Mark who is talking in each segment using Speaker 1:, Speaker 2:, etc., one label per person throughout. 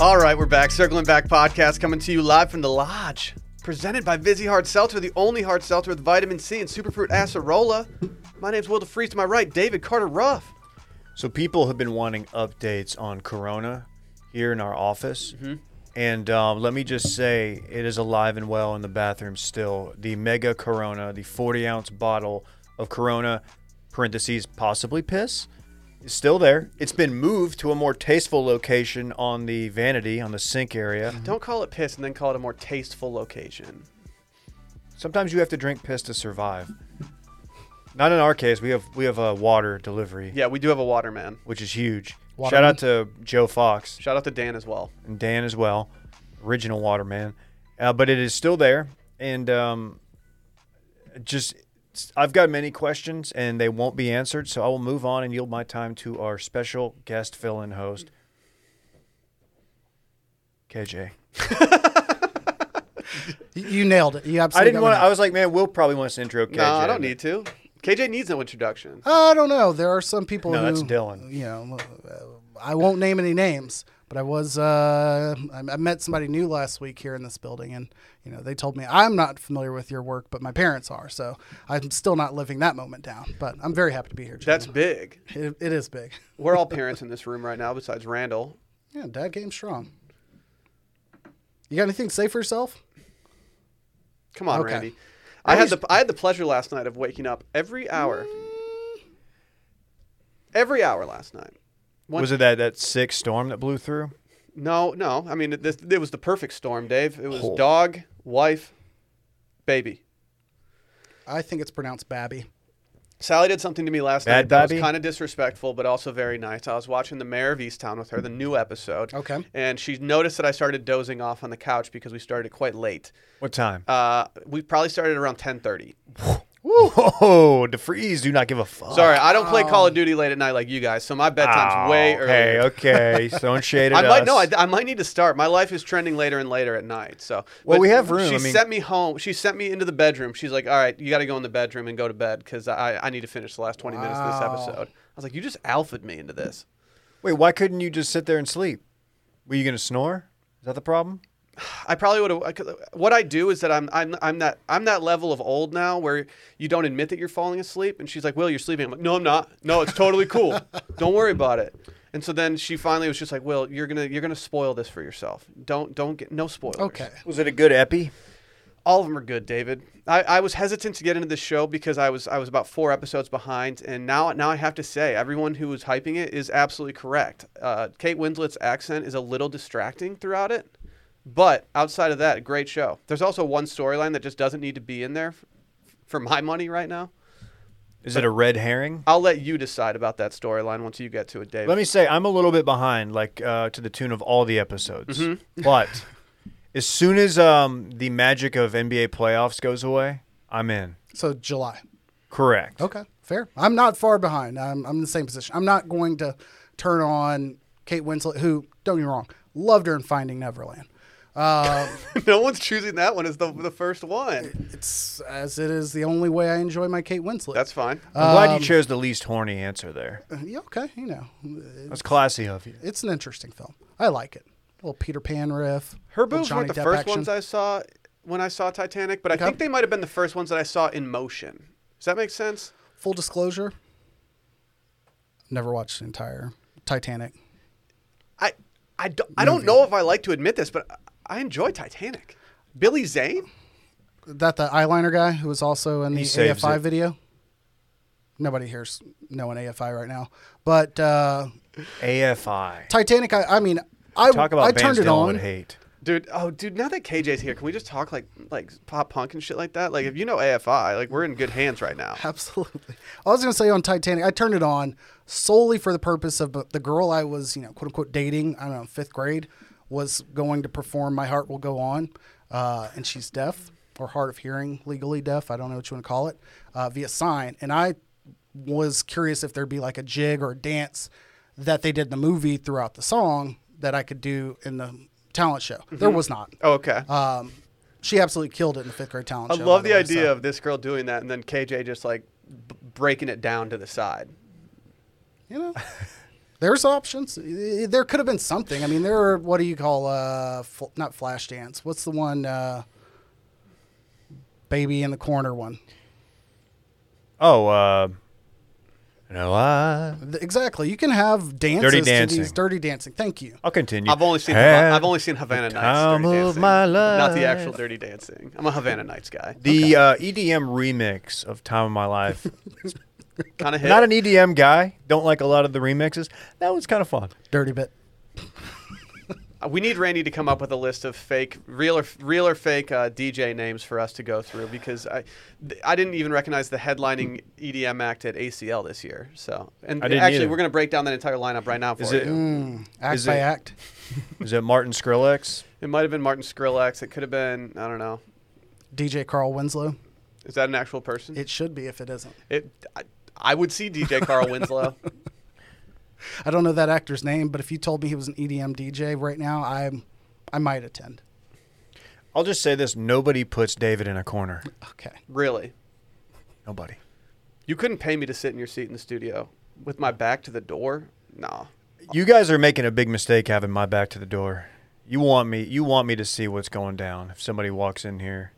Speaker 1: All right, we're back. Circling Back podcast coming to you live from the lodge. Presented by Vizzy Hard Seltzer, the only hard seltzer with vitamin C and superfruit acerola. My name's Will DeFreeze. To my right, David Carter Ruff.
Speaker 2: So people have been wanting updates on Corona here in our office, and um, let me just say it is alive and well in the bathroom still. The Mega Corona, the 40 ounce bottle of Corona, parentheses possibly piss, is still there. It's been moved to a more tasteful location on the vanity on the sink area.
Speaker 1: Don't call it piss and then call it a more tasteful location.
Speaker 2: Sometimes you have to drink piss to survive. Not in our case. We have we have a water delivery,
Speaker 1: Yeah, we do have a waterman.
Speaker 2: which is huge.
Speaker 3: Water
Speaker 2: Shout
Speaker 3: me?
Speaker 2: out to Joe Fox.
Speaker 1: Shout out to Dan as well.
Speaker 2: and Dan as well, original Waterman. Uh, but it is still there, and um, just I've got many questions, and they won't be answered. So I will move on and yield my time to our special guest fill-in host, KJ.
Speaker 3: You- You nailed it. You
Speaker 2: I
Speaker 3: absolutely.
Speaker 2: didn't want. I was like, man, Will probably wants to intro KJ.
Speaker 1: No, I don't need to. KJ needs no introduction.
Speaker 3: I don't know. There are some people.
Speaker 2: No,
Speaker 3: who,
Speaker 2: that's Dylan.
Speaker 3: You know, uh, I won't name any names, but I was. Uh, I I met somebody new last week here in this building, and you know they told me I'm not familiar with your work, but my parents are. So I'm still not living that moment down. But I'm very happy to be here. Jim.
Speaker 1: That's big.
Speaker 3: it, it is big.
Speaker 1: We're all parents in this room right now, besides Randall.
Speaker 3: Yeah, dad game strong. You got anything to say for yourself?
Speaker 1: Come on,
Speaker 3: Okay.
Speaker 1: Randy. I had the I had the pleasure last night of waking up every hour. Every hour last night.
Speaker 2: Was it that that sick storm that blew through?
Speaker 1: No, no. I mean, it, this, it was the perfect storm, Dave. It was dog, wife, baby.
Speaker 3: I think it's pronounced Babby.
Speaker 1: Sally did something to me last
Speaker 2: Bad
Speaker 1: night. that was
Speaker 2: baby?
Speaker 1: kind of disrespectful, but also very nice. I was watching The Mayor of Easttown with her, the new episode.
Speaker 3: Okay.
Speaker 1: And she noticed that I started dozing off on the couch because we started quite late.
Speaker 2: What time?
Speaker 1: Uh, we probably started around 10:30.
Speaker 2: Whoa, DeFreeze, do not give a fuck.
Speaker 1: Sorry, I don't play Call of Duty late at night like you guys, so my bedtime's
Speaker 2: Oh,
Speaker 1: way
Speaker 2: okay,
Speaker 1: earlier.
Speaker 2: okay. So don't shade at
Speaker 1: I might
Speaker 2: us.
Speaker 1: no, I, I might need to start. My life is trending later and later at night. So
Speaker 2: Well,
Speaker 1: but
Speaker 2: we have room,
Speaker 1: She
Speaker 2: I mean-
Speaker 1: sent me home. She sent me into the bedroom. She's like, "All right, you got to go in the bedroom and go to bed because I, I need to finish the last twenty minutes of this
Speaker 3: Wow.
Speaker 1: episode." I was like, "You just alphaed me into this."
Speaker 2: Wait, why couldn't you just sit there and sleep? Were you gonna snore? Is that the problem?
Speaker 1: I probably would have. What I do is that I'm I'm I'm that I'm that level of old now where you don't admit that you're falling asleep, and she's like, "Will, you're sleeping." I'm like, "No, I'm not. No, it's totally cool. don't worry about it." And so then she finally was just like, "Will, you're gonna you're gonna spoil this for yourself. Don't don't get no spoilers."
Speaker 3: Okay.
Speaker 2: Was it a good epi?
Speaker 1: All of them are good, David. I, I was hesitant to get into this show because I was I was about four episodes behind, and now now I have to say everyone who was hyping it is absolutely correct. Uh, Kate Winslet's accent is a little distracting throughout it, but outside of that, a great show. There's also one storyline that just doesn't need to be in there, f- for my money right now.
Speaker 2: Is it a red herring?
Speaker 1: I'll let you decide about that storyline once you get to it, David.
Speaker 2: Let me say, I'm a little bit behind, like uh, to the tune of all the episodes. But as soon as um, the magic of NBA playoffs goes away, I'm in.
Speaker 3: So July.
Speaker 2: Correct.
Speaker 3: Okay, fair. I'm not far behind. I'm, I'm in the same position. I'm not going to turn on Kate Winslet, who, don't get me wrong, loved her in Finding Neverland. Uh,
Speaker 1: no one's choosing that one as the the first one.
Speaker 3: it's as it is the only way I enjoy my Kate Winslet. Uh,
Speaker 1: That's fine.
Speaker 2: I'm glad you
Speaker 3: Um,
Speaker 2: chose the least horny answer there.
Speaker 3: yeah, okay. You know,
Speaker 2: That's classy of you.
Speaker 3: it's an interesting film. I like it. little Peter Pan riff.
Speaker 1: Her
Speaker 3: little
Speaker 1: boobs
Speaker 3: Johnny
Speaker 1: weren't the
Speaker 3: Depp
Speaker 1: first
Speaker 3: action.
Speaker 1: ones I saw when I saw Titanic, but I
Speaker 3: Okay.
Speaker 1: think they might have been the first ones that I saw in motion. Does that make sense?
Speaker 3: Full disclosure. Never watched the entire Titanic.
Speaker 1: I I don't, I don't know if I like to admit this, but I enjoy Titanic. Billy Zane?
Speaker 3: That the eyeliner guy who was also in the
Speaker 2: saves
Speaker 3: AFI
Speaker 2: it.
Speaker 3: video. Nobody here's knowing AFI right now, but uh,
Speaker 2: AFI.
Speaker 3: Titanic. I, I mean, I
Speaker 2: Talk about
Speaker 3: I
Speaker 2: bands
Speaker 3: turned it
Speaker 2: Dylan
Speaker 3: on.
Speaker 2: would hate.
Speaker 1: Dude, oh dude, now that KJ's here, can we just talk like like pop punk and shit like that? Like if you know AFI, like we're in good hands right now.
Speaker 3: Absolutely. I was going to say on Titanic, I turned it on solely for the purpose of the girl I was, you know, quote unquote dating. I don't know, fifth grade was going to perform "My Heart Will Go On," uh, and she's deaf or hard of hearing, legally deaf. I don't know what you want to call it, uh, via sign. And I was curious if there'd be like a jig or a dance that they did in the movie throughout the song that I could do in the talent show. There was not.
Speaker 1: Oh, okay.
Speaker 3: Um, she absolutely killed it in the fifth grade talent
Speaker 1: I
Speaker 3: show.
Speaker 1: love
Speaker 3: by
Speaker 1: the
Speaker 3: way,
Speaker 1: idea
Speaker 3: so-
Speaker 1: of this girl doing that and then KJ just like b- breaking it down to the side.
Speaker 3: you know. There's options. Eh, There could have been something. I mean, there are what do you call uh fl- not flash dance? What's the one uh baby in the corner one?
Speaker 2: Oh, uh, no, I.
Speaker 3: Th- Exactly. You can have dances to
Speaker 2: Dancing.
Speaker 3: these dirty dancing. Thank you.
Speaker 2: I'll continue.
Speaker 1: I've only seen
Speaker 2: Have
Speaker 1: Hava- I've only seen Havana
Speaker 2: the
Speaker 1: Nights.
Speaker 2: time
Speaker 1: Dirty
Speaker 2: of
Speaker 1: dancing,
Speaker 2: my
Speaker 1: Not the actual
Speaker 2: life.
Speaker 1: Dirty Dancing. I'm a Havana Nights guy.
Speaker 2: the uh, EDM remix of "Time of My Life."
Speaker 1: kind of hit.
Speaker 2: Not an EDM guy. Don't like a lot of the remixes. That was kind of fun.
Speaker 3: Dirty bit.
Speaker 1: Uh, we need Randy to come up with a list of fake, real or real or fake uh, DJ names for us to go through because I, th- I didn't even recognize the headlining EDM act at ACL this year. So and
Speaker 2: I didn't
Speaker 1: actually
Speaker 2: either.
Speaker 1: we're gonna break down that entire lineup right now for
Speaker 2: Is
Speaker 1: you.
Speaker 2: it- Mm.
Speaker 1: It,
Speaker 3: Mm. Act
Speaker 2: Is
Speaker 3: by
Speaker 2: it-
Speaker 3: act.
Speaker 2: Is it Martin Skrillex?
Speaker 1: might have been Martin Skrillex. It could have been I don't know.
Speaker 3: DJ Carl Winslow.
Speaker 1: Is that an actual person? It,
Speaker 3: It should be if it isn't.
Speaker 1: I, I would see DJ Carl Winslow.
Speaker 3: I don't know that actor's name, but if you told me he was an E EDM DJ right now, I am I might attend.
Speaker 2: I'll just say this: nobody puts David in a corner.
Speaker 3: Okay.
Speaker 1: Really,
Speaker 2: Nobody.
Speaker 1: you couldn't pay me to sit in your seat in the studio with my back to the door. No.
Speaker 2: You guys are making a big mistake having my back to the door. You want me you want me to see what's going down if somebody walks in here.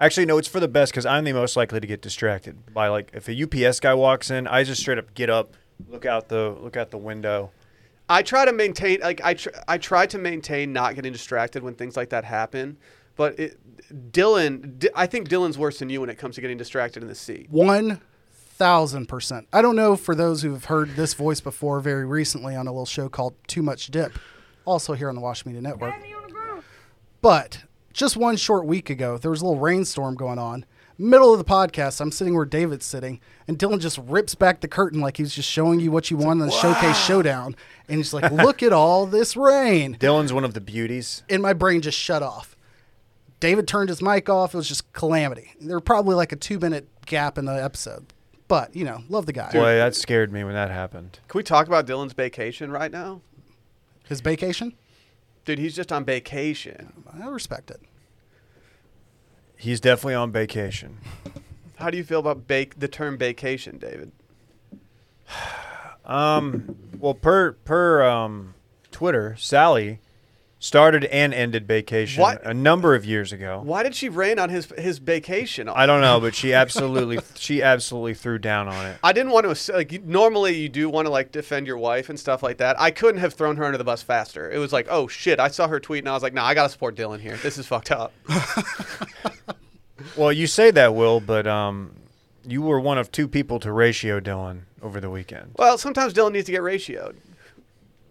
Speaker 2: Actually no, it's for the best cuz I'm the most likely to get distracted by like if a UPS guy walks in, I just straight up get up, look out the look out the window.
Speaker 1: I try to maintain like I tr- I try to maintain not getting distracted when things like that happen, but it, Dylan, D- I think Dylan's worse than you when it comes to getting distracted in the seat.
Speaker 3: One thousand percent. I don't know for those who've heard this voice before very recently on a little show called Too Much Dip, also here on the Wash Media Network. But just one short week ago, there was a little rainstorm going on. Middle of the podcast, I'm sitting where David's sitting, and Dylan just rips back the curtain like he's just showing you what you want in the showcase showdown. And he's like, Look at all this rain
Speaker 2: Dylan's one of the beauties.
Speaker 3: and my brain just shut off. David turned his mic off. It was just calamity. There were probably like a two minute gap in the episode, but you know, love the guy.
Speaker 2: Boy, that scared me when that happened.
Speaker 1: Can we talk about Dylan's vacation right now?
Speaker 3: His vacation,
Speaker 1: Dude, he's just on vacation.
Speaker 3: I respect it.
Speaker 2: He's definitely on vacation.
Speaker 1: How do you feel about bake the term vacation, David?
Speaker 2: Well, per per um, Twitter, Sally started and ended vacation
Speaker 1: What?
Speaker 2: a number of years ago.
Speaker 1: Why did she rain on his his vacation?
Speaker 2: I don't know, but she absolutely she absolutely threw down on it.
Speaker 1: I didn't want to ass- like you- normally you do want to like defend your wife and stuff like that. I couldn't have thrown her under the bus faster. It was like, "Oh shit, I saw her tweet and I was like, "Nah, I got to support Dylan here. This is fucked up."
Speaker 2: Well, you say that, Will, but um, you were one of two people to ratio Dylan over the weekend.
Speaker 1: well, sometimes Dylan needs to get ratioed.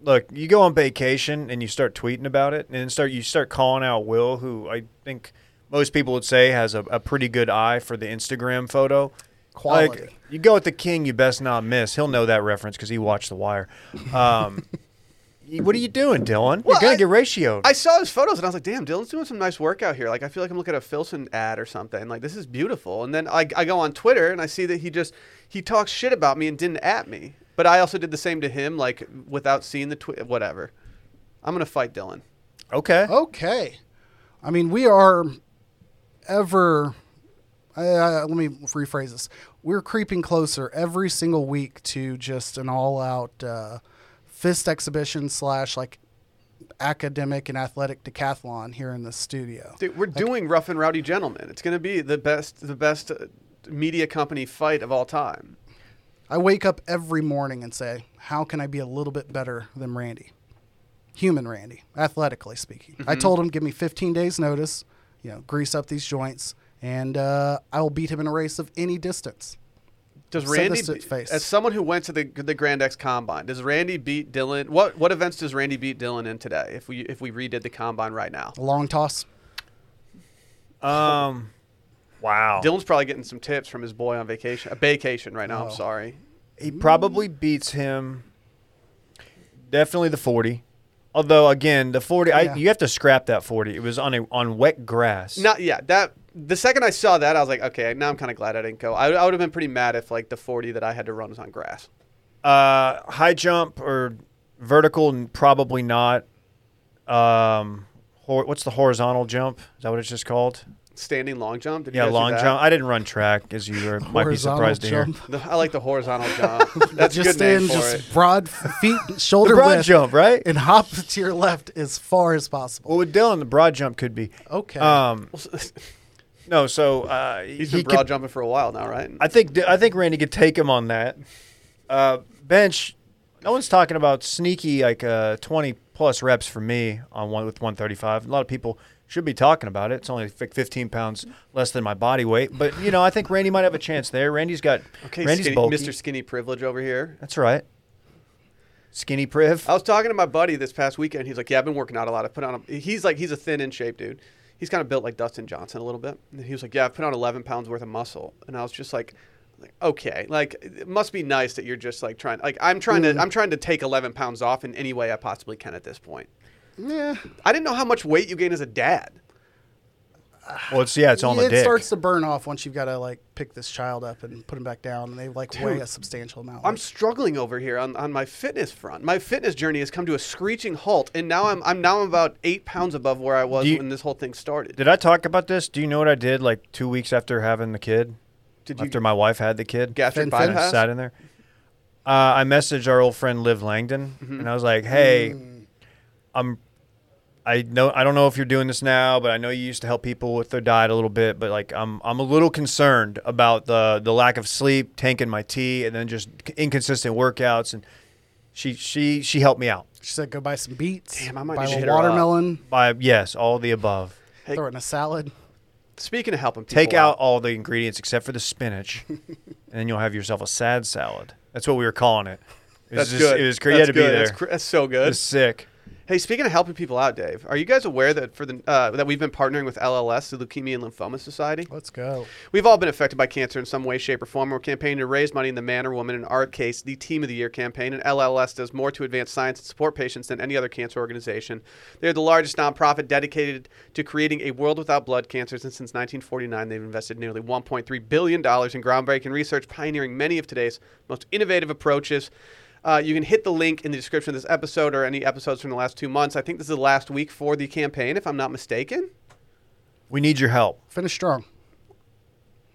Speaker 2: Look, you go on vacation and you start tweeting about it, and then start you start calling out Will, who I think most people would say has a, a pretty good eye for the Instagram photo.
Speaker 3: Quality.
Speaker 2: Like, you go with the king, you best not miss. He'll know that reference because he watched The Wire. Um, y- what are you doing, Dylan?
Speaker 1: Well,
Speaker 2: You're gonna
Speaker 1: I-
Speaker 2: get ratioed.
Speaker 1: I saw his photos and I was like, damn, Dylan's doing some nice work out here. Like, I feel like I'm looking at a Filson ad or something. Like, this is beautiful. And then I, I go on Twitter and I see that he just, he talks shit about me and didn't at me. But I also did the same to him, like, without seeing the tweet, whatever. I'm going to fight Dylan.
Speaker 2: okay.
Speaker 3: Okay, I mean, we are ever. Uh, let me rephrase this. We're creeping closer every single week to just an all-out uh, fist exhibition slash like academic and athletic decathlon here in the studio.
Speaker 1: Dude, we're doing Rough and Rowdy Gentlemen. It's going to be the best, the best uh, media company fight of all time.
Speaker 3: I wake up every morning and say, How can I be a little bit better than Randy? Human Randy, athletically speaking. I
Speaker 1: Mm-hmm.
Speaker 3: told him, Give me 15 days' notice, you know, grease up these joints, and uh, I will beat him in a race of any distance.
Speaker 1: Does
Speaker 3: Said
Speaker 1: Randy,
Speaker 3: this to
Speaker 1: be-
Speaker 3: face.
Speaker 1: as someone who went to the the Grand X Combine, does Randy beat Dylan? What what events does Randy beat Dylan in today? If we if we redid the Combine right now,
Speaker 3: A long toss.
Speaker 1: Oh.
Speaker 2: Um, wow.
Speaker 1: Dylan's probably getting some tips from his boy on vacation, a vacation right now. I'm sorry.
Speaker 2: He probably beats him. Definitely the forty. Although again, the forty,
Speaker 3: Yeah.
Speaker 2: I, you have to scrap that forty. It was on a on wet grass.
Speaker 1: Not yeah. That the second I saw that, I was like, okay, now I'm kind of glad I didn't go. I, I would have been pretty mad if like the 40 that I had to run was on grass.
Speaker 2: Uh, high jump or vertical, n- probably not. Um, hor- what's the horizontal jump? Is that what it's just called?
Speaker 1: standing long jump? Did you
Speaker 2: Yeah,
Speaker 1: guys do
Speaker 2: long
Speaker 1: that?
Speaker 2: jump. I didn't run track, as you were, might be
Speaker 3: Horizontal
Speaker 2: surprised to hear.
Speaker 3: jump.
Speaker 1: The- I like the horizontal jump. That's a
Speaker 3: just
Speaker 1: good name
Speaker 3: in,
Speaker 1: for
Speaker 3: just
Speaker 1: it.
Speaker 3: broad feet, shoulder
Speaker 2: The broad
Speaker 3: width,
Speaker 2: jump, right?
Speaker 3: and hop to your left as far as possible.
Speaker 2: Well, with Dylan, the broad jump could be.
Speaker 3: Okay.
Speaker 2: Um, no, so uh,
Speaker 1: He's
Speaker 2: he
Speaker 1: been broad
Speaker 2: could-
Speaker 1: jumping for a while now, right?
Speaker 2: I think I think Randy could take him on that. Uh, bench. No one's talking about sneaky like uh, 20 plus reps for me on one with 135. A lot of people should be talking about it. It's only fif- 15 pounds less than my body weight, but you know I think Randy might have a chance there. Randy's got
Speaker 1: okay,
Speaker 2: Randy's
Speaker 1: skinny,
Speaker 2: bulky.
Speaker 1: Mr. Skinny Privilege over here.
Speaker 2: That's right. Skinny Priv.
Speaker 1: I was talking to my buddy this past weekend. He's like, "Yeah, I've been working out a lot. I put on." A, he's like, he's a thin in shape dude. He's kind of built like Dustin Johnson a little bit. And he was like, "Yeah, I've put on 11 pounds worth of muscle." And I was just like, like, "Okay, like it must be nice that you're just like trying. Like I'm trying
Speaker 2: Mm.
Speaker 1: to, I'm trying to take 11 pounds off in any way I possibly can at this point.
Speaker 3: yeah.
Speaker 1: I didn't know how much weight you gain as a dad.
Speaker 2: Well, it's yeah, it's on
Speaker 3: Yeah,
Speaker 2: the
Speaker 3: it
Speaker 2: dick.
Speaker 3: starts to burn off once you've got to like pick this child up and put him back down, and they like weigh a substantial amount.
Speaker 1: I'm
Speaker 3: Like,
Speaker 1: struggling over here on, on my fitness front. My fitness journey has come to a screeching halt, and now I'm I'm now about eight pounds above where I was
Speaker 2: Do you-
Speaker 1: when this whole thing started.
Speaker 2: Did I talk about this? Do you know what I did like two weeks after having the kid?
Speaker 1: Did you-
Speaker 2: after my wife had the kid?
Speaker 1: Gastric
Speaker 2: and
Speaker 3: Thin,
Speaker 2: I
Speaker 1: bypass.
Speaker 2: sat in there. Uh, I messaged our old friend Liv Langdon,
Speaker 1: Mm-hmm.
Speaker 2: and I was like, "Hey,
Speaker 1: Mm.
Speaker 2: I'm. I know I don't know if you're doing this now, but I know you used to help people with their diet a little bit. But like, I'm I'm a little concerned about the the lack of sleep, tanking my tea, and then just inconsistent workouts. And she she she helped me out
Speaker 3: she said, "Go buy some beets,
Speaker 1: Damn, I might
Speaker 3: buy
Speaker 1: need to
Speaker 3: a
Speaker 1: hit her up.
Speaker 3: watermelon,
Speaker 2: by yes, all the above.
Speaker 1: Hey.
Speaker 3: throw it in a salad."
Speaker 1: Speaking of helping, people
Speaker 2: Take out all the ingredients except for the spinach, and then you'll have yourself a sad salad. That's what we were calling it. it was
Speaker 1: That's
Speaker 2: just-
Speaker 1: good.
Speaker 2: It was crazy
Speaker 1: That's
Speaker 2: to be
Speaker 1: good.
Speaker 2: there.
Speaker 1: That's, cr- that's so
Speaker 2: it
Speaker 1: good.
Speaker 2: was sick.
Speaker 1: Hey, speaking of helping people out, Dave, are you guys aware that for the uh, that we've been partnering with LLS, the Leukemia and Lymphoma Society?
Speaker 3: Let's go.
Speaker 1: We've all been affected by cancer in some way, shape, or form. We're campaigning to raise money in the man or woman, in our case, the Team of the Year campaign. And LLS does more to advance science and support patients than any other cancer organization. They're the largest nonprofit dedicated to creating a world without blood cancers. And since 1949, they've invested nearly $1.3 billion in groundbreaking research, pioneering many of today's most innovative approaches. Uh, you can hit the link in the description of this episode or any episodes from the last two months. I think this is the last week for the campaign, if I'm not mistaken.
Speaker 2: We need your help.
Speaker 3: Finish strong.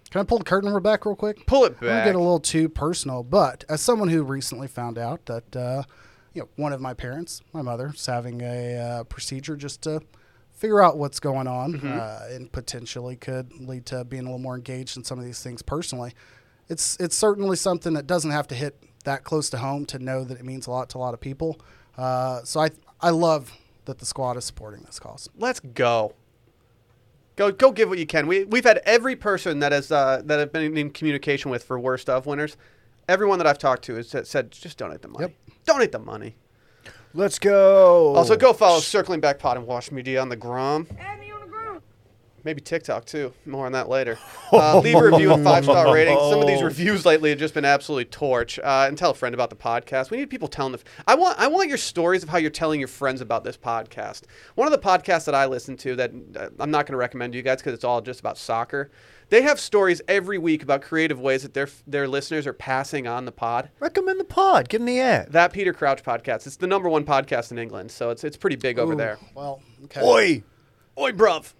Speaker 3: Can I pull the curtain back real quick?
Speaker 1: Pull it
Speaker 3: I'm gonna
Speaker 1: back.
Speaker 3: get a little too personal, but as someone who recently found out that uh, you know one of my parents, my mother, is having a uh, procedure just to figure out what's going on
Speaker 1: Mm-hmm.
Speaker 3: uh, and potentially could lead to being a little more engaged in some of these things personally. It's it's certainly something that doesn't have to hit that close to home to know that it means a lot to a lot of people. Uh, so I I love that the squad is supporting this cause.
Speaker 1: Let's go. Go go give what you can. We we've had every person that has uh, that I've been in communication with for worst of winners. Everyone that I've talked to has said- said just donate the money. Donate the money.
Speaker 2: Let's go.
Speaker 1: Also go follow Circling Back Pod and Wash Media on the Grom. Maybe TikTok too. More on that later. Uh, leave a review and five star rating. Some of these reviews lately have just been absolutely torch. Uh, and tell a friend about the podcast. We need people telling. The f- I want I want your stories of how you're telling your friends about this podcast. One of the podcasts that I listen to that uh, I'm not going to recommend to you guys because it's all just about soccer. They have stories every week about creative ways that their their listeners are passing on the pod.
Speaker 2: Recommend the pod. Give them the ad.
Speaker 1: That Peter Crouch podcast. It's the number one podcast in England, so it's it's pretty big over
Speaker 3: Ooh,
Speaker 1: there.
Speaker 3: Well, okay.
Speaker 2: Oi.
Speaker 1: Oi, bruv.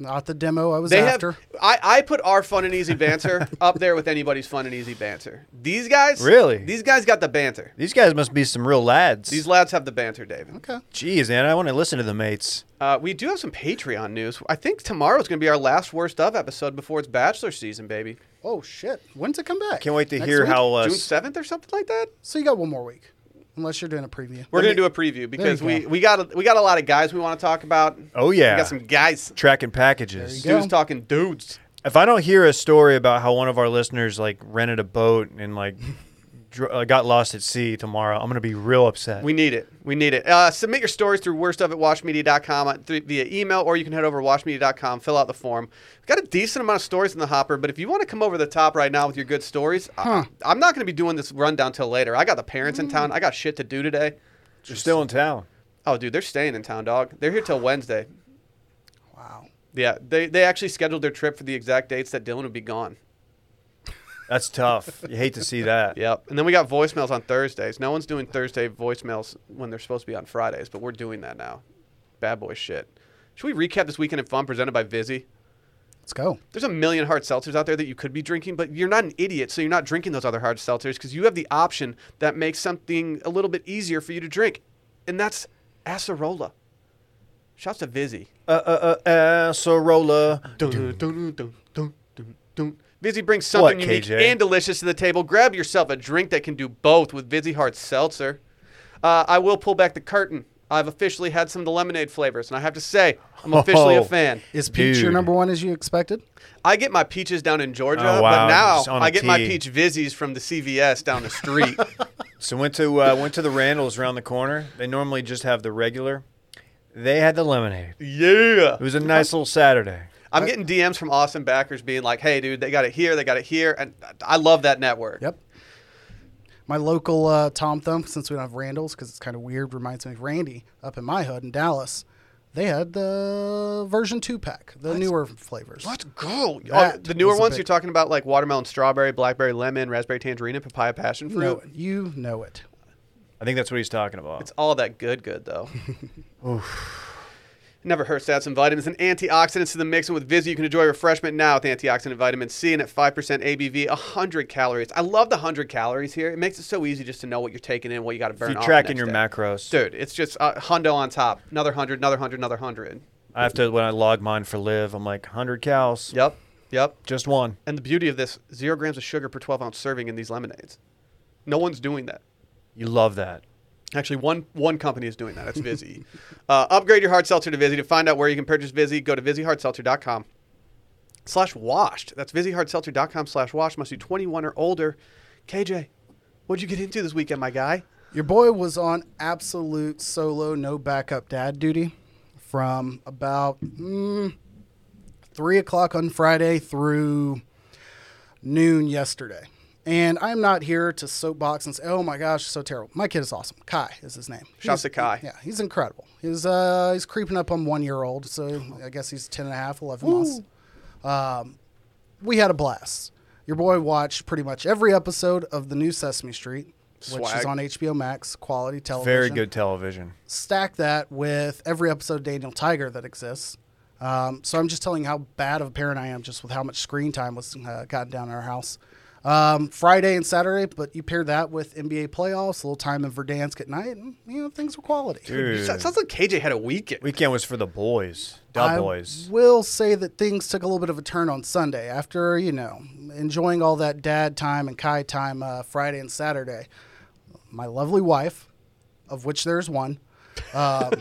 Speaker 3: Not the demo I was
Speaker 1: They
Speaker 3: after.
Speaker 1: have. I, I put our fun and easy banter up there with anybody's fun and easy banter. These guys
Speaker 2: Really?
Speaker 1: These guys got the banter.
Speaker 2: These guys must be some real lads.
Speaker 1: These lads have the banter, David.
Speaker 3: okay.
Speaker 2: Jeez, man, I want to listen to the mates.
Speaker 1: Uh, we do have some Patreon news. I think tomorrow's going to be our last worst of episode before it's bachelor season, baby.
Speaker 3: Oh shit! When's it come back?
Speaker 2: Can't wait to
Speaker 3: Next
Speaker 2: hear
Speaker 3: week?
Speaker 2: how. Uh,
Speaker 1: June
Speaker 2: s-
Speaker 1: seventh or something like that.
Speaker 3: So you got one more week, unless you're doing a preview.
Speaker 1: We're going to do a preview because
Speaker 3: go.
Speaker 1: we, we got a, we got a lot of guys we want to talk about.
Speaker 2: oh yeah.
Speaker 1: We got some guys.
Speaker 2: tracking packages.
Speaker 3: There you
Speaker 1: Dudes talking dudes.
Speaker 2: If I don't hear a story about how one of our listeners like rented a boat and like dr- uh, got lost at sea tomorrow, I'm gonna be real upset.
Speaker 1: We need it. We need it. Uh, submit your stories through worst of at washmedia.com uh, th- via email, or you can head over to washmedia.com, fill out the form. We've got a decent amount of stories in the hopper, but if you want to come over the top right now with your good stories, I, am not going to be doing this rundown till later. I got the parents in town. I got shit to do today.
Speaker 2: You're still in town.
Speaker 1: Oh, dude, they're staying in town, dog. They're here till Wednesday.
Speaker 3: Wow.
Speaker 1: Yeah, they, they actually scheduled their trip for the exact dates that Dylan would be gone.
Speaker 2: That's tough. you hate to see that.
Speaker 1: Yep. And then we got voicemails on Thursdays. No one's doing Thursday voicemails when they're supposed to be on Fridays, but we're doing that now. Bad boy shit. Should we recap this weekend in fun presented by Vizzy?
Speaker 3: Let's go.
Speaker 1: There's a million hard seltzers out there that you could be drinking, but you're not an idiot, so you're not drinking those other hard seltzers because you have the option that makes something a little bit easier for you to drink, and that's acerola. Shouts to Vizzy.
Speaker 2: Uh, uh, uh, Acerola.
Speaker 1: Dun, dun, dun, dun, dun, dun. Vizzy brings something
Speaker 2: What,
Speaker 1: unique
Speaker 2: KJ?
Speaker 1: and delicious to the table. Grab yourself a drink that can do both with Vizzy Hard Seltzer. Uh, I will pull back the curtain. I've officially had some of the lemonade flavors, and I have to say, I'm officially
Speaker 2: Oh.
Speaker 1: a fan.
Speaker 3: Is peach your
Speaker 2: Dude.
Speaker 3: number one as you expected?
Speaker 1: I get my peaches down in Georgia,
Speaker 2: Oh, wow.
Speaker 1: but
Speaker 2: Just
Speaker 1: now
Speaker 2: on a
Speaker 1: I get my
Speaker 2: tee.
Speaker 1: peach Vizzies from the CVS down the street.
Speaker 2: So went to uh, went to the Randalls around the corner. They normally just have the regular. They had the lemonade.
Speaker 1: yeah.
Speaker 2: It was a nice little Saturday.
Speaker 1: I'm getting DMs from Austin backers being like, hey, dude, they got it here, they got it here. And I love that network.
Speaker 3: Yep. My local uh, Tom Thumb, since we don't have Randall's, because it's kind of weird, reminds me of Randy up in my hood in Dallas. They had the version two pack, the newer flavors.
Speaker 1: Let's go.
Speaker 3: That
Speaker 1: Oh, the newer
Speaker 3: was a
Speaker 1: ones
Speaker 3: big-
Speaker 1: you're talking about, like watermelon, strawberry, blackberry, lemon, raspberry, tangerine, and papaya passion
Speaker 3: You know
Speaker 1: fruit.
Speaker 3: it. You know it.
Speaker 2: I think that's what he's talking about.
Speaker 1: It's all that good, good though. It Never hurts to add some vitamins and antioxidants to the mix. And with Vizzy, you can enjoy refreshment now with antioxidant vitamin C and at 5% ABV, 100 calories. I love the 100 calories here. It makes it so easy just to know what you're taking in, what you got to burn
Speaker 2: if you're
Speaker 1: off
Speaker 2: tracking
Speaker 1: next
Speaker 2: your
Speaker 1: day.
Speaker 2: macros,
Speaker 1: Dude, it's just uh, hundo on top. Another 100, another 100, another 100.
Speaker 2: I have to when I log mine for live. I'm like 100 cows,
Speaker 1: Yep, yep.
Speaker 2: just one.
Speaker 1: And the beauty of this, zero grams of sugar per 12 ounce serving in these lemonades. No one's doing that.
Speaker 2: You love that.
Speaker 1: Actually, one one company is doing that. It's Vizzy. uh, upgrade your hard seltzer to Vizzy. To find out where you can purchase Vizzy, go to VizzyHardSeltzer.com slash washed. That's VizzyHardSeltzer.com slash washed. Must be 21 or older. KJ, what'd you get into this weekend, my guy?
Speaker 3: Your boy was on absolute solo, no backup dad duty from about mm, three o'clock on Friday through noon yesterday. And I'm not here to soapbox and say, "Oh my gosh, so terrible." My kid is awesome. Kai is his name.
Speaker 1: Shouts
Speaker 3: He's-
Speaker 1: to Kai.
Speaker 3: Yeah, he's incredible. He's uh, he's creeping up on one year old, so I guess he's 10 and a half, 11 months. Um, we had a blast. Your boy watched pretty much every episode of the new Sesame Street, which
Speaker 1: Swag.
Speaker 3: is on HBO Max, quality television.
Speaker 2: Very good television.
Speaker 3: Stack that with every episode of Daniel Tiger that exists. Um, so I'm just telling you how bad of a parent I am, just with how much screen time was uh, gotten down in our house. Um, Friday and Saturday, but you pair that with NBA playoffs, a little time in Verdansk at night, and you know things were quality.
Speaker 2: Dude,
Speaker 1: So- Sounds like KJ had a weekend.
Speaker 2: weekend was for the boys, the
Speaker 3: I
Speaker 2: boys.
Speaker 3: will say that things took a little bit of a turn on Sunday after, you know, enjoying all that dad time and Kai time uh, Friday and Saturday. My lovely wife, of which there's one, um,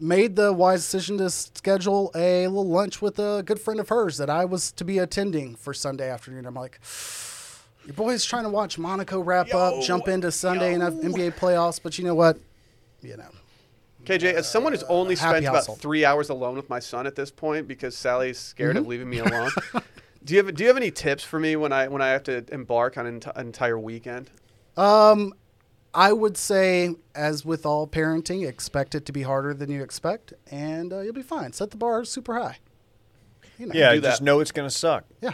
Speaker 3: made the wise decision to schedule a little lunch with a good friend of hers that I was to be attending for Sunday afternoon. I'm like, your boy's trying to watch Monaco wrap
Speaker 1: Yo,
Speaker 3: up, jump into Sunday and have NBA playoffs, but you know what? You know,
Speaker 1: KJ, as someone who's only
Speaker 3: happy
Speaker 1: spent
Speaker 3: household.
Speaker 1: about three hours alone with my son at this point because Sally's scared
Speaker 3: Mm-hmm.
Speaker 1: of leaving me alone, do you have do you have any tips for me when I when I have to embark on an, enti- an entire weekend?
Speaker 3: I would say, as with all parenting, expect it to be harder than you expect, and uh, you'll be fine. Set the bar super high. You know,
Speaker 2: Yeah,
Speaker 1: do that.
Speaker 2: just know it's gonna suck,
Speaker 3: Yeah.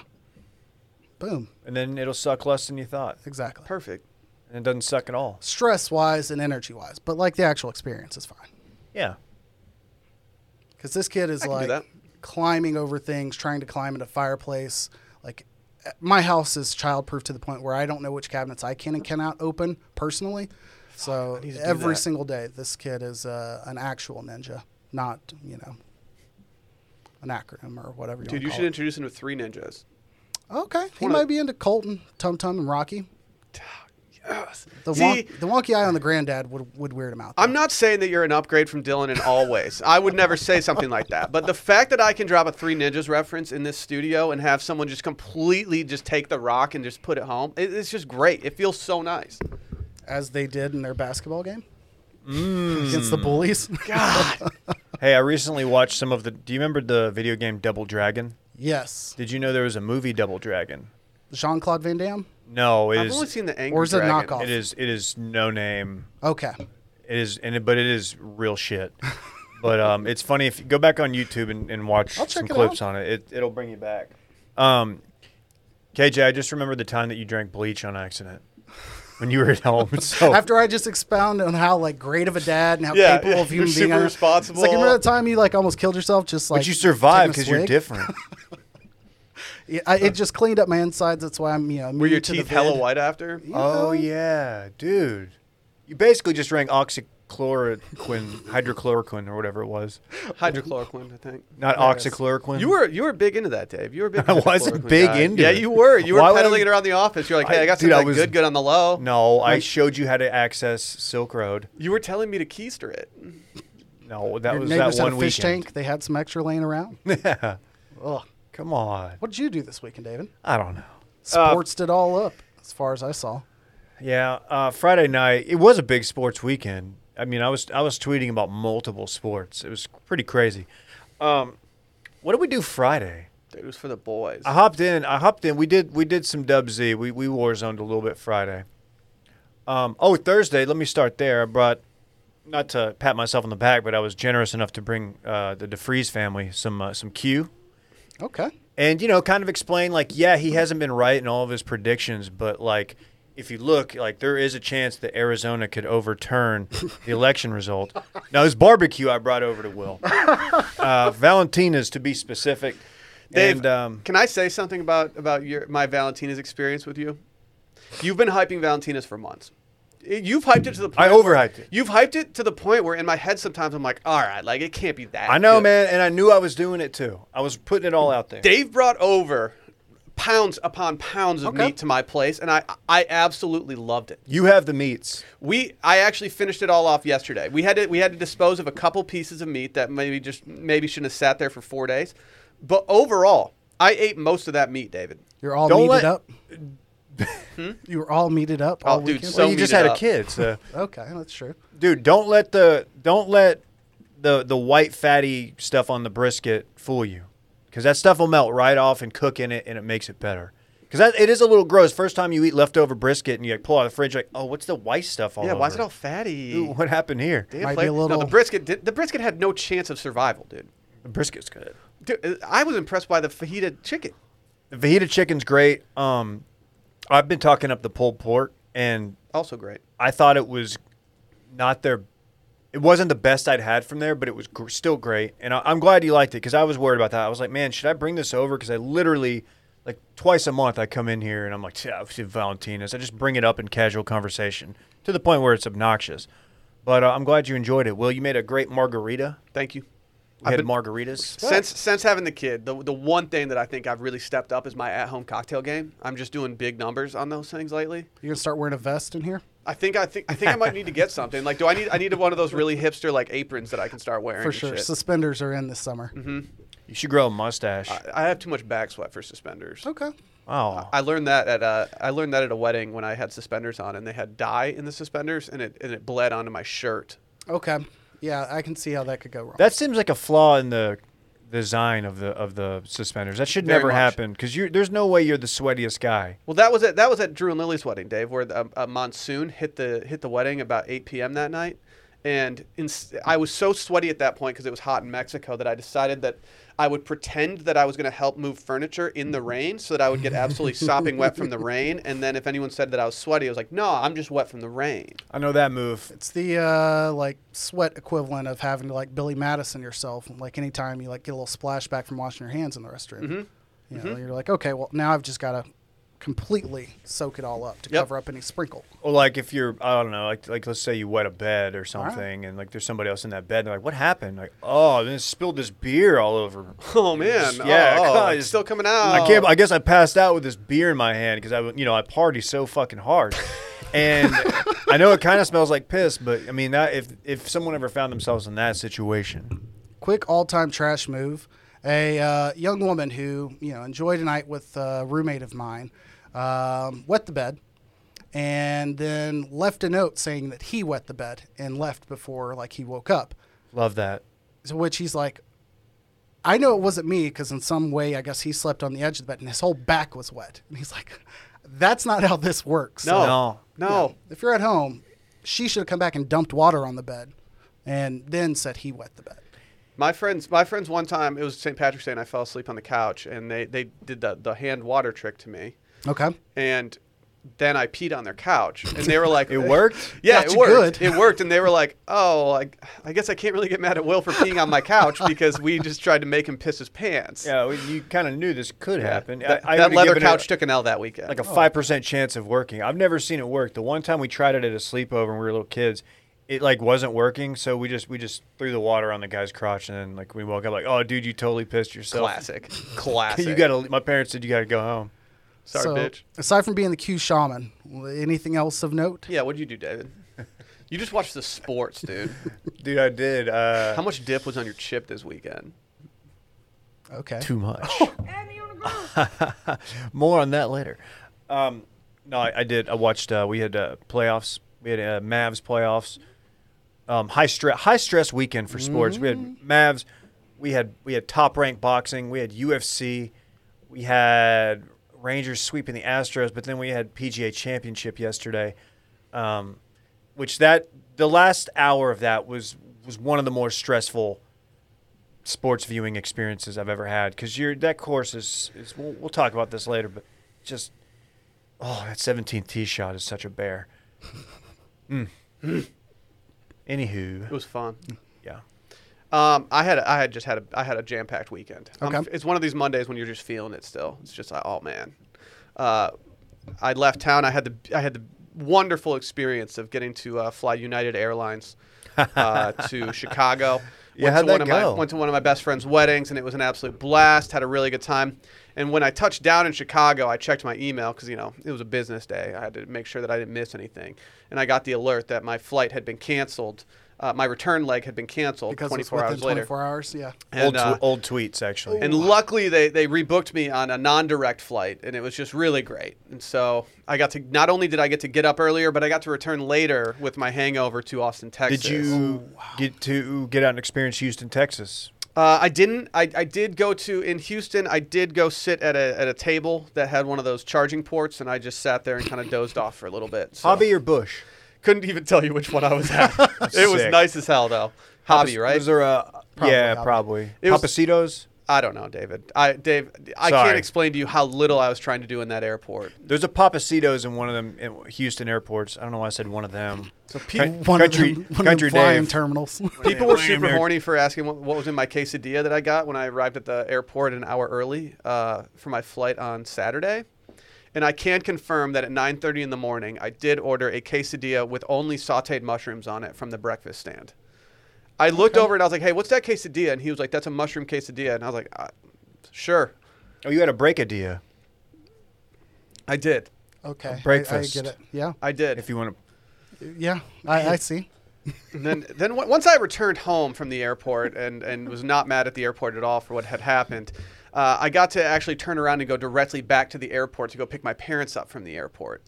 Speaker 3: Boom.
Speaker 2: and then it'll suck less than you thought,
Speaker 3: Exactly.
Speaker 1: Perfect.
Speaker 2: and it doesn't suck at all.
Speaker 3: Stress wise and energy wise, but like the actual experience is fine.
Speaker 2: Yeah,
Speaker 3: Because this kid is
Speaker 1: I can do
Speaker 3: like
Speaker 1: that.
Speaker 3: climbing over things, trying to climb into fireplace. Like eh, my house is childproof to the point where I don't know which cabinets I can and cannot open personally. So
Speaker 1: need to do
Speaker 3: every
Speaker 1: that.
Speaker 3: single day, this kid is uh, an actual ninja, not you know an acronym or whatever. You
Speaker 1: Dude, you
Speaker 3: wanna
Speaker 1: should
Speaker 3: call
Speaker 1: introduce him to three ninjas.
Speaker 3: it. Okay, he
Speaker 1: one of
Speaker 3: might
Speaker 1: the-
Speaker 3: be into Colton, Tum Tum, and Rocky.
Speaker 1: Yes.
Speaker 3: The,
Speaker 1: See,
Speaker 3: wonk, the wonky eye on the granddad would, would weird him out.
Speaker 1: I'm not saying that you're an upgrade from Dylan in all ways. I would never say something like that. But the fact that I can drop a Three Ninjas reference in this studio and have someone just completely just take the rock and just put it home, it, it's just great. It feels so nice.
Speaker 3: as they did in their basketball game against the bullies.
Speaker 1: Mm. God.
Speaker 2: Hey, I recently watched some of the. Do you remember the video game Double Dragon?
Speaker 3: yes,
Speaker 2: Did you know there was a movie Double Dragon?
Speaker 3: Jean Claude Van Damme.
Speaker 2: No, it
Speaker 1: I've
Speaker 2: is-
Speaker 1: only seen the Angry
Speaker 3: Or is it
Speaker 1: Dragon.
Speaker 3: knockoff?
Speaker 2: It is. It is no name.
Speaker 3: Okay.
Speaker 2: It is, and it, but it is real shit. but um, it's funny if you go back on YouTube and, and watch
Speaker 3: I'll check
Speaker 2: some
Speaker 3: it
Speaker 2: clips on
Speaker 3: out.
Speaker 2: it. It it'll bring you back. Um, KJ, I just remember the time that you drank bleach on accident when you were at home. So
Speaker 3: after I just expound on how like great of a dad and how
Speaker 1: Oh. Yeah,
Speaker 3: capable
Speaker 1: yeah,
Speaker 3: of human
Speaker 1: you're
Speaker 3: being
Speaker 1: super
Speaker 3: I am. It's like remember
Speaker 1: responsible.
Speaker 3: that time you like almost killed yourself just like
Speaker 2: but you survived
Speaker 3: taking a
Speaker 2: because you're
Speaker 3: swig?
Speaker 2: different.
Speaker 3: Yeah, I, it just cleaned up my insides. That's why I'm, you know,
Speaker 1: Uh. Were your
Speaker 3: to the
Speaker 1: teeth hella
Speaker 3: vid.
Speaker 1: white after?
Speaker 2: Oh yeah, dude. You basically just drank oxychloroquine, hydrochloroquine, or whatever it was.
Speaker 1: Hydrochloroquine, I think.
Speaker 2: Not
Speaker 3: Yes.
Speaker 2: oxychloroquine.
Speaker 1: You were you were big into that, Dave. You were a big.
Speaker 2: I wasn't
Speaker 1: hydrochloroquine
Speaker 2: big
Speaker 1: guy.
Speaker 2: into
Speaker 1: Yeah,
Speaker 2: it.
Speaker 1: you were. You were
Speaker 2: Why would
Speaker 1: peddling
Speaker 2: I-
Speaker 1: it around the office. You're like, hey, I,
Speaker 2: I-
Speaker 1: got
Speaker 2: dude, I
Speaker 1: something
Speaker 2: was-
Speaker 1: good, good on the low.
Speaker 2: No, I
Speaker 1: Like-
Speaker 2: showed you how to access Silk Road.
Speaker 1: You were telling me to keister it.
Speaker 2: No, that
Speaker 3: Your
Speaker 2: was that
Speaker 3: neighbors
Speaker 2: one
Speaker 3: had a fish
Speaker 2: weekend.
Speaker 3: tank. They had some extra laying around.
Speaker 2: Yeah.
Speaker 3: Ugh.
Speaker 2: Come on.
Speaker 3: What did you do this weekend, David?
Speaker 1: Uh,
Speaker 2: I don't know.
Speaker 3: Sports it all up, as far as I saw.
Speaker 2: Yeah, uh, Friday night it was a big sports weekend. I mean, I was I was tweeting about multiple sports. It was pretty crazy. Um, what did we do Friday?
Speaker 1: Dude, it was for the boys.
Speaker 2: I hopped in. I hopped in. We did we did some Dub Z. We we warzoned a little bit Friday. Um, oh Thursday. Let me start there. I brought not to pat myself on the back, but I was generous enough to bring uh, the DeFries family some uh, some Q
Speaker 3: Okay.
Speaker 2: and you know kind of explain like yeah he hasn't been right in all of his predictions but like if you look like there is a chance that arizona could overturn the election result now this barbecue i brought over to will uh, valentina's to be specific
Speaker 1: Dave,
Speaker 2: and um,
Speaker 1: can I say something about about your my Valentina's experience with you? You've been hyping Valentina's for months. You've hyped it to the point.
Speaker 2: i overhyped it
Speaker 1: You've hyped it to the point where in my head sometimes I'm like, all right, like it can't be that.
Speaker 2: i know
Speaker 1: good."
Speaker 2: man and i knew i was doing it too i was putting it all out there
Speaker 1: Dave brought over pounds upon pounds of
Speaker 3: Okay.
Speaker 1: meat to my place, and I I absolutely loved it.
Speaker 2: you have the meats
Speaker 1: We I actually finished it all off yesterday. We had to we had to dispose of a couple pieces of meat that maybe just maybe shouldn't have sat there for four days, but overall I ate most of that meat, David.
Speaker 3: You're all
Speaker 2: Don't
Speaker 3: meated
Speaker 2: let-
Speaker 3: up. You were all meated up all
Speaker 1: Hmm? Oh, dude,
Speaker 3: weekend.
Speaker 1: so-
Speaker 2: you just
Speaker 1: meat it
Speaker 2: had a
Speaker 1: up.
Speaker 2: kid so
Speaker 3: okay, that's true.
Speaker 2: dude don't let the don't let the the white fatty stuff on the brisket fool you because that stuff will melt right off and cook in it and it makes it better because it is a little gross first time you eat leftover brisket and you like, pull out of the fridge like oh what's the white stuff all
Speaker 1: yeah,
Speaker 2: over
Speaker 1: why is it all fatty?
Speaker 2: Ooh, what happened here
Speaker 1: Damn,
Speaker 3: Might be
Speaker 1: flavor-
Speaker 3: a
Speaker 1: No, the
Speaker 3: little-
Speaker 1: brisket did, the brisket had no chance of survival, dude.
Speaker 2: the brisket's good
Speaker 1: Dude, uh, I was impressed by the fajita chicken.
Speaker 2: the fajita chicken's great um i've been talking up the pulled pork and
Speaker 1: Also great.
Speaker 2: i thought it was not their it wasn't the best I'd had from there, but it was gr- still great, and I, I'm glad you liked it because I was worried about that. I was like, man, should I bring this over? Because I literally, like, twice a month I come in here and I'm like, yeah, I've seen Valentina's. I just bring it up in casual conversation to the point where it's obnoxious. But uh, I'm glad you enjoyed it. Will you made a great margarita?
Speaker 1: Thank you.
Speaker 2: We
Speaker 1: I've been-
Speaker 2: had margaritas.
Speaker 1: Since since having the kid, the the one thing that I think I've really stepped up is my at home cocktail game. I'm just doing big numbers on those things lately.
Speaker 3: You're gonna start wearing a vest in here.
Speaker 1: I think I think I think I might need to get something. Like, do I need I need one of those really hipster like aprons that I can start wearing?
Speaker 3: For
Speaker 1: and
Speaker 3: sure.
Speaker 1: shit.
Speaker 3: Suspenders are in this summer.
Speaker 2: You should grow a mustache.
Speaker 1: I, I have too much back sweat for suspenders.
Speaker 3: Okay.
Speaker 2: oh,
Speaker 1: I learned that at a, I learned that at a wedding when I had suspenders on and they had dye in the suspenders and it and it bled onto my shirt.
Speaker 3: Okay. Yeah, I can see how that could go wrong.
Speaker 2: that seems like a flaw in the design of the of the suspenders. That should
Speaker 1: Very
Speaker 2: never
Speaker 1: much.
Speaker 2: happen because you there's no way you're the sweatiest guy.
Speaker 1: Well, that was at that was at Drew and Lily's wedding, Dave, where the, a monsoon hit the hit the wedding about 8 p.m. that night, and in, I was so sweaty at that point because it was hot in Mexico that I decided that I would pretend that I was going to help move furniture in the rain so that I would get absolutely sopping wet from the rain, and then if anyone said that I was sweaty, I was like, no, I'm just wet from the rain.
Speaker 2: I know that move.
Speaker 3: It's the uh, like sweat equivalent of having to like Billy Madison yourself. Like anytime you like get a little splash back from washing your hands in the restroom, you know, you're like, okay, well now I've just got to completely soak it all up to
Speaker 1: Yep.
Speaker 3: cover up any sprinkle.
Speaker 2: Or like if you're, I don't know, like like let's say you wet a bed or something, and like there's somebody else in that bed. And they're like, "What happened?" Like, "Oh, then it spilled this beer all over." me."
Speaker 1: Oh man,
Speaker 2: yeah,
Speaker 1: Oh, oh,
Speaker 2: God,
Speaker 1: it's still coming out.
Speaker 2: I can't. I guess I passed out with this beer in my hand because I, you know, I party so fucking hard, and I know it kind of smells like piss. But I mean, that if if someone ever found themselves in that situation,
Speaker 3: quick all-time trash move. A uh, young woman who you know enjoyed a night with a roommate of mine um, wet the bed, and then left a note saying that he wet the bed and left before like he woke up.
Speaker 2: love that.
Speaker 3: To which he's like, "I know it wasn't me because in some way I guess he slept on the edge of the bed and his whole back was wet." And he's like, "That's not how this works."
Speaker 1: No,
Speaker 2: No.
Speaker 1: no,
Speaker 3: So, if you're at home, she should have come back and dumped water on the bed, and then said he wet the bed.
Speaker 1: My friends, my friends, one time it was St. Patrick's Day, and I fell asleep on the couch, and they they did the the hand water trick to me.
Speaker 3: Okay.
Speaker 1: and then I peed on their couch, and they were like,
Speaker 2: It worked?
Speaker 1: Yeah,
Speaker 3: Got
Speaker 1: it
Speaker 3: you
Speaker 1: worked.
Speaker 3: good.
Speaker 1: It worked, and they were like, "Oh, I, I guess I can't really get mad at Will for peeing on my couch because we just tried to make him piss his pants."
Speaker 2: Yeah, well, you kind of knew this could happen. I-
Speaker 1: that,
Speaker 2: I
Speaker 1: that
Speaker 2: would've
Speaker 1: leather
Speaker 2: given it
Speaker 1: couch took an L that weekend. Oh,
Speaker 2: like a five percent chance of working. I've never seen it work. The one time we tried it at a sleepover when we were little kids, it like wasn't working. So we just we just threw the water on the guy's crotch, and then like we woke up like, oh dude, you totally pissed yourself.
Speaker 1: classic, classic.
Speaker 2: You gotta. My parents said you gotta go home.
Speaker 1: sorry,
Speaker 3: so,
Speaker 1: bitch.
Speaker 3: Aside from being the Q shaman, anything else of note?
Speaker 1: Yeah, what'd you do, David? You just watched the sports, dude.
Speaker 2: Dude, I did.
Speaker 1: How
Speaker 2: Uh,
Speaker 1: much dip was on your chip this weekend?
Speaker 3: Okay.
Speaker 2: too much. More on that later. Um, no, I, I did. I watched. Uh, we had uh, playoffs. We had uh, Mavs playoffs. Um, high stress, high stress weekend for sports. We had Mavs. We had we had top ranked boxing. We had UFC. We had Rangers sweeping the Astros, but then we had PGA Championship yesterday, um, which that the last hour of that was was one of the more stressful sports viewing experiences I've ever had because you're that course is, is we'll, we'll talk about this later, but just oh that 17th tee shot is such a bear. Mm. Anywho,
Speaker 1: It was fun.
Speaker 2: yeah,
Speaker 1: Um, I had I had just had a I had a jam packed weekend. I'm-
Speaker 3: Okay.
Speaker 1: it's one of these Mondays when you're just feeling it still. It's just like oh man, uh, I left town. I had the I had the wonderful experience of getting to uh, fly United Airlines uh, to Chicago.
Speaker 2: Yeah,
Speaker 1: Went
Speaker 2: how'd
Speaker 1: to one
Speaker 2: that
Speaker 1: of
Speaker 2: go?
Speaker 1: My, went to one of my best friend's weddings and it was an absolute blast. Had a really good time. And when I touched down in Chicago, I checked my email because you know it was a business day. I had to make sure that I didn't miss anything. And I got the alert that my flight had been canceled. Uh, my return leg had been canceled
Speaker 3: Because it's
Speaker 1: 24
Speaker 3: within
Speaker 1: hours later.
Speaker 3: 24 hours. Yeah.
Speaker 1: And,
Speaker 2: old, tw-
Speaker 1: uh,
Speaker 2: old tweets actually.
Speaker 1: and luckily, they, they rebooked me on a non direct flight, and it was just really great. And so I got to not only did I get to get up earlier, but I got to return later with my hangover to Austin, Texas.
Speaker 2: Did you get to get out and experience Houston, Texas?
Speaker 1: Uh, I didn't. I, I did go to in Houston. I did go sit at a at a table that had one of those charging ports, and I just sat there and kind of dozed off for a little bit. So.
Speaker 2: Hobby or Bush?
Speaker 1: couldn't even tell you which one I was at. it was
Speaker 2: Sick.
Speaker 1: nice as hell though. Hobby,
Speaker 2: Papas-
Speaker 1: right?
Speaker 2: Was there a yeah,
Speaker 3: Hobby.
Speaker 2: probably
Speaker 1: It was-
Speaker 2: Papacitos?
Speaker 1: I don't know, David. I Dave, I can't
Speaker 2: Sorry.
Speaker 1: explain to you how little I was trying to do in that airport.
Speaker 2: There's a Papacitos in one of them in Houston airports. I don't know why I said one of them.
Speaker 1: So
Speaker 2: Cou-
Speaker 1: people,
Speaker 3: One
Speaker 2: country,
Speaker 3: of them, one
Speaker 2: country
Speaker 3: of them flying
Speaker 2: Dave.
Speaker 3: terminals.
Speaker 1: people were
Speaker 2: Wait a
Speaker 1: super
Speaker 2: minute.
Speaker 1: horny for asking what, what was in my quesadilla that I got when I arrived at the airport an hour early uh, for my flight on Saturday. And I can confirm that at 9:30 in the morning, I did order a quesadilla with only sautéed mushrooms on it from the breakfast stand. I looked over and I was like, "Hey, what's that quesadilla?" And he was like, "That's a mushroom quesadilla." And I was like, uh, "Sure,
Speaker 2: Oh, you had a break idea.
Speaker 1: I did,
Speaker 3: okay. I-
Speaker 2: breakfast.
Speaker 3: I, get it. Yeah.
Speaker 1: I did."
Speaker 2: If you want to
Speaker 3: Yeah. I, I see.
Speaker 1: And then, then w- once I returned home from the airport and, and was not mad at the airport at all for what had happened, uh, I got to actually turn around and go directly back to the airport to go pick my parents up from the airport.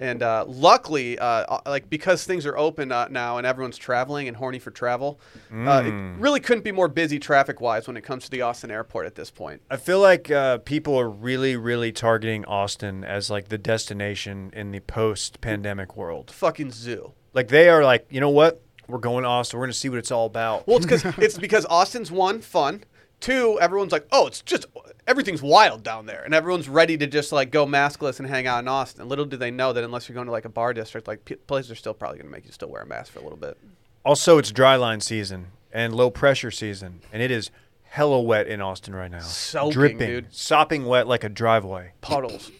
Speaker 1: And uh, luckily, uh, uh, like because things are open uh, now and everyone's traveling and horny for travel, uh, it really couldn't be more busy traffic-wise when it comes to the Austin airport at this point.
Speaker 2: I feel like uh, people are really, really targeting Austin as like the destination in the post-pandemic world.
Speaker 1: Fucking zoo.
Speaker 2: Like they are like, you know what? We're going to Austin. We're going to see what it's all about.
Speaker 1: Well, it's because it's because Austin's one fun. Two, everyone's like, oh, it's just everything's wild down there, and everyone's ready to just like go maskless and hang out in Austin. Little do they know that unless you're going to like a bar district, like p- places are still probably going to make you still wear a mask for a little bit.
Speaker 2: also, it's dry line season and low pressure season, and it is hella wet in Austin right now.
Speaker 1: Soaking,
Speaker 2: dripping,
Speaker 1: dude.
Speaker 2: sopping wet like a driveway.
Speaker 1: Puddles,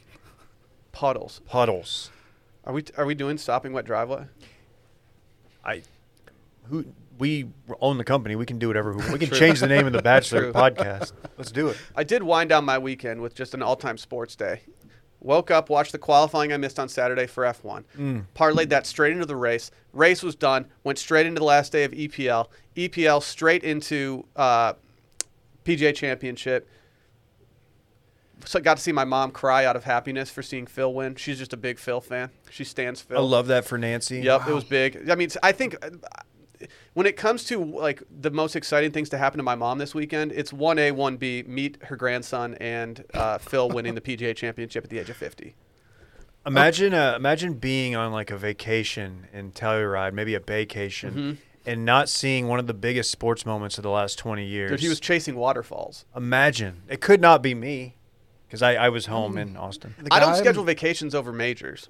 Speaker 1: puddles.
Speaker 2: Puddles.
Speaker 1: Are we are we doing stopping wet driveway?
Speaker 2: I, who we own the company. We can do whatever we, we can
Speaker 1: True.
Speaker 2: change the name of the
Speaker 1: True.
Speaker 2: Bachelor podcast. Let's do it.
Speaker 1: I did wind down my weekend with just an all-time sports day. Woke up, watched the qualifying I missed on Saturday for F1. Parlayed that straight into the race. Race was done. Went straight into the last day of E EPL. EPL straight into uh, PGA Championship. So got to see my mom cry out of happiness for seeing Phil win. She's just a big Phil fan. She stands Phil.
Speaker 2: I love that for Nancy.
Speaker 1: Yep, it was big. I mean, I think uh, when it comes to like the most exciting things to happen to my mom this weekend, it's one A, one B, meet her grandson and uh, Phil winning the PGA Championship at the age of fifty. Oh.
Speaker 2: Imagine, uh, imagine being on like a vacation in Telluride, maybe a vacation,
Speaker 1: Mm-hmm.
Speaker 2: and not seeing one of the biggest sports moments of the last twenty years.
Speaker 1: Dude, he was chasing waterfalls.
Speaker 2: imagine
Speaker 1: Mm.
Speaker 2: it could not be me, because I, I was home in Austin.
Speaker 3: The
Speaker 1: I don't
Speaker 3: guy-
Speaker 1: schedule vacations over majors.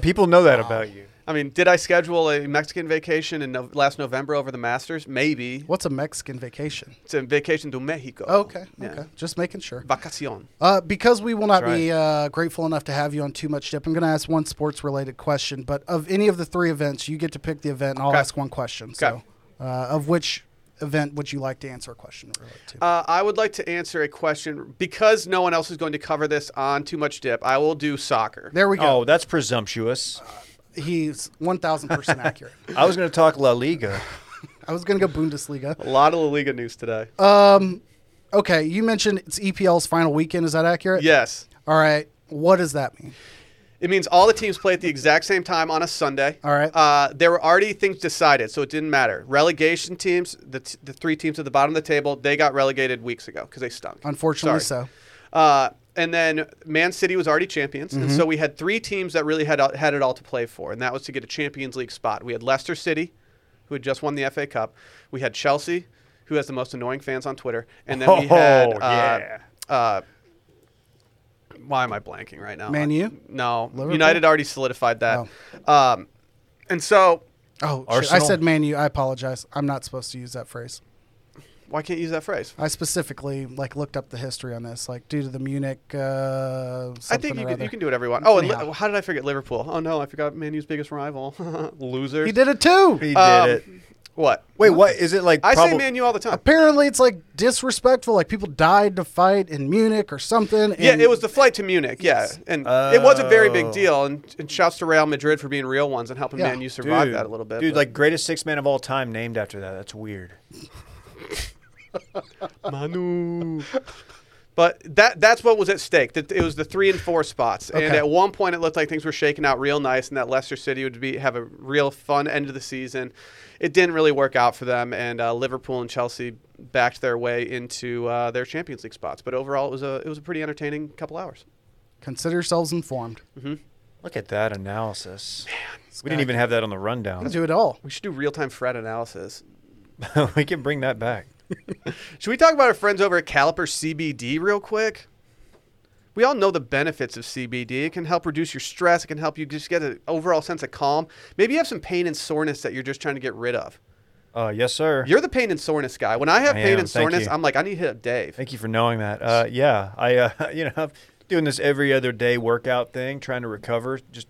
Speaker 2: People know that about you.
Speaker 1: I mean, did I schedule a Mexican vacation in no- last November over the Masters? Maybe.
Speaker 3: What's a Mexican vacation?
Speaker 1: It's a vacation to Mexico.
Speaker 3: Okay,
Speaker 1: Yeah.
Speaker 3: okay, just making sure.
Speaker 1: Vacacion.
Speaker 3: Uh, because we will not
Speaker 2: That's
Speaker 3: be uh, grateful enough to have you on Too Much Dip, I'm going to ask one sports related question. But of any of the three events, you get to pick the event, and I'll
Speaker 1: Okay.
Speaker 3: ask one question. So,
Speaker 1: Okay.
Speaker 3: uh, of which event would you like to answer a question related to?
Speaker 1: Uh, I would like to answer a question because no one else is going to cover this on Too Much Dip. I will do soccer.
Speaker 3: there we go.
Speaker 2: Oh, that's presumptuous.
Speaker 3: He's 1,000% accurate.
Speaker 2: I was going to talk La Liga.
Speaker 3: I was going to go Bundesliga.
Speaker 1: A lot of La Liga news today.
Speaker 3: Okay, you mentioned it's EPL's final weekend. Is that accurate?
Speaker 1: yes.
Speaker 3: All right. What does that mean?
Speaker 1: It means all the teams play at the exact same time on a Sunday.
Speaker 3: All right.
Speaker 1: Uh, there were already things decided, so it didn't matter. Relegation teams, the, t- the three teams at the bottom of the table, they got relegated weeks ago because they stunk.
Speaker 3: Unfortunately,
Speaker 1: Sorry.
Speaker 3: so.
Speaker 1: Uh, and then Man City was already champions, and
Speaker 3: Mm-hmm.
Speaker 1: so we had three teams that really had had it all to play for, and that was to get a Champions League spot. We had Leicester City, who had just won the FA Cup. We had Chelsea, who has the most annoying fans on Twitter, and then we
Speaker 2: Oh,
Speaker 1: had uh,
Speaker 2: yeah.
Speaker 1: uh, why am I blanking right now?
Speaker 3: Man U?
Speaker 1: No,
Speaker 3: Liverpool?
Speaker 1: United already solidified that. Um, and so
Speaker 3: Oh, shit. I
Speaker 2: Arsenal?
Speaker 3: said Man U. I apologize. I'm not supposed to use that phrase.
Speaker 1: why can't you use that phrase?
Speaker 3: I specifically like looked up the history on this, like due to the Munich. Uh,
Speaker 1: I
Speaker 3: something
Speaker 1: think you
Speaker 3: or
Speaker 1: can,
Speaker 3: other.
Speaker 1: you can do whatever you want. Oh, and
Speaker 3: Anyhow.
Speaker 1: li- how did I forget Liverpool? Oh no, I forgot Man U's biggest rival, losers.
Speaker 3: He did it too.
Speaker 2: He did
Speaker 1: Um,
Speaker 2: it.
Speaker 1: What?
Speaker 2: Wait, what is it like?
Speaker 1: I say
Speaker 2: proba-
Speaker 1: Man U all the time.
Speaker 3: Apparently, it's like disrespectful. Like people died to fight in Munich or something. And
Speaker 1: Yeah, it was the flight to Munich. Yeah,
Speaker 3: Yes.
Speaker 1: and it was a very big
Speaker 2: Oh.
Speaker 1: deal. And, and shouts to Real Madrid for being real ones and helping
Speaker 3: Yeah.
Speaker 1: Man U survive that a little bit.
Speaker 2: Dude,
Speaker 1: but-
Speaker 2: like greatest six man of all time named after that. That's weird.
Speaker 1: Manu. But that that's what was at stake. That it was the three and four spots, and
Speaker 3: Okay.
Speaker 1: at one point it looked like things were shaking out real nice, and that Leicester City would be have a real fun end of the season. It didn't really work out for them, and uh, Liverpool and Chelsea backed their way into uh, their Champions League spots. But overall, it was a it was a pretty entertaining couple hours.
Speaker 3: Consider yourselves informed.
Speaker 2: Look at that analysis. we didn't even have that on the
Speaker 1: Mhm.
Speaker 2: rundown.
Speaker 3: Do it all.
Speaker 1: We should do real time Fred analysis.
Speaker 2: we can bring that back.
Speaker 1: Should we talk about our friends over at Caliper CBD real quick? We all know the benefits of CBD. It can help reduce your stress. It can help you just get an overall sense of calm. Maybe you have some pain and soreness that you're just trying to get rid of.
Speaker 2: Uh, yes, sir.
Speaker 1: You're the pain and soreness guy. When I have
Speaker 2: I
Speaker 1: pain
Speaker 2: am,
Speaker 1: and
Speaker 2: thank
Speaker 1: soreness,
Speaker 2: you.
Speaker 1: I'm like, I need to hit up Dave.
Speaker 2: Thank you for knowing that. Uh, yeah, I uh, you know I'm doing this every other day workout thing, trying to recover. Just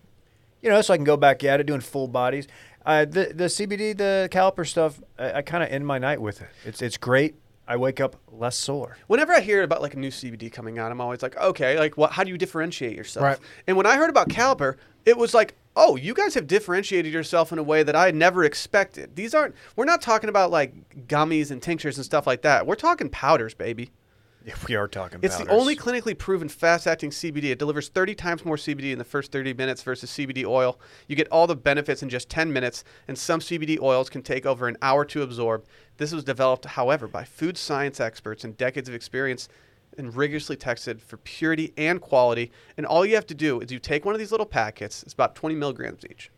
Speaker 2: you know, so I can go back at it, doing full bodies. Uh, the the CBD, the caliper stuff, I, I kind of end my night with it. It's it's great. I wake up less sore.
Speaker 1: Whenever I hear about like a new CBD coming out, I'm always like, okay, like what? How do you differentiate yourself?
Speaker 3: Right.
Speaker 1: And when I heard about Caliper, it was like, oh, you guys have differentiated yourself in a way that I had never expected. These aren't. We're not talking about like gummies and tinctures and stuff like that. We're talking powders, baby.
Speaker 2: Yeah, we are talking.
Speaker 1: It's the
Speaker 2: powders.
Speaker 1: only clinically proven fast-acting CBD. It delivers 30 times more CBD in the first 30 minutes versus CBD oil. You get all the benefits in just 10 minutes, and some CBD oils can take over an hour to absorb. This was developed, however, by food science experts and decades of experience and rigorously tested for purity and quality. And all you have to do is you take one of these little packets. It's about 20 milligrams each.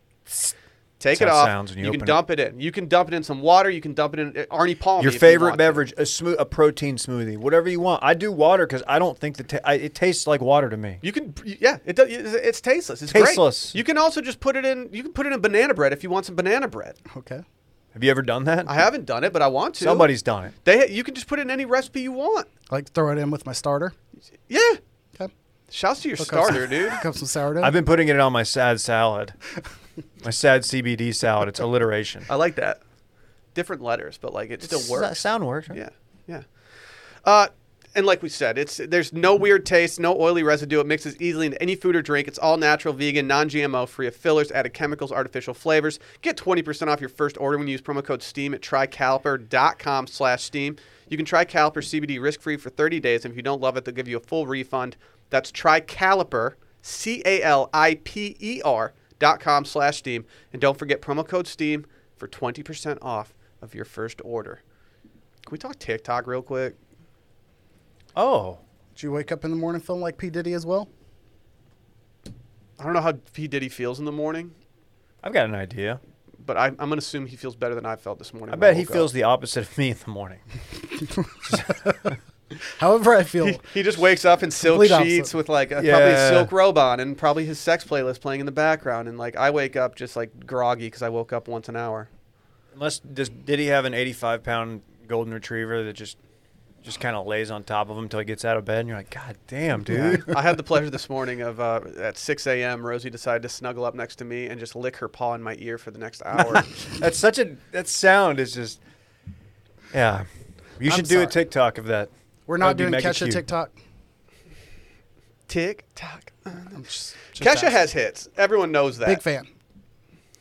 Speaker 1: Take it
Speaker 2: That's how it
Speaker 1: off.
Speaker 2: sounds when you
Speaker 1: can
Speaker 2: open it.
Speaker 1: dump it. in. You can dump it in some water. You can dump it in uh, Arnie Palm.
Speaker 2: Your favorite beverage, a smooth, a protein smoothie, whatever you want. I do water because I don't think the ta- I, it tastes like water to me.
Speaker 1: You can, yeah, it does, it's it's tasteless. It's great.
Speaker 2: Tasteless.
Speaker 1: You can also just put it in. You can put it in banana bread if you want some banana bread.
Speaker 3: Okay.
Speaker 2: Have you ever done that?
Speaker 1: I haven't done it, but I want to.
Speaker 2: Somebody's done it.
Speaker 1: They, you can just put it in any recipe you want.
Speaker 3: Like throw it in with my starter.
Speaker 1: Yeah.
Speaker 3: Okay.
Speaker 1: Shouts to your
Speaker 3: up
Speaker 1: starter,
Speaker 3: some-
Speaker 1: dude.
Speaker 3: Cook up some sourdough.
Speaker 2: I've been putting it on my sad salad, my sad CBD salad. It's alliteration.
Speaker 1: I like that. Different letters, but like it still works.
Speaker 2: sound works. Right?
Speaker 1: Yeah, yeah. Uh, and like we said, it's there's no weird taste, no oily residue. It mixes easily into any food or drink. It's all natural, vegan, non-GMO, free of fillers, added chemicals, artificial flavors. Get 20% off your first order when you use promo code STEAM at trycaliper.com slash STEAM. You can try Caliper CBD risk-free for 30 days, and if you don't love it, they'll give you a full refund. That's Tricaliper, C-A-L-I-P-E-R E dot com slash STEAM. And don't forget promo code STEAM for 20% off of your first order. Can we talk TikTok real quick?
Speaker 2: Oh,
Speaker 3: Did you wake up in the morning feeling like P Diddy as well?
Speaker 1: I don't know how P. Diddy feels in the morning,
Speaker 2: I've got an idea.
Speaker 1: but I, I'm going to assume he feels better than I felt this morning.
Speaker 2: I
Speaker 1: when
Speaker 2: bet he
Speaker 1: woke
Speaker 2: feels
Speaker 1: up.
Speaker 2: the opposite of me in the morning.
Speaker 3: However, I feel.
Speaker 1: He, he just wakes up in silk
Speaker 3: Complete opposite.
Speaker 1: sheets with like a, probably a
Speaker 2: Yeah.
Speaker 1: silk robe on and probably his sex playlist playing in the background. And like I wake up just like groggy because I woke up once an hour.
Speaker 2: Unless does, did he have an 85 pound golden retriever that just just kind of lays on top of him until he gets out of bed, and you're like, God damn, dude.
Speaker 1: I had the pleasure this morning of uh, at 6 a.m. Rosie decided to snuggle up next to me and just lick her paw in my ear for the next hour.
Speaker 2: That's such a that sound is just yeah. You
Speaker 3: I'm
Speaker 2: should do
Speaker 3: sorry.
Speaker 2: a TikTok of that.
Speaker 3: We're
Speaker 2: That
Speaker 3: not
Speaker 2: would be
Speaker 3: doing
Speaker 2: mega
Speaker 3: catch a
Speaker 2: cute.
Speaker 3: TikTok.
Speaker 1: Tick tock.
Speaker 3: I'm just, just
Speaker 1: Kesha
Speaker 3: asking.
Speaker 1: has hits. Everyone knows that.
Speaker 3: Big fan.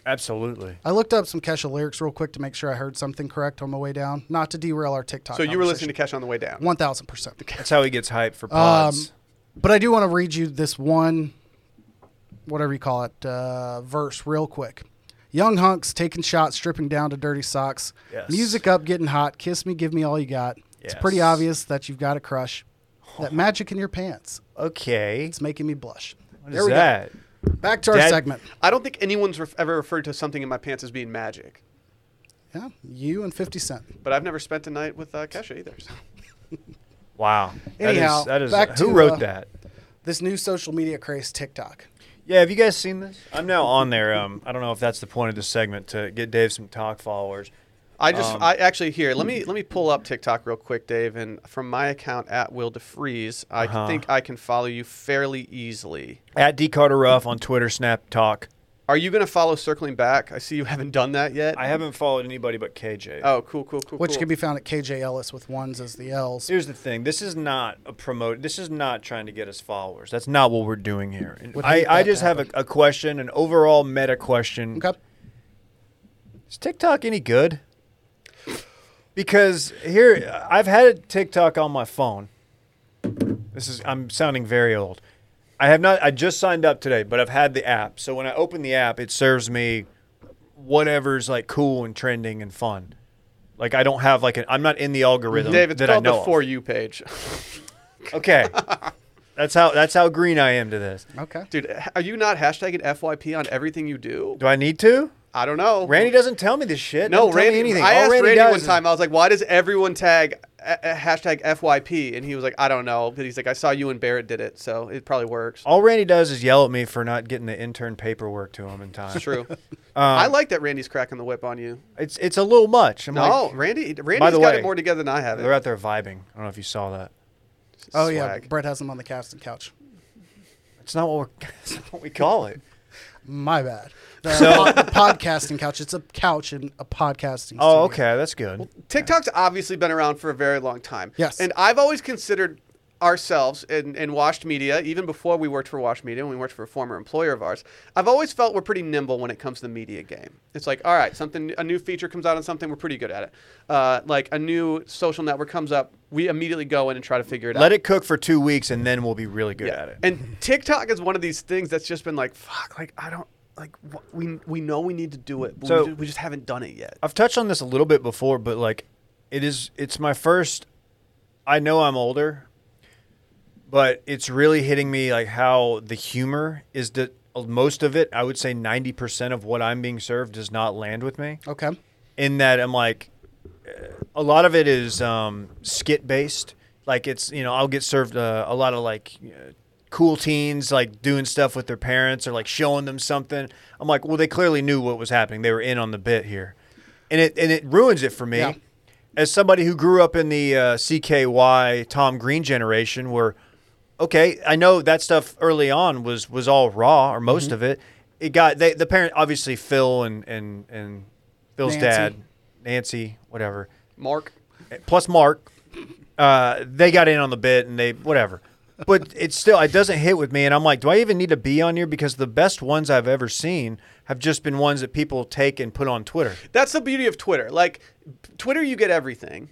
Speaker 2: Absolutely.
Speaker 3: I looked up some Kesha lyrics real quick to make sure I heard something correct on my way down, not to derail our TikTok.
Speaker 1: So you were listening to Kesha on the way down.
Speaker 3: one thousand percent.
Speaker 2: That's how he gets hyped for
Speaker 3: Um,
Speaker 2: pods.
Speaker 3: but I do want to read you this one, whatever you call it, uh, verse real quick. Young hunks taking shots, stripping down to dirty socks.
Speaker 2: Yes.
Speaker 3: Music up, getting hot. Kiss me, give me all you got. It's pretty
Speaker 2: Yes.
Speaker 3: obvious that you've got a crush. That magic in your pants.
Speaker 2: okay.
Speaker 3: It's making me blush.
Speaker 2: What
Speaker 3: there
Speaker 2: is
Speaker 3: we
Speaker 2: that?
Speaker 3: go. Back to our
Speaker 2: Dad-
Speaker 3: segment.
Speaker 1: I don't think anyone's ref- ever referred to something in my pants as being magic,
Speaker 3: Yeah, you and Fifty Cent.
Speaker 1: but I've never spent a night with uh, Kesha either. so.
Speaker 2: Wow. That is-
Speaker 3: Anyhow,
Speaker 2: that is,
Speaker 3: back
Speaker 2: who
Speaker 3: to,
Speaker 2: wrote
Speaker 3: uh,
Speaker 2: that?
Speaker 3: This new social media craze, TikTok.
Speaker 2: Yeah, have you guys seen this? I'm now on there. Um, I don't know if that's the point of this segment to get Dave some talk followers.
Speaker 1: I just,
Speaker 2: Um,
Speaker 1: I actually here. Let me let me pull up TikTok real quick, Dave. And from my account at Will DeFreeze, I
Speaker 2: Uh-huh.
Speaker 1: think I can follow you fairly easily.
Speaker 2: At D Carter Ruff on Twitter, Snap Talk.
Speaker 1: Are you going to follow Circling Back? I see you haven't done that yet.
Speaker 2: I haven't followed anybody but KJ.
Speaker 1: Oh, cool, cool, cool.
Speaker 3: which
Speaker 1: cool.
Speaker 3: can be found at KJ Ellis with ones as the L's.
Speaker 2: Here's the thing. This is not a promote. This is not trying to get us followers. That's not what we're doing here. And
Speaker 3: Would
Speaker 2: I,
Speaker 3: hate that
Speaker 2: I
Speaker 3: to
Speaker 2: just have a, a question, an overall meta question.
Speaker 3: Okay.
Speaker 2: Is TikTok any good? Because here, I've had a TikTok on my phone. This is I'm sounding very old. I have not. I just signed up today, but I've had the app. So when I open the app, it serves me whatever's like cool and trending and fun. Like I don't have like an, I'm not in the algorithm
Speaker 1: Dave, it's
Speaker 2: that I
Speaker 1: called
Speaker 2: know
Speaker 1: the
Speaker 2: of.
Speaker 1: For You page.
Speaker 2: Okay. that's how that's how green I am to this.
Speaker 3: Okay.
Speaker 1: Dude, are you not hashtagging FYP on everything you do?
Speaker 2: Do I need to?
Speaker 1: I don't know.
Speaker 2: Randy doesn't tell me this shit.
Speaker 1: No,
Speaker 2: Doesn't tell me
Speaker 1: Randy.
Speaker 2: anything.
Speaker 1: I
Speaker 2: All
Speaker 1: asked Randy,
Speaker 2: does
Speaker 1: one
Speaker 2: is-
Speaker 1: time. I was like, "Why does everyone tag a- a- hashtag FYP?" And he was like, "I don't know." But he's like, "I saw you and Barrett did it, so it probably works."
Speaker 2: All Randy does is yell at me for not getting the intern paperwork to him in time.
Speaker 1: It's true.
Speaker 2: Um,
Speaker 1: I like that Randy's cracking the whip on you.
Speaker 2: It's it's a little much. I'm
Speaker 1: No,
Speaker 2: like,
Speaker 1: Randy. Randy's
Speaker 2: the
Speaker 1: got
Speaker 2: way,
Speaker 1: it more together than I have.
Speaker 2: they're
Speaker 1: It.
Speaker 2: out there vibing. I don't know if you saw that.
Speaker 3: Oh yeah,
Speaker 1: Swag.
Speaker 3: Brett has them on the casting couch.
Speaker 2: It's not what we're. It's not what we call it.
Speaker 3: My bad. The,
Speaker 2: So-
Speaker 3: po- the podcasting couch. It's a couch and a podcasting.
Speaker 2: oh,
Speaker 3: studio.
Speaker 2: okay, that's good.
Speaker 1: TikTok's obviously been around for a very long time.
Speaker 3: Yes.
Speaker 1: And I've always considered ourselves in, in Washed Media, even before we worked for Washed Media and we worked for a former employer of ours, I've always felt we're pretty nimble when it comes to the media game. It's like, all right, something a new feature comes out on something, we're pretty good at it. Uh, like a new social network comes up, we immediately go in and try to figure it out.
Speaker 2: Let it cook for two weeks, and then we'll be really good at it.
Speaker 1: And TikTok is one of these things that's just been like, fuck, like I don't like wh- we we know we need to do it, but
Speaker 2: So-
Speaker 1: we, just, we just haven't done it yet.
Speaker 2: I've touched on this a little bit before, but like, it is. It's my first. I know I'm older, but it's really hitting me like how the humor is that most of it. I would say ninety percent of what I'm being served does not land with me.
Speaker 3: Okay.
Speaker 2: in that I'm like, uh, a lot of it is um, skit based. Like it's you know I'll get served uh, a lot of like uh, cool teens like doing stuff with their parents or like showing them something. I'm like, well, they clearly knew what was happening. They were in on the bit here, and it and it ruins it for me.
Speaker 3: Yeah.
Speaker 2: As somebody who grew up in the uh, CKY Tom Green generation, where okay, I know that stuff early on was was all raw or most of it. It got they, the parent obviously Phil and and and Phil's
Speaker 3: Nancy.
Speaker 2: dad, Nancy, whatever,
Speaker 1: Mark,
Speaker 2: plus Mark. Uh, they got in on the bit and they whatever, but it's still it doesn't hit with me, and I'm like, do I even need to be on here? Because the best ones I've ever seen have just been ones that people take and put on Twitter.
Speaker 1: That's the beauty of Twitter. Like Twitter, you get everything.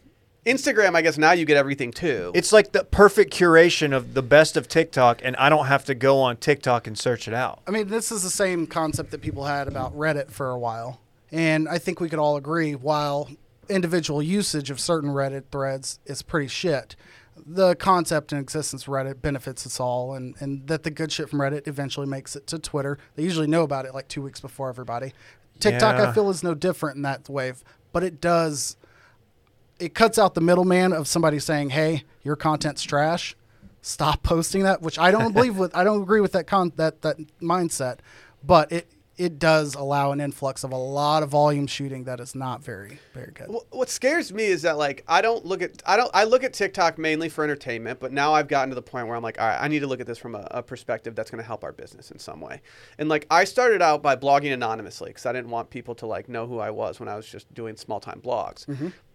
Speaker 1: Instagram, I guess now you get everything too.
Speaker 2: It's like the perfect curation of the best of TikTok, and I don't have to go on TikTok and search it out.
Speaker 3: I mean, this is the same concept that people had about Reddit for a while, and I think we could all agree while individual usage of certain Reddit threads is pretty shit. The concept and existence of Reddit benefits us all, and, and that the good shit from Reddit eventually makes it to Twitter. They usually know about it like two weeks before everybody. TikTok, I
Speaker 2: Yeah.
Speaker 3: feel, is no different in that wave, but it does it cuts out the middleman of somebody saying, "Hey, your content's trash. Stop posting that," which I don't believe with. I don't agree with that con that that mindset, but it it does allow an influx of a lot of volume shooting that is not very very good.
Speaker 1: Wh- What scares me is that like I don't look at I don't I look at TikTok mainly for entertainment, but now I've gotten to the point where I'm like, all right, I need to look at this from a, a perspective that's going to help our business in some way. And like I started out by blogging anonymously because I didn't want people to like know who I was when I was just doing small time blogs.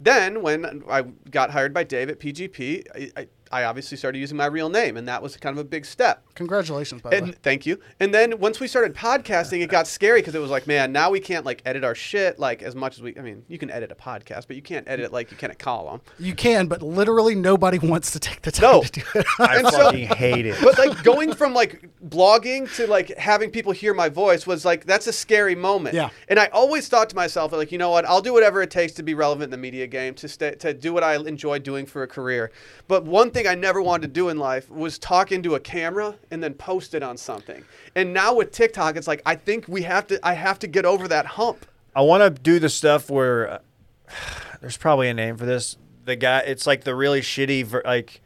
Speaker 1: Then when I got hired by Dave at PGP, I, I, I obviously started using my real name, and that was kind of a big step.
Speaker 3: Congratulations, by the way.
Speaker 1: And thank you. And then once we started podcasting, it got scary because it was like, man, now we can't like edit our shit like as much as we. I mean, you can edit a podcast, but you can't edit it like you can a column.
Speaker 3: You can, but literally nobody wants to take the time
Speaker 1: No.
Speaker 3: to do it.
Speaker 2: I
Speaker 1: And so-
Speaker 2: fucking hate it.
Speaker 1: But like going from like blogging to like having people hear my voice was like that's a scary moment.
Speaker 3: Yeah.
Speaker 1: And I always thought to myself like, you know what? I'll do whatever it takes to be relevant in the media game to stay to do what I enjoy doing for a career. But one thing I never wanted to do in life was talk into a camera and then post it on something. And now with TikTok, it's like I think we have to. I have to get over that hump.
Speaker 2: I want to do the stuff where uh, there's probably a name for this. The guy, it's like the really shitty, ver- like,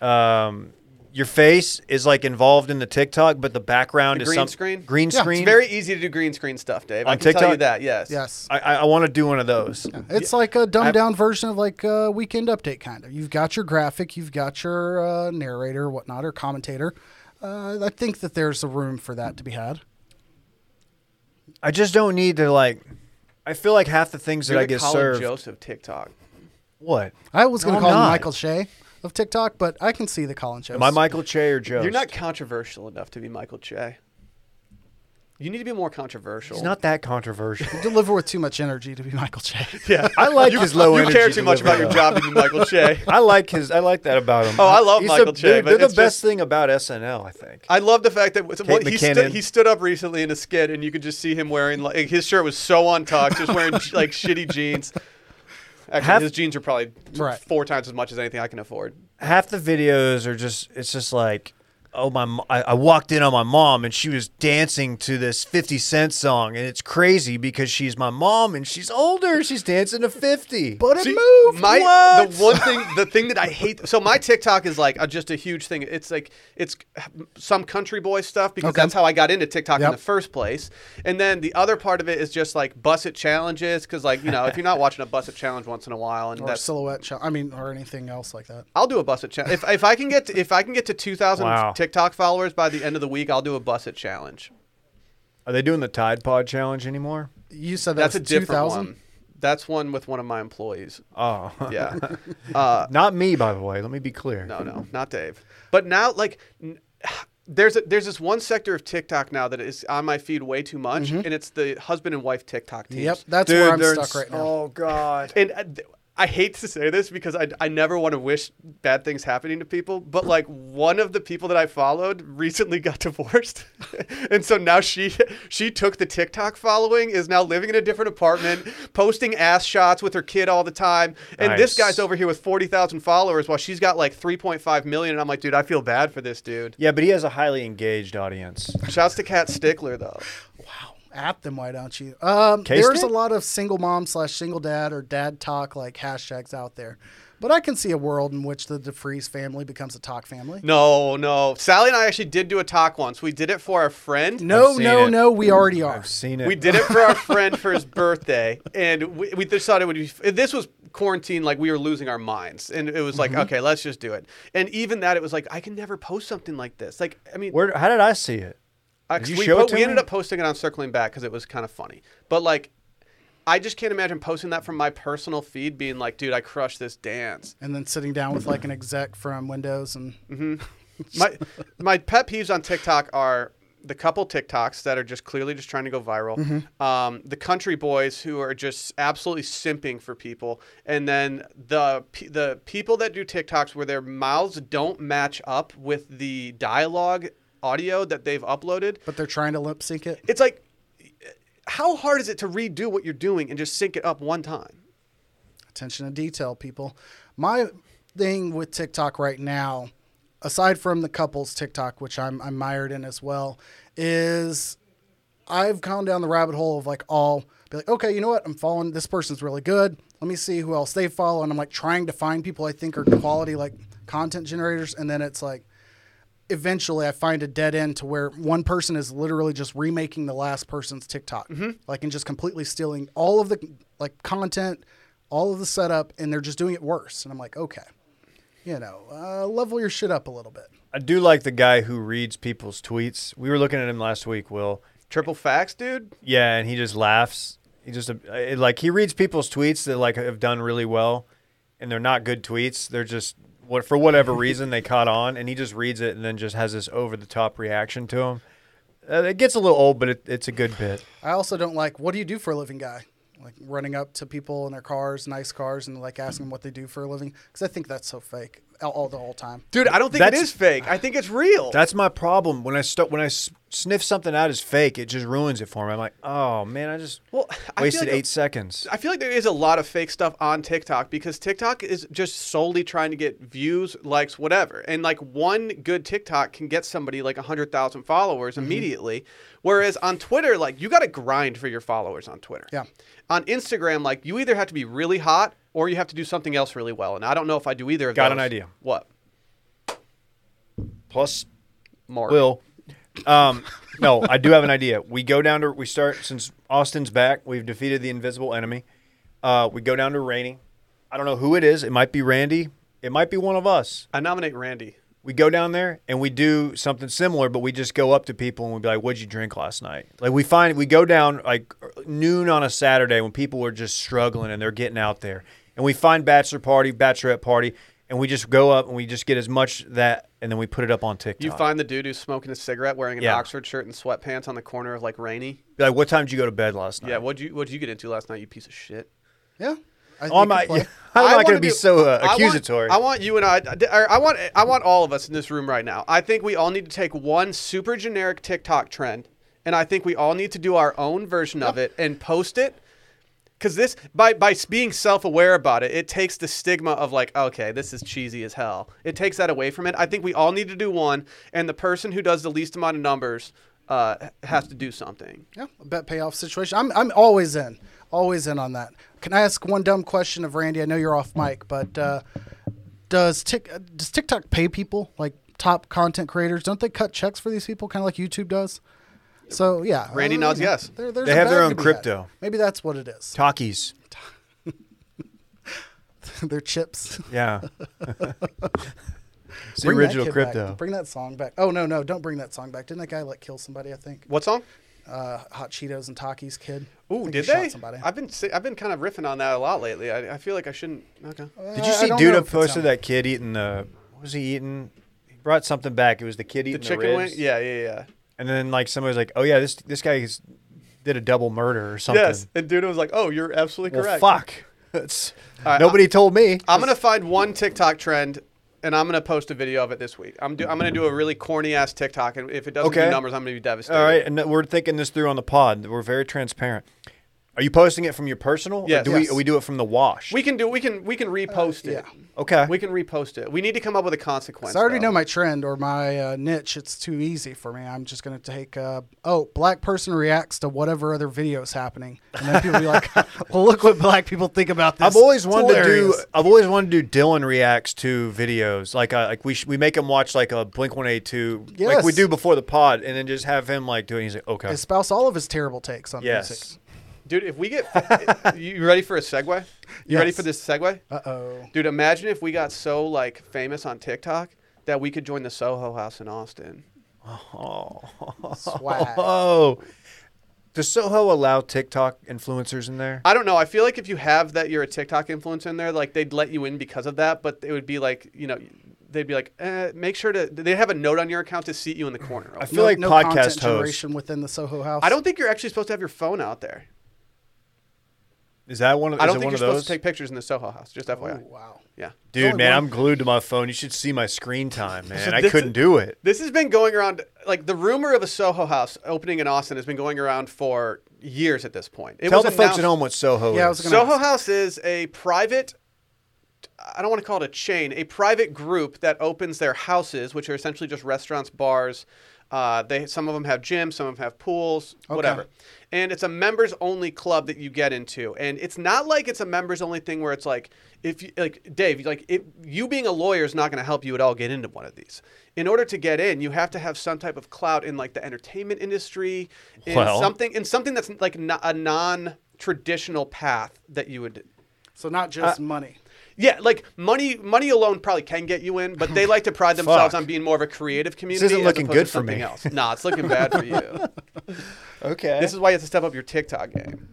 Speaker 2: um, your face is like involved in the TikTok, but the background
Speaker 1: The
Speaker 2: is
Speaker 1: green
Speaker 2: some
Speaker 1: screen?
Speaker 2: green
Speaker 3: Yeah. It's
Speaker 2: screen.
Speaker 1: It's very easy to do green screen stuff, Dave. I
Speaker 2: On
Speaker 1: can tell you
Speaker 2: TikTok?
Speaker 1: that. Yes.
Speaker 3: Yes.
Speaker 2: I, I want to do one of those.
Speaker 3: It's like a dumbed
Speaker 2: I've-
Speaker 3: down version of like a weekend update kind of. You've got your graphic, you've got your uh, narrator, whatnot, or commentator. Uh, I think that there's a room for that to be had.
Speaker 2: I just don't need to like. I feel like half the things that
Speaker 1: You're
Speaker 2: I
Speaker 1: the
Speaker 2: get
Speaker 1: Colin
Speaker 2: served.
Speaker 1: Joseph TikTok.
Speaker 2: What?
Speaker 3: I was going
Speaker 2: No,
Speaker 3: to
Speaker 2: I'm
Speaker 3: call him
Speaker 2: not.
Speaker 3: Michael Shea of TikTok, but I can see the Colin shows.
Speaker 2: Am I Michael Che or Joe?
Speaker 1: You're not controversial enough to be Michael Che. You need to be more controversial.
Speaker 2: He's not that controversial.
Speaker 3: You deliver with too much energy to be Michael Shea.
Speaker 1: Yeah,
Speaker 2: I like his low
Speaker 1: you
Speaker 2: energy.
Speaker 1: care too much about your
Speaker 2: delivery, though.
Speaker 1: job to be Michael Che.
Speaker 2: I like his. I like that about him.
Speaker 1: Oh, I love
Speaker 2: He's
Speaker 1: Michael
Speaker 2: the,
Speaker 1: Che,
Speaker 2: They're,
Speaker 1: but
Speaker 2: they're the
Speaker 1: it's
Speaker 2: best
Speaker 1: just-
Speaker 2: thing about SNL, I think.
Speaker 1: I love the fact that well, he,
Speaker 2: McKinnon.
Speaker 1: stood, he stood up recently in a skit, and you could just see him wearing like his shirt was so untucked, just wearing like shitty jeans. Actually,
Speaker 2: Half-
Speaker 1: his jeans are probably
Speaker 3: Right.
Speaker 1: four times as much as anything I can afford.
Speaker 2: half the videos are just it's just like oh my mo- I, I walked in on my mom and she was dancing to this 50 cent song and it's crazy because she's my mom and she's older she's dancing to 50
Speaker 3: But it
Speaker 1: See,
Speaker 3: moved.
Speaker 1: My
Speaker 3: What?
Speaker 1: the one thing, the thing that I hate. So my TikTok is like a, just a huge thing. It's like it's some country boy stuff because
Speaker 3: Okay.
Speaker 1: that's how I got into TikTok
Speaker 3: Yep.
Speaker 1: in the first place. And then the other part of it is just like busset challenges because like you know if you're not watching a busset challenge once in a while and
Speaker 3: or
Speaker 1: that's
Speaker 3: silhouette shot. I mean, or anything else like that.
Speaker 1: I'll do a busset challenge if, if I can get to, if I can get to two thousand
Speaker 2: Wow.
Speaker 1: TikTok followers by the end of the week I'll do a busset challenge.
Speaker 2: are they doing the tide pod challenge anymore
Speaker 3: You said that
Speaker 1: That's a
Speaker 3: was
Speaker 1: different
Speaker 3: 2000?
Speaker 1: one. That's one with one of my employees.
Speaker 2: oh
Speaker 1: Yeah. uh,
Speaker 2: not me by the way let me be clear
Speaker 1: No, no, not Dave. But now, like, n- there's a, there's this one sector of TikTok now that is on my feed way too much, and it's the husband and wife TikTok teams.
Speaker 3: Mm-hmm. Yep, that's where I'm stuck right now.
Speaker 2: oh god
Speaker 1: And I, th- I hate to say this because I, I never want to wish bad things happening to people, but like one of the people that I followed recently got divorced, and so now she she took the TikTok following is now living in a different apartment, posting ass shots with her kid all the time, and this
Speaker 2: Nice.
Speaker 1: guy's over here with forty thousand followers while she's got like three point five million, and I'm like, dude, I feel bad for this dude.
Speaker 2: yeah but he has a highly engaged audience
Speaker 1: Shouts to Kat Stickler though.
Speaker 3: App them, why don't you? Um,
Speaker 2: Case
Speaker 3: there's
Speaker 2: it?
Speaker 3: a lot of single mom slash single dad or dad talk like hashtags out there, but I can see a world in which the DeFreeze family becomes a talk family.
Speaker 1: No, no. Sally and I actually did do a talk once. We did it for our friend.
Speaker 3: No,
Speaker 2: seen
Speaker 3: no,
Speaker 2: it.
Speaker 3: no, we already are.
Speaker 2: i've seen it
Speaker 1: We did it for our friend for his birthday, and we, we just thought it would be. This was quarantine, like we were losing our minds, and it was
Speaker 2: Mm-hmm.
Speaker 1: like, okay, let's just do it. And even that, it was like, I can never post something like this. Like, I mean,
Speaker 2: where how did i see it
Speaker 1: I-
Speaker 2: did you
Speaker 1: we,
Speaker 2: show
Speaker 1: po-
Speaker 2: it to
Speaker 1: we ended
Speaker 2: me?
Speaker 1: up posting it on Circling Back because it was kind of funny. But like, I just can't imagine posting that from my personal feed, being like, dude, I crushed this dance.
Speaker 3: And then sitting down with like an exec from Windows and
Speaker 1: my my pet peeves on TikTok are the couple TikToks that are just clearly just trying to go viral,
Speaker 2: Mm-hmm.
Speaker 1: um, the country boys who are just absolutely simping for people, and then the pe- the people that do TikToks where their mouths don't match up with the dialogue audio that they've uploaded.
Speaker 3: but they're trying to lip sync it.
Speaker 1: It's like, how hard is it to redo what you're doing and just sync it up one time?
Speaker 3: Attention to detail, people. My thing with TikTok right now, aside from the couples TikTok, which I'm I'm mired in as well, is I've gone down the rabbit hole of like all be like, okay, you know what? I'm following this person's really good. Let me see who else they follow. And I'm like trying to find people I think are quality like content generators. And then it's like, eventually I find a dead end to where one person is literally just remaking the last person's TikTok,
Speaker 1: Mm-hmm.
Speaker 3: like and just completely stealing all of the like content, all of the setup, and they're just doing it worse. And I'm like, okay, you know, uh, level your shit up a little bit.
Speaker 2: I do like the guy who reads people's tweets. We were looking at him last week, Will.
Speaker 1: Triple facts, dude.
Speaker 2: Yeah, and he just laughs. He just uh, it- like he reads people's tweets that like have done really well, and they're not good tweets. They're just what for whatever reason they caught on, and he just reads it and then just has this over the top reaction to him. Uh, it gets a little old, but it, it's a good bit.
Speaker 3: I also don't like what do you do for a living, guy? Like running up to people in their cars, nice cars, and like asking them what they do for a living because I think that's so fake all, all the whole time.
Speaker 1: Dude, I don't think it
Speaker 2: That's-
Speaker 1: is fake. I think it's real.
Speaker 2: That's my problem. When I st- when I s- sniff something out as fake, it just ruins it for me. I'm like, oh man, I just
Speaker 1: Well, I feel
Speaker 2: wasted
Speaker 1: like-
Speaker 2: eight seconds.
Speaker 1: I feel like there is a lot of fake stuff on TikTok because TikTok is just solely trying to get views, likes, whatever. And like one good TikTok can get somebody like 100,000 followers
Speaker 2: Mm-hmm.
Speaker 1: immediately. Whereas on Twitter, like you got to grind for your followers on Twitter.
Speaker 3: Yeah.
Speaker 1: On Instagram, like you either have to be really hot or you have to do something else really well. And I don't know if I do either of
Speaker 2: Got
Speaker 1: those.
Speaker 2: an idea.
Speaker 1: What?
Speaker 2: Plus,
Speaker 1: Mark.
Speaker 2: Will. Um, no, I do have an idea. We go down to we start since Austin's back. We've defeated the invisible enemy. Uh, we go down to Rainey. I don't know who it is. It might be Randy. It might be one of us.
Speaker 1: I nominate Randy.
Speaker 2: We go down there and we do something similar, but we just go up to people and we be like, "What'd you drink last night?" Like we find we go down like noon on a Saturday when people are just struggling and they're getting out there, and we find bachelor party, bachelorette party, and we just go up and we just get as much that, and then we put it up on TikTok.
Speaker 1: You find the dude who's smoking a cigarette wearing an
Speaker 2: Yeah.
Speaker 1: Oxford shirt and sweatpants on the corner of like Rainy.
Speaker 2: Be like, what time did you go to bed last night?
Speaker 1: Yeah, what'd you, what'd you get into last night, you piece of shit?
Speaker 3: Yeah, I
Speaker 2: Oh, I'm
Speaker 3: think
Speaker 2: not,
Speaker 3: you play.
Speaker 1: I
Speaker 2: I'm not going
Speaker 1: wanna
Speaker 2: to be
Speaker 1: do-
Speaker 2: so uh,
Speaker 1: I want-
Speaker 2: accusatory.
Speaker 1: I want, you and I. or I want. I want all of us in this room right now. I think we all need to take one super generic TikTok trend, and I think we all need to do our own version of it and post it. Because this, by by being self aware about it, it takes the stigma of like, okay, this is cheesy as hell. It takes that away from it. I think we all need to do one, and the person who does the least amount of numbers uh, has to do something.
Speaker 3: Yeah, a bet payoff situation. I'm I'm always in, always in on that. Can I ask one dumb question of Randy? I know you're off mic, but uh, does Tik uh, does TikTok pay people like top content creators? Don't they cut checks for these people, kind of like YouTube does? So yeah,
Speaker 1: Randy
Speaker 3: uh,
Speaker 1: nods yes.
Speaker 3: there- there's
Speaker 2: They
Speaker 3: a
Speaker 2: have their
Speaker 3: value
Speaker 2: own
Speaker 3: to be
Speaker 2: crypto.
Speaker 3: had. Maybe that's what it is.
Speaker 2: Talkies.
Speaker 3: They're chips.
Speaker 2: Yeah. it's the
Speaker 3: Bring that
Speaker 2: original
Speaker 3: kid
Speaker 2: crypto.
Speaker 3: Back. Bring that song back. Oh no, no, don't bring that song back. Didn't that guy like kill somebody? I think
Speaker 1: What song?
Speaker 3: uh, Hot Cheetos and Takis kid. I
Speaker 1: Ooh,
Speaker 3: think he
Speaker 1: did
Speaker 3: shot
Speaker 1: they?
Speaker 3: Somebody.
Speaker 1: I've been si- I've been kind of riffing on that a lot lately. I, I feel like I shouldn't. Okay.
Speaker 2: Did you
Speaker 3: Uh, I- I
Speaker 2: see
Speaker 3: don't
Speaker 2: dude
Speaker 3: know
Speaker 2: up
Speaker 3: if it's
Speaker 2: posted
Speaker 3: on-
Speaker 2: that kid eating the, what was he eating? He brought something back. It was the kid eating
Speaker 1: the
Speaker 2: the,
Speaker 1: chicken wing.
Speaker 2: ribs.
Speaker 1: Yeah, yeah, yeah.
Speaker 2: And then like somebody was like, oh yeah, this this guy is, did a double murder or something.
Speaker 1: Yes, and dude was like, "Oh, you're absolutely
Speaker 2: Well,
Speaker 1: correct."
Speaker 2: fuck. It's,
Speaker 1: right,
Speaker 2: nobody told me.
Speaker 1: I'm gonna find one TikTok trend, and I'm gonna post a video of it this week. I'm do I'm gonna do a really corny ass TikTok, and if it doesn't do
Speaker 2: Okay.
Speaker 1: numbers, I'm gonna be devastated.
Speaker 2: All right, and that- we're thinking this through on the pod. We're very transparent. Are you posting it from your personal?
Speaker 1: Yes.
Speaker 2: Or do
Speaker 1: Yes.
Speaker 2: we or we do it from the wash?
Speaker 1: we can do we can we can repost it.
Speaker 3: yeah.
Speaker 2: Uh, okay.
Speaker 1: We can repost it. We need to come up with a consequence.
Speaker 3: So I already
Speaker 1: though.
Speaker 3: know my trend or my uh, niche. It's too easy for me. I'm just going to take, uh, oh, black person reacts to whatever other video is happening. And then people be like, well, look what black people think about this.
Speaker 2: I've always
Speaker 3: It's
Speaker 2: wanted to do.
Speaker 3: hilarious.
Speaker 2: I've always wanted to do Dylan reacts to videos. Like, uh, like we sh- we make him watch like a Blink One Eight Two, like we
Speaker 3: Yes.
Speaker 2: do before the pod, and then just have him like doing. He's like, okay,
Speaker 3: Espouse all of his terrible takes on
Speaker 2: yes,
Speaker 3: music.
Speaker 1: dude. If we get, you you ready for a segue? You ready
Speaker 3: Yes.
Speaker 1: for this segue?
Speaker 3: Uh oh.
Speaker 1: Dude, imagine if we got so like famous on TikTok that we could join the Soho House in Austin.
Speaker 3: Swag.
Speaker 2: oh, does Soho allow TikTok influencers in there?
Speaker 1: I don't know. I feel like if you have that, you're a TikTok influencer in there. Like they'd let you in because of that, but it would be like you know, they'd be like, eh, make sure to. They have a note on your account to seat you in the corner.
Speaker 2: I feel like
Speaker 3: no
Speaker 2: podcast
Speaker 3: content
Speaker 2: hosts.
Speaker 3: generation within the Soho house.
Speaker 1: I don't think you're actually supposed to have your phone out there.
Speaker 2: Is that one? Of,
Speaker 1: I
Speaker 2: is
Speaker 1: don't
Speaker 2: it
Speaker 1: think
Speaker 2: one
Speaker 1: you're
Speaker 2: of
Speaker 1: supposed
Speaker 2: those?
Speaker 1: to take pictures in the Soho House. Just
Speaker 3: Oh,
Speaker 1: FYI.
Speaker 3: wow.
Speaker 1: Yeah.
Speaker 2: Dude,
Speaker 3: only
Speaker 2: man,
Speaker 3: one-
Speaker 2: I'm glued to my phone. You should see my screen time, man. I
Speaker 1: this
Speaker 2: couldn't
Speaker 1: is-
Speaker 2: do it.
Speaker 1: This has been going around. Like the rumor of a Soho House opening in Austin has been going around for years at this point. It
Speaker 2: Tell
Speaker 1: was
Speaker 2: the folks at
Speaker 1: announced-
Speaker 2: home what Soho
Speaker 3: Yeah, I
Speaker 2: is.
Speaker 3: was gonna-
Speaker 1: Soho House is a private. I don't want to call it a chain, a private group that opens their houses, which are essentially just restaurants, bars, Uh, they some of them have gyms, some of them have pools, whatever. And it's a members only club that you get into, and it's not like it's a members only thing where it's like if you, like Dave, like if you being a lawyer is not going to help you at all get into one of these. In order to get in, you have to have some type of clout in like the entertainment industry, in
Speaker 2: Well-
Speaker 1: something in something that's like no- a non traditional path that you would
Speaker 3: So not just money.
Speaker 1: yeah, like money money alone probably can get you in, but they like to pride themselves
Speaker 2: Fuck.
Speaker 1: on being more of a creative community.
Speaker 2: isn't
Speaker 1: as
Speaker 2: looking
Speaker 1: opposed to
Speaker 2: good for
Speaker 1: something
Speaker 2: me.
Speaker 1: Else. Nah, it's looking bad for you.
Speaker 2: Okay.
Speaker 1: This is why you have to step up your TikTok game.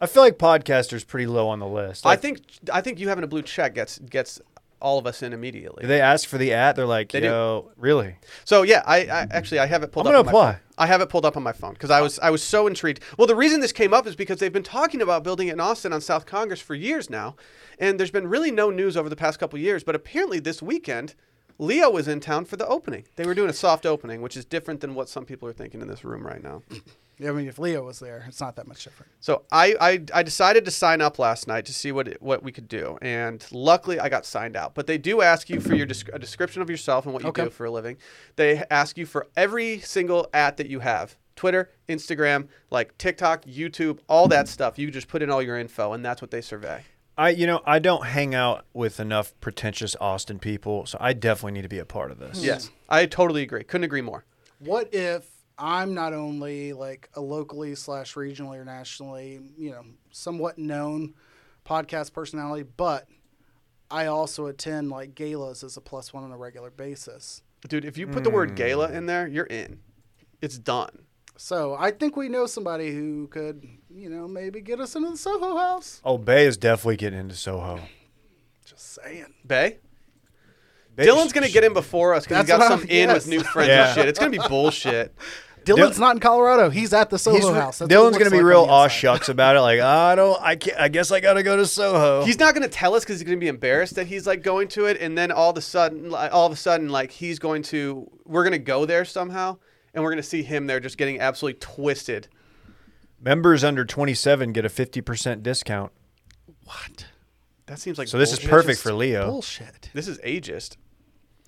Speaker 2: I feel like podcasters pretty low on the list.
Speaker 1: I
Speaker 2: Like,
Speaker 1: think I think you having a blue check gets gets all of us in immediately.
Speaker 2: they ask for the at. They're like,
Speaker 1: do.
Speaker 2: yo, really?
Speaker 1: So yeah, I, I actually I have it pulled
Speaker 2: I'm
Speaker 1: up.
Speaker 2: gonna
Speaker 1: on my
Speaker 2: apply.
Speaker 1: phone. I have it pulled up on my phone because I was I was so intrigued. Well, the reason this came up is because they've been talking about building it in Austin on South Congress for years now, and there's been really no news over the past couple years. But apparently this weekend, Leo was in town for the opening. They were doing a soft opening, which is different than what some people are thinking in this room right now.
Speaker 3: I mean, if Leo was there, it's not that much different.
Speaker 1: So I, I I decided to sign up last night to see what it- what we could do, and luckily I got signed out. But they do ask you for your desc- a description of yourself and what you
Speaker 3: Okay.
Speaker 1: do for a living. They ask you for every single at that you have. Twitter, Instagram, like TikTok, YouTube, all that stuff. You just put in all your info, and that's what they survey.
Speaker 2: I, you know, I don't hang out with enough pretentious Austin people, so I definitely need to be a part of this.
Speaker 1: Yes, I totally agree. Couldn't agree more.
Speaker 3: What if I'm not only like a locally slash regionally or nationally, you know, somewhat known podcast personality, but I also attend like galas as a plus one on a regular basis.
Speaker 1: Dude, if you put the word gala
Speaker 3: Hmm.
Speaker 1: in there, you're in. It's done.
Speaker 3: So I think we know somebody who could, you know, maybe get us into the Soho House.
Speaker 2: Oh, Bay is definitely getting into Soho.
Speaker 3: Just saying.
Speaker 1: Bay.
Speaker 2: Bay-
Speaker 1: Dylan's gonna get in before us because he's
Speaker 3: That's
Speaker 1: got
Speaker 3: what
Speaker 1: some
Speaker 3: I'm-
Speaker 1: in
Speaker 3: yes.
Speaker 1: with new friends
Speaker 2: Yeah.
Speaker 1: and shit. It's gonna be bullshit.
Speaker 3: Dylan's not in Colorado. He's at the Soho
Speaker 2: He's-
Speaker 3: House. That's what
Speaker 2: Dylan's
Speaker 3: it looks
Speaker 2: gonna be
Speaker 3: like on
Speaker 2: real
Speaker 3: the
Speaker 2: aw
Speaker 3: inside.
Speaker 2: shucks about it. Like "Ah, I don't, I can't, I guess I gotta go to Soho.
Speaker 1: He's not going to tell us because he's going to be embarrassed that he's like going to it, and then all of a sudden, like, all of a sudden, like he's going to, we're going to go there somehow, and we're going to see him there just getting absolutely twisted.
Speaker 2: Members under 27 get a 50% discount.
Speaker 3: What?
Speaker 1: That seems like
Speaker 2: So this is
Speaker 1: bullshit.
Speaker 2: perfect
Speaker 3: Just
Speaker 2: for Leo.
Speaker 3: Bullshit.
Speaker 1: This is ageist.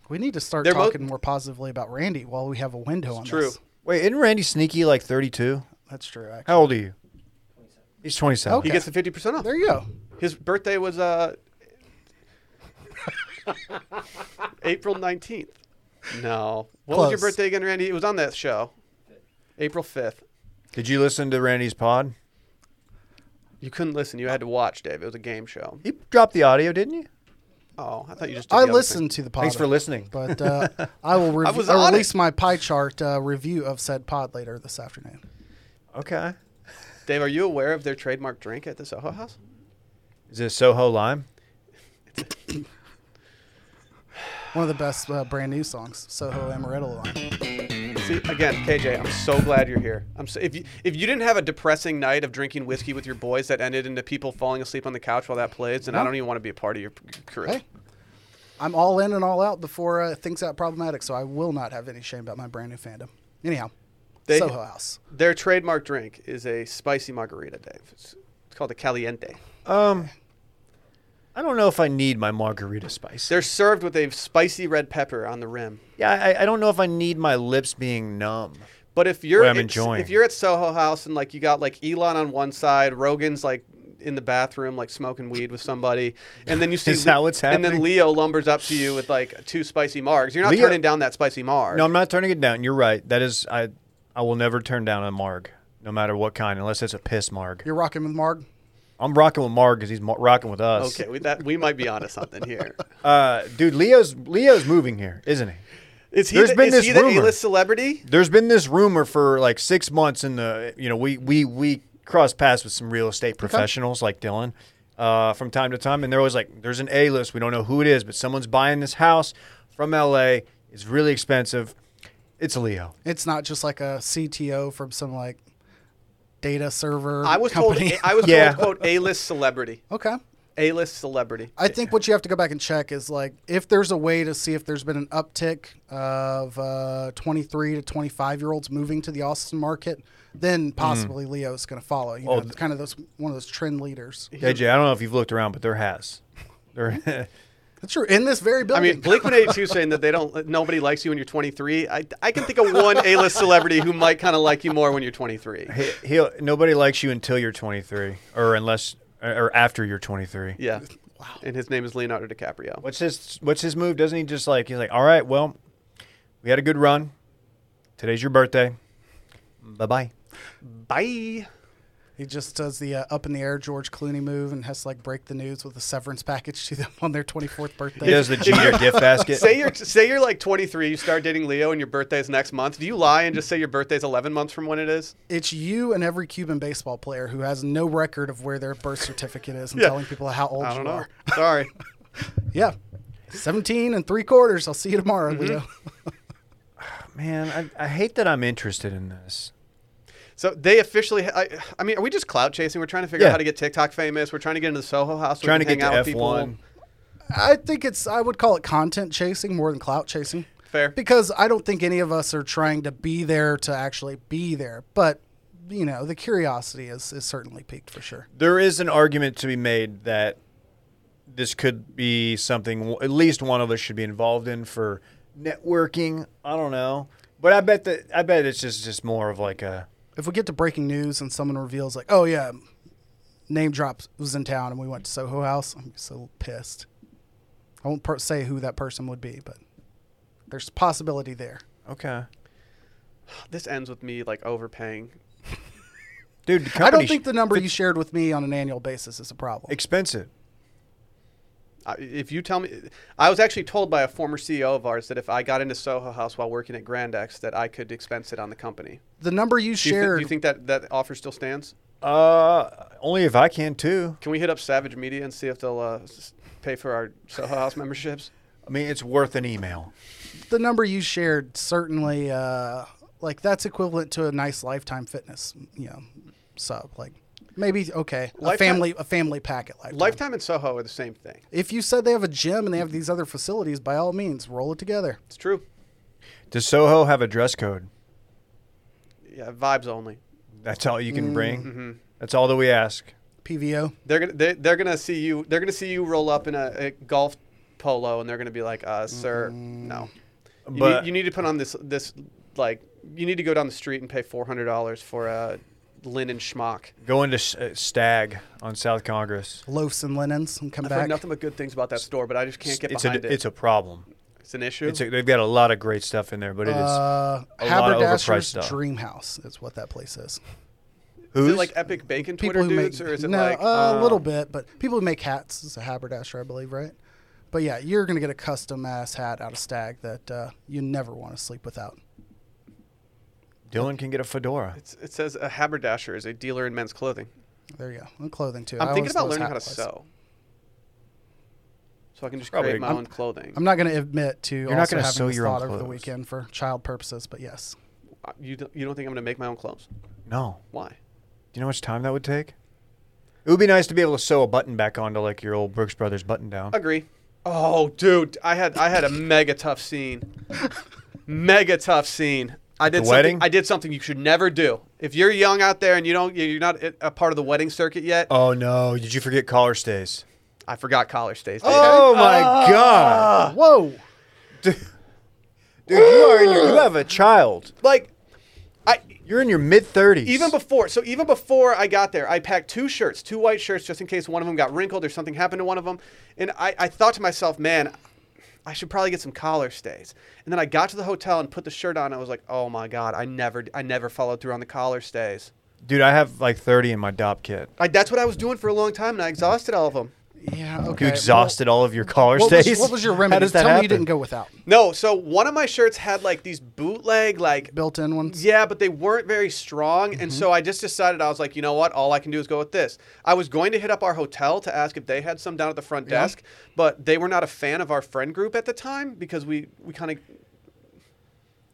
Speaker 3: We need to start
Speaker 1: They're mo-
Speaker 3: talking more positively about Randy while we have a window on
Speaker 1: True.
Speaker 3: this.
Speaker 2: Wait, isn't Randy Sneaky like 32?
Speaker 3: That's true. Actually.
Speaker 2: How old are you? He's 27.
Speaker 1: He
Speaker 3: Okay.
Speaker 1: gets the fifty percent off.
Speaker 3: There you go.
Speaker 1: His birthday was uh, April nineteenth. No, what was your
Speaker 3: Close.
Speaker 1: birthday again, Randy? It was on that show, April fifth.
Speaker 2: Did you listen to Randy's pod?
Speaker 1: You couldn't listen. You had to watch, Dave. It was a game show.
Speaker 2: He dropped the audio, didn't you?
Speaker 1: Oh, I thought you just. did the
Speaker 3: I
Speaker 1: other thing.
Speaker 3: listened to the pod.
Speaker 2: Thanks for listening.
Speaker 3: But uh, I will rev-
Speaker 1: was
Speaker 3: I'll
Speaker 1: on
Speaker 3: release
Speaker 1: it.
Speaker 3: my pie chart uh, review of said pod later this afternoon.
Speaker 2: Okay.
Speaker 1: Dave, are you aware of their trademark drink at the Soho House?
Speaker 2: Is it Soho Lime?
Speaker 3: One of the best uh, brand new songs, Soho Amaretto Line.
Speaker 1: See, again, KJ, I'm so glad you're here. I'm so, if you if you didn't have a depressing night of drinking whiskey with your boys that ended into people falling asleep on the couch while that plays, then I don't even want to be a part of your p- crew.
Speaker 3: Hey, I'm all in and all out before uh, things got problematic, so I will not have any shame about my brand new fandom. Anyhow,
Speaker 1: They-
Speaker 3: Soho House.
Speaker 1: Their trademark drink is a spicy margarita, Dave. It's, it's called a caliente.
Speaker 2: Um, I don't know if I need my margarita spice.
Speaker 1: They're served with a spicy red pepper on the rim.
Speaker 2: yeah, I, I don't know if I need my lips being numb.
Speaker 1: But if you're
Speaker 2: What I'm
Speaker 1: it's-
Speaker 2: enjoying.
Speaker 1: if you're at Soho House and like you got like Elon on one side, Rogan's like in the bathroom like smoking weed with somebody, and then you see
Speaker 2: Is that what's
Speaker 1: And then
Speaker 2: happening?
Speaker 1: Leo lumbers up to you with like two spicy margs. You're not
Speaker 2: Leo-
Speaker 1: turning down that spicy marg.
Speaker 2: No, I'm not turning it down. You're right. That is, I, I will never turn down a marg, no matter what kind, unless it's a piss marg.
Speaker 3: You're rocking with Marg.
Speaker 2: I'm rocking with Marg because he's mo- rocking with us.
Speaker 1: Okay, we, that we might be onto something here.
Speaker 2: Uh, dude, Leo's Leo's moving here, isn't he?
Speaker 1: Is he
Speaker 2: There's
Speaker 1: the,
Speaker 2: been
Speaker 1: is
Speaker 2: this
Speaker 1: he the
Speaker 2: rumor.
Speaker 1: A-list celebrity?
Speaker 2: There's been this rumor for like six months in the you know we we we cross paths with some real estate professionals like Dylan uh, from time to time, and they're always like, "There's an A list. We don't know who it is, but someone's buying this house from L.A. It's really expensive. It's Leo.
Speaker 3: It's not just like a CTO from some like data server.
Speaker 1: I was
Speaker 3: company.
Speaker 1: told I was
Speaker 2: Yeah.
Speaker 1: told quote A-list celebrity.
Speaker 3: okay.
Speaker 1: A-list celebrity.
Speaker 3: I think what you have to go back and check is like if there's a way to see if there's been an uptick of uh, 23 to 25 year olds moving to the Austin market, then
Speaker 1: Mm-hmm.
Speaker 3: possibly Leo's going to follow. You know, kind of those one of those trend leaders.
Speaker 2: AJ, I don't know if you've looked around, but there has. There,
Speaker 3: That's true. In this very
Speaker 1: I
Speaker 3: building.
Speaker 1: mean, Blink One Eighty Two saying that they don't, nobody likes you when you're 23. I, I can think of one A-list celebrity who might kind of like you more when you're 23.
Speaker 2: He, he'll, nobody likes you until you're 23, or unless, or after you're 23.
Speaker 1: Yeah. Wow. And his name is Leonardo DiCaprio.
Speaker 2: What's his What's his move? Doesn't he just like he's like, all right, well, we had a good run. Today's your birthday. Bye bye.
Speaker 1: Bye.
Speaker 3: he just does the uh, up in the air George Clooney move and has to like break the news with a severance package to them on their 24th birthday.
Speaker 2: He does the Jeter gift basket.
Speaker 1: Say you're say you're like 23. You start dating Leo, and your birthday's next month. Do you lie and just say your birthday's 11 months from when it is?
Speaker 3: It's you and every Cuban baseball player who has no record of where their birth certificate is and
Speaker 1: Yeah.
Speaker 3: telling people how old
Speaker 1: I
Speaker 3: you
Speaker 1: don't know.
Speaker 3: are.
Speaker 1: Sorry.
Speaker 3: Yeah. 17 and three quarters. I'll see you tomorrow, Leo.
Speaker 2: Man, I, I hate that I'm interested in this.
Speaker 1: So they officially. I, I mean, are we just clout chasing? We're trying to figure
Speaker 2: Yeah.
Speaker 1: out how to get TikTok famous. We're trying to get into the Soho House. so
Speaker 2: Trying
Speaker 1: we
Speaker 2: to
Speaker 1: can
Speaker 2: get
Speaker 1: hang out
Speaker 2: to
Speaker 1: with people.
Speaker 2: F1.
Speaker 3: I think it's, I would call it content chasing more than clout chasing.
Speaker 1: Fair.
Speaker 3: Because I don't think any of us are trying to be there to actually be there. But, you know, the curiosity is, is certainly peaked for sure.
Speaker 2: There is an argument to be made that this could be something at least one of us should be involved in for networking. I don't know, but I bet that I bet it's just just more of like a
Speaker 3: If we get to breaking news and someone reveals, like, oh, yeah, name drops was in town and we went to Soho House, I'm so pissed. I won't per- say who that person would be, but there's a possibility there.
Speaker 2: okay,
Speaker 1: This ends with me like overpaying.
Speaker 2: dude. the
Speaker 3: I don't
Speaker 2: company's
Speaker 3: think the number you shared with me on an annual basis is a problem.
Speaker 2: expensive.
Speaker 1: I- If you tell me, I was actually told by a former CEO of ours that if I got into Soho House while working at Grand X, that I could expense it on the company.
Speaker 3: The number
Speaker 1: Do you,
Speaker 3: you
Speaker 1: thi- do
Speaker 3: shared,
Speaker 1: you think that that offer still stands?
Speaker 2: Uh, only if I can too.
Speaker 1: Can we hit up Savage Media and see if they'll uh, s- pay for our Soho House memberships?
Speaker 2: I mean, it's worth an email.
Speaker 3: the number you shared certainly, uh, like that's equivalent to a nice lifetime fitness, you know, sub. Like maybe okay, a
Speaker 1: Lifetime-
Speaker 3: family a family pack at lifetime.
Speaker 1: Lifetime and Soho are the same thing.
Speaker 3: If you said they have a gym and they have these other facilities, by all means, roll it together.
Speaker 1: It's true.
Speaker 2: Does Soho have a dress code?
Speaker 1: Yeah, vibes only.
Speaker 2: That's all you
Speaker 1: Mm,
Speaker 2: can bring.
Speaker 1: mm-hmm.
Speaker 2: That's all that we ask.
Speaker 3: PVO.
Speaker 1: They're gonna they, they're gonna see you. They're gonna see you roll up in a, a golf polo, and they're gonna be like, uh, "Sir, no. You, need-
Speaker 2: But-
Speaker 1: you need to put on this this like you need to go down the street and pay four hundred dollars for a linen schmuck."
Speaker 2: Going to S- uh, Stag on South Congress.
Speaker 3: Loafs and linens and come
Speaker 1: I've heard
Speaker 3: back.
Speaker 1: nothing but good things about that store, but I just can't get
Speaker 2: it's
Speaker 1: behind
Speaker 2: a,
Speaker 1: it.
Speaker 2: It's a problem.
Speaker 1: It's an issue.
Speaker 2: It's a, they've got a lot of great stuff in there, but it is
Speaker 3: Uh,
Speaker 2: a lot of overpriced
Speaker 3: Haberdasher's
Speaker 2: stuff.
Speaker 3: Dream House is what that place is.
Speaker 1: is
Speaker 2: who's
Speaker 1: it like epic bacon Twitter
Speaker 3: people who
Speaker 1: dudes,
Speaker 3: make
Speaker 1: or is it
Speaker 3: no, uh,
Speaker 1: like
Speaker 3: a little
Speaker 1: um,
Speaker 3: bit, but people who make hats is a haberdasher, I believe, right? But yeah, you're gonna get a custom ass hat out of Stag that uh, you never want to sleep without.
Speaker 2: Dylan can get a fedora.
Speaker 1: It's, it says a haberdasher is a dealer in men's clothing.
Speaker 3: There you go, and clothing too.
Speaker 1: I'm
Speaker 3: I
Speaker 1: thinking
Speaker 3: always
Speaker 1: about
Speaker 3: was
Speaker 1: learning how to
Speaker 3: hatless.
Speaker 1: sew, so I can just
Speaker 2: Probably
Speaker 1: create
Speaker 2: a-
Speaker 1: my
Speaker 2: I'm-
Speaker 1: own clothing.
Speaker 3: I'm not gonna admit to
Speaker 2: not
Speaker 3: also
Speaker 2: gonna
Speaker 3: having
Speaker 2: sew
Speaker 3: this
Speaker 2: your own
Speaker 3: thought over the
Speaker 2: clothes.
Speaker 3: weekend for child purposes, but yes,
Speaker 1: Uh, you don't, you don't think I'm going to make my own clothes?
Speaker 2: No,
Speaker 1: Why?
Speaker 2: do you know how much time that would take? It would be nice to be able to sew a button back onto like your old Brooks Brothers button down.
Speaker 1: Agree. Oh, dude, I had I had a mega tough scene. mega tough scene. I did
Speaker 2: The
Speaker 1: something,
Speaker 2: wedding?
Speaker 1: I did something you should never do. If you're young out there and you don't you're not a- a part of the wedding circuit yet,
Speaker 2: Oh no! Did you forget collar stays?
Speaker 1: I forgot college days. David.
Speaker 2: Oh my god!
Speaker 3: whoa,
Speaker 2: Ah. Dude, you are in your, you have a child.
Speaker 1: Like I
Speaker 2: You're in your mid thirties.
Speaker 1: even before so even before I got there, I packed two shirts, two white shirts just in case one of them got wrinkled or something happened to one of them. And I, I thought to myself, man, I should probably get some collar stays. And then I got to the hotel and put the shirt on. I was like, oh my god, I never I never followed through on the collar stays.
Speaker 2: dude, I have like thirty in my dop kit.
Speaker 1: I, that's what I was doing for a long time, and I exhausted all of them.
Speaker 3: yeah,
Speaker 2: You
Speaker 3: okay. well,
Speaker 2: exhausted all of your collar
Speaker 3: What,
Speaker 2: stays.
Speaker 3: was, what was your
Speaker 2: How
Speaker 3: remedy?
Speaker 2: does that
Speaker 3: Tell
Speaker 2: happen?
Speaker 3: me you didn't go without
Speaker 1: No, so one of my shirts had like these bootleg, like
Speaker 3: built-in ones.
Speaker 1: yeah, but they weren't very strong, and
Speaker 3: Mm-hmm.
Speaker 1: so I just decided I was like, you know what? All I can do is go with this. I was going to hit up our hotel to ask if they had some down at the front desk, but they were not a fan of our friend group at the time because we we kind of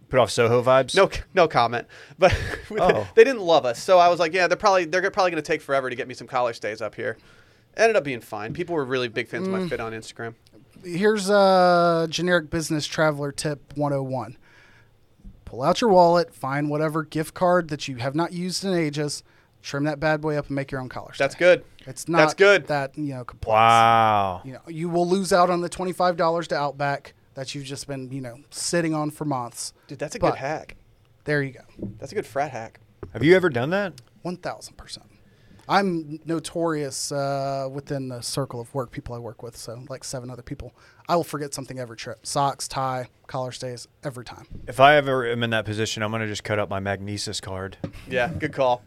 Speaker 2: Put off Soho vibes.
Speaker 1: no no comment, but we-
Speaker 2: Oh.
Speaker 1: they didn't love us. So I was like, yeah, they're probably they're probably going to take forever to get me some collar stays up here. Ended up being fine. People were really big fans of
Speaker 3: Mm.
Speaker 1: my fit on Instagram.
Speaker 3: here's a generic business traveler tip 101 pull out your wallet find whatever gift card that you have not used in ages Trim that bad boy up and make your own collar.
Speaker 1: That's
Speaker 3: stay.
Speaker 1: good.
Speaker 3: It's not
Speaker 1: That's good.
Speaker 3: that you know complex.
Speaker 2: Wow.
Speaker 3: You know, you will lose out on the twenty five dollars to Outback that you've just been you know sitting on for months.
Speaker 1: Dude, that's a
Speaker 3: But-
Speaker 1: good hack.
Speaker 3: There you go,
Speaker 1: That's a good frat hack.
Speaker 2: Have you ever done that?
Speaker 3: one thousand percent. I'm notorious uh, within the circle of work people I work with, so like seven other people. I will forget something every trip: socks, tie, collar stays, every time.
Speaker 2: If I ever am in that position, I'm gonna just cut up my magnesis card.
Speaker 1: Yeah, good call.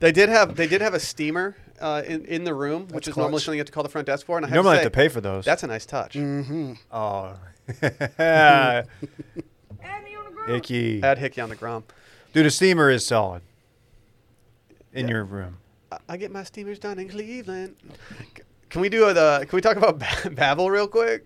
Speaker 1: They did have they did have a steamer uh, in in the room, which
Speaker 3: That's
Speaker 1: is normally
Speaker 3: clutch.
Speaker 1: something you have to call the front desk for. And I have
Speaker 2: normally
Speaker 1: to, say,
Speaker 2: have to pay for those.
Speaker 1: That's a nice touch.
Speaker 2: oh,
Speaker 4: Add me on the
Speaker 2: É
Speaker 4: ground.
Speaker 2: icky.
Speaker 1: Add Hickey on the Grom.
Speaker 2: Dude, a steamer is solid. In your room.
Speaker 1: I- I get my steamers done in Cleveland. C- Can we do uh, the? Can we talk about Ba- Babel real quick?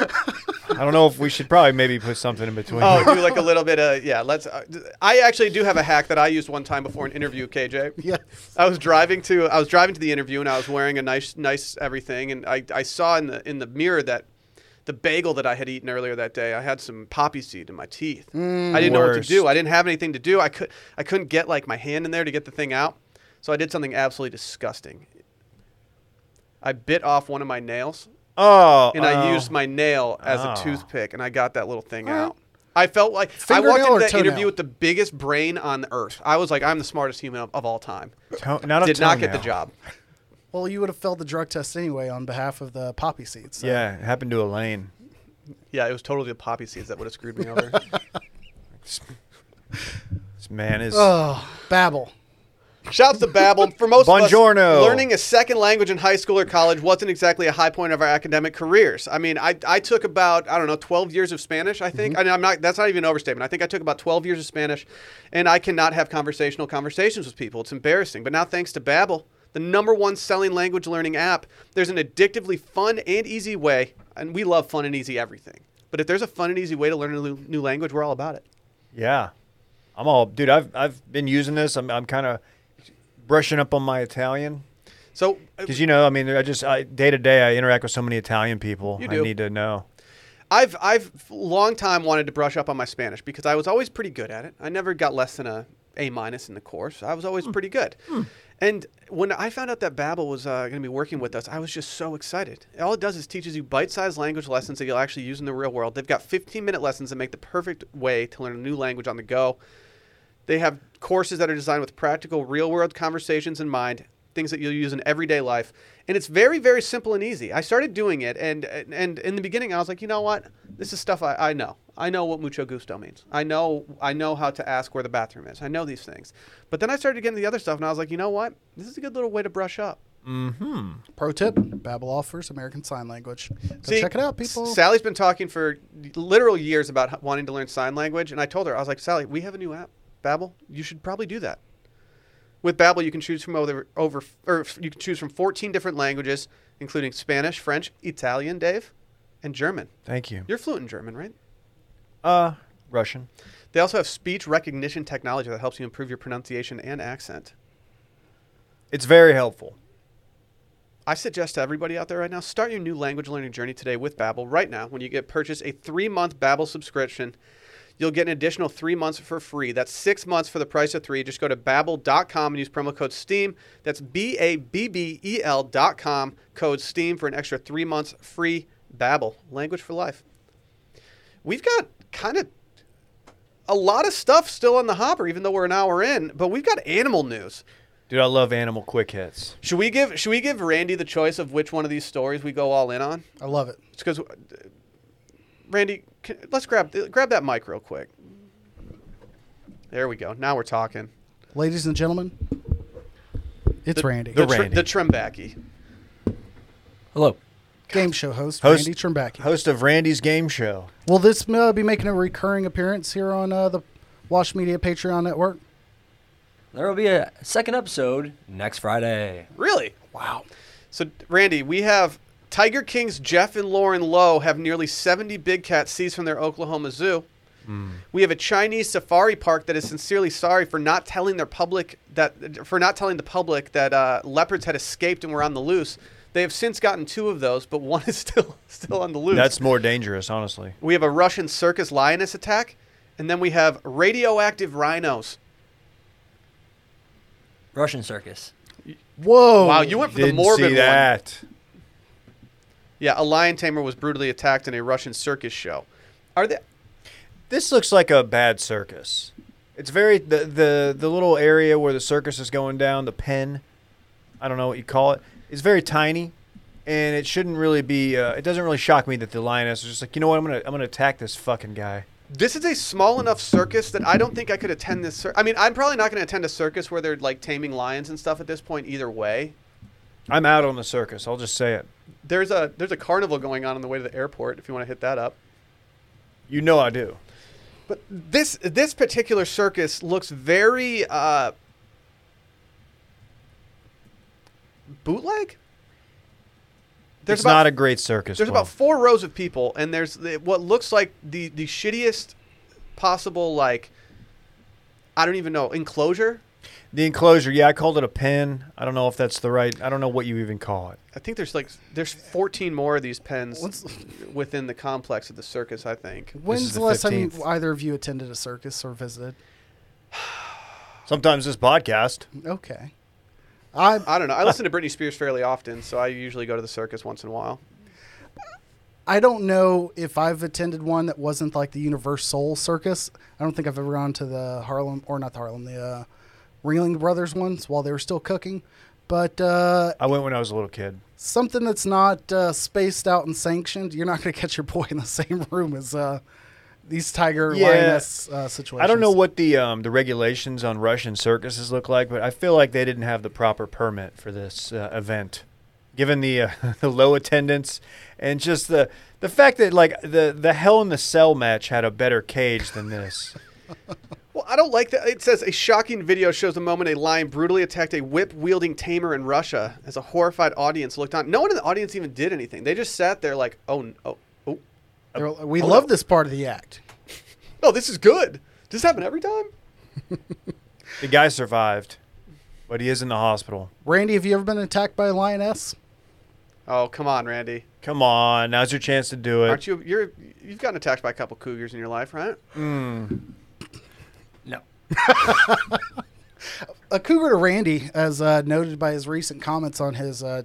Speaker 2: I don't know if we should probably maybe put something in between.
Speaker 1: Oh, do like a little bit of yeah. Let's. Uh, d- I actually do have a hack that I used one time before an interview. KJ.
Speaker 3: Yeah.
Speaker 1: I was driving to I was driving to the interview and I was wearing a nice nice everything and I, I saw in the in the mirror that the bagel that I had eaten earlier that day I had some poppy seed in my teeth. I didn't know what to do.
Speaker 2: Worst.
Speaker 1: I didn't have anything to do. I could I couldn't get like my hand in there to get the thing out. So I did something absolutely disgusting. I bit off one of my nails
Speaker 2: Oh,
Speaker 1: and I
Speaker 2: oh.
Speaker 1: used my nail as
Speaker 2: Oh.
Speaker 1: a toothpick, and I got that little thing
Speaker 3: All right.
Speaker 1: out. I felt like I walked
Speaker 3: Fingernail
Speaker 1: into
Speaker 3: or
Speaker 1: that interview
Speaker 3: toenail?
Speaker 1: with the biggest brain on the earth. I was like, I'm the smartest human of, of all time.
Speaker 2: To- not a
Speaker 1: Did not get the
Speaker 2: toenail.
Speaker 1: job.
Speaker 3: Well, you would have failed the drug test anyway on behalf of the poppy seeds. so-
Speaker 2: Yeah, it happened to Elaine.
Speaker 1: Yeah, it was totally the poppy seeds that would have screwed me over.
Speaker 2: This man is.
Speaker 3: Oh, Babel.
Speaker 1: Shouts to Babbel. For most of
Speaker 2: Buongiorno.
Speaker 1: us, learning a second language in high school or college wasn't exactly a high point of our academic careers. I mean, I, I took about, I don't know, 12 years of Spanish, I think. And I'm not, that's not even an overstatement. I think I took about 12 years of Spanish, and I cannot have conversational conversations with people. It's embarrassing. But now, thanks to Babbel, the number one selling language learning app, there's an addictively fun and easy way, and we love fun and easy everything. But if there's a fun and easy way to learn a new- new language, we're all about it.
Speaker 2: yeah, I'm all dude. I've I've been using this. I'm I'm kind of brushing up on my Italian
Speaker 1: So, uh,
Speaker 2: because you know I mean I just I, day to day I interact with so many Italian people.
Speaker 1: You
Speaker 2: I
Speaker 1: do.
Speaker 2: need to know.
Speaker 1: I've I've long time wanted to brush up on my Spanish because I was always pretty good at it. I never got less than a A minus in the course. I was always pretty good. And when I found out that Babbel was uh, going to be working with us, I was just so excited. All it does is teaches you bite-sized language lessons that you'll actually use in the real world. They've got 15-minute lessons that make the perfect way to learn a new language on the go. They have courses that are designed with practical, real world conversations in mind, things that you'll use in everyday life. And it's very, very simple and easy. I started doing it, and, and, and in the beginning, I was like, you know what? This is stuff I, I know. I know what mucho gusto means. I know I know how to ask where the bathroom is. I know these things. But then I started getting the other stuff, and I was like, you know what? This is a good little way to brush up.
Speaker 3: Pro tip: Babel offers American Sign Language. Go
Speaker 1: See,
Speaker 3: check it out, people.
Speaker 1: S- Sally's been talking for literal years about h- wanting to learn sign language, and I told her I was like, Sally, we have a new app, Babbel. You should probably do that. With Babbel, you can choose from over, over or f- you can choose from 14 different languages, including Spanish, French, Italian, Dave, and German.
Speaker 2: Thank you.
Speaker 1: You're fluent in German, right?
Speaker 2: Uh, Russian.
Speaker 1: They also have speech recognition technology that helps you improve your pronunciation and accent.
Speaker 2: It's very helpful.
Speaker 1: I suggest to everybody out there right now, start your new language learning journey today with Babbel. Right now, when you get purchase a three-month Babbel subscription, you'll get an additional three months for free. That's six months for the price of three. Just go to babbel.com and use promo code STEAM. That's B-A-B-B-E-L E dot com, code STEAM for an extra three months free Babbel. Language for life. We've got kind of a lot of stuff still in the hopper, even though we're an hour in, but we've got animal news.
Speaker 2: Dude, I love animal quick hits.
Speaker 1: Should we give Should we give Randy the choice of which one of these stories we go all in on?
Speaker 3: I love it.
Speaker 1: It's because Randy, can, let's grab grab that mic real quick. There we go. Now we're talking.
Speaker 3: Ladies and gentlemen, it's Randy.
Speaker 1: The,
Speaker 2: the
Speaker 1: tr-
Speaker 2: Randy.
Speaker 1: the Trembacky.
Speaker 5: Hello.
Speaker 3: Game show host,
Speaker 2: Host-
Speaker 3: Randy Trimbacki.
Speaker 2: Host of Randy's game show.
Speaker 3: Will this uh, be making a recurring appearance here on uh, the Wash Media Patreon Network?
Speaker 5: There will be a second episode next Friday.
Speaker 1: Really?
Speaker 3: Wow.
Speaker 1: So Randy, we have Tiger King's Jeff and Lauren Lowe have nearly 70 big cats seized from their Oklahoma zoo. We have a Chinese safari park that is sincerely sorry for not telling their public that for not telling the public that uh, leopards had escaped and were on the loose. They have since gotten two of those, but one is still still on the loose.
Speaker 2: That's more dangerous, honestly.
Speaker 1: We have a Russian circus lioness attack, and then we have radioactive rhinos.
Speaker 5: Russian circus.
Speaker 3: Whoa!
Speaker 1: Wow, you went for the
Speaker 2: Didn't
Speaker 1: morbid
Speaker 2: see
Speaker 1: one.
Speaker 2: that.
Speaker 1: Yeah, a lion tamer was brutally attacked in a Russian circus show. Are they?
Speaker 2: This looks like a bad circus. It's very the, the the little area where the circus is going down, the pen. I don't know what you call it. It's very tiny, and it shouldn't really be. Uh, it doesn't really shock me that the lioness is just like, you know what, I'm gonna I'm gonna attack this fucking guy.
Speaker 1: This is a small enough circus that I don't think I could attend this. Cir- I mean, I'm probably not going to attend a circus where they're like taming lions and stuff at this point. Either way,
Speaker 2: I'm out on the circus. I'll just say it.
Speaker 1: there's a there's a carnival going on on the way to the airport. If you want to hit that up.
Speaker 2: You know I do.
Speaker 1: But this this particular circus looks very uh, bootleg. There's
Speaker 2: There's it's
Speaker 1: about
Speaker 2: not a great circus.
Speaker 1: there's
Speaker 2: Paul.
Speaker 1: about four rows of people, and there's the, what looks like the the shittiest possible like I don't even know enclosure.
Speaker 2: the enclosure. Yeah, I called it a pen. I don't know if that's the right. I don't know what you even call it.
Speaker 1: I think there's like there's 14 more of these pens
Speaker 3: What's-
Speaker 1: within the complex of the circus. I think
Speaker 2: This
Speaker 3: When's
Speaker 2: is
Speaker 3: the
Speaker 2: the
Speaker 3: last time
Speaker 2: 15th.
Speaker 3: either of you attended a circus or visited?
Speaker 2: Sometimes this podcast.
Speaker 3: Okay. I
Speaker 1: I don't know. I listen to Britney Spears fairly often, so I usually go to the circus once in a while.
Speaker 3: I don't know if I've attended one that wasn't like the Universal Circus. I don't think I've ever gone to the Harlem or not the Harlem, the uh, Ringling Brothers ones while they were still cooking. But uh,
Speaker 2: I went when I was a little kid.
Speaker 3: something that's not uh, spaced out and sanctioned, you're not going to catch your boy in the same room as uh, these tiger
Speaker 2: Yeah.
Speaker 3: lioness uh, situations.
Speaker 2: I don't know what the um, the regulations on Russian circuses look like, but I feel like they didn't have the proper permit for this uh, event, given the uh, the low attendance and just the the fact that like the the Hell in the Cell match had a better cage than this.
Speaker 1: Well, I don't like that. It says a shocking video shows the moment a lion brutally attacked a whip wielding tamer in Russia as a horrified audience looked on. No one in the audience even did anything. They just sat there like, oh, n- oh, oh,
Speaker 3: They're like, we
Speaker 1: Hold
Speaker 3: love
Speaker 1: up.
Speaker 3: this part of the act.
Speaker 1: oh, this is good. Does this happen every time?
Speaker 2: the guy survived, but he is in the hospital.
Speaker 3: Randy, have you ever been attacked by a lioness?
Speaker 1: Oh, come on, Randy.
Speaker 2: Come on, now's your chance to do it.
Speaker 1: Aren't you? You're you've gotten attacked by a couple cougars in your life, right?
Speaker 5: No.
Speaker 3: a cougar to Randy, as uh, noted by his recent comments on his uh,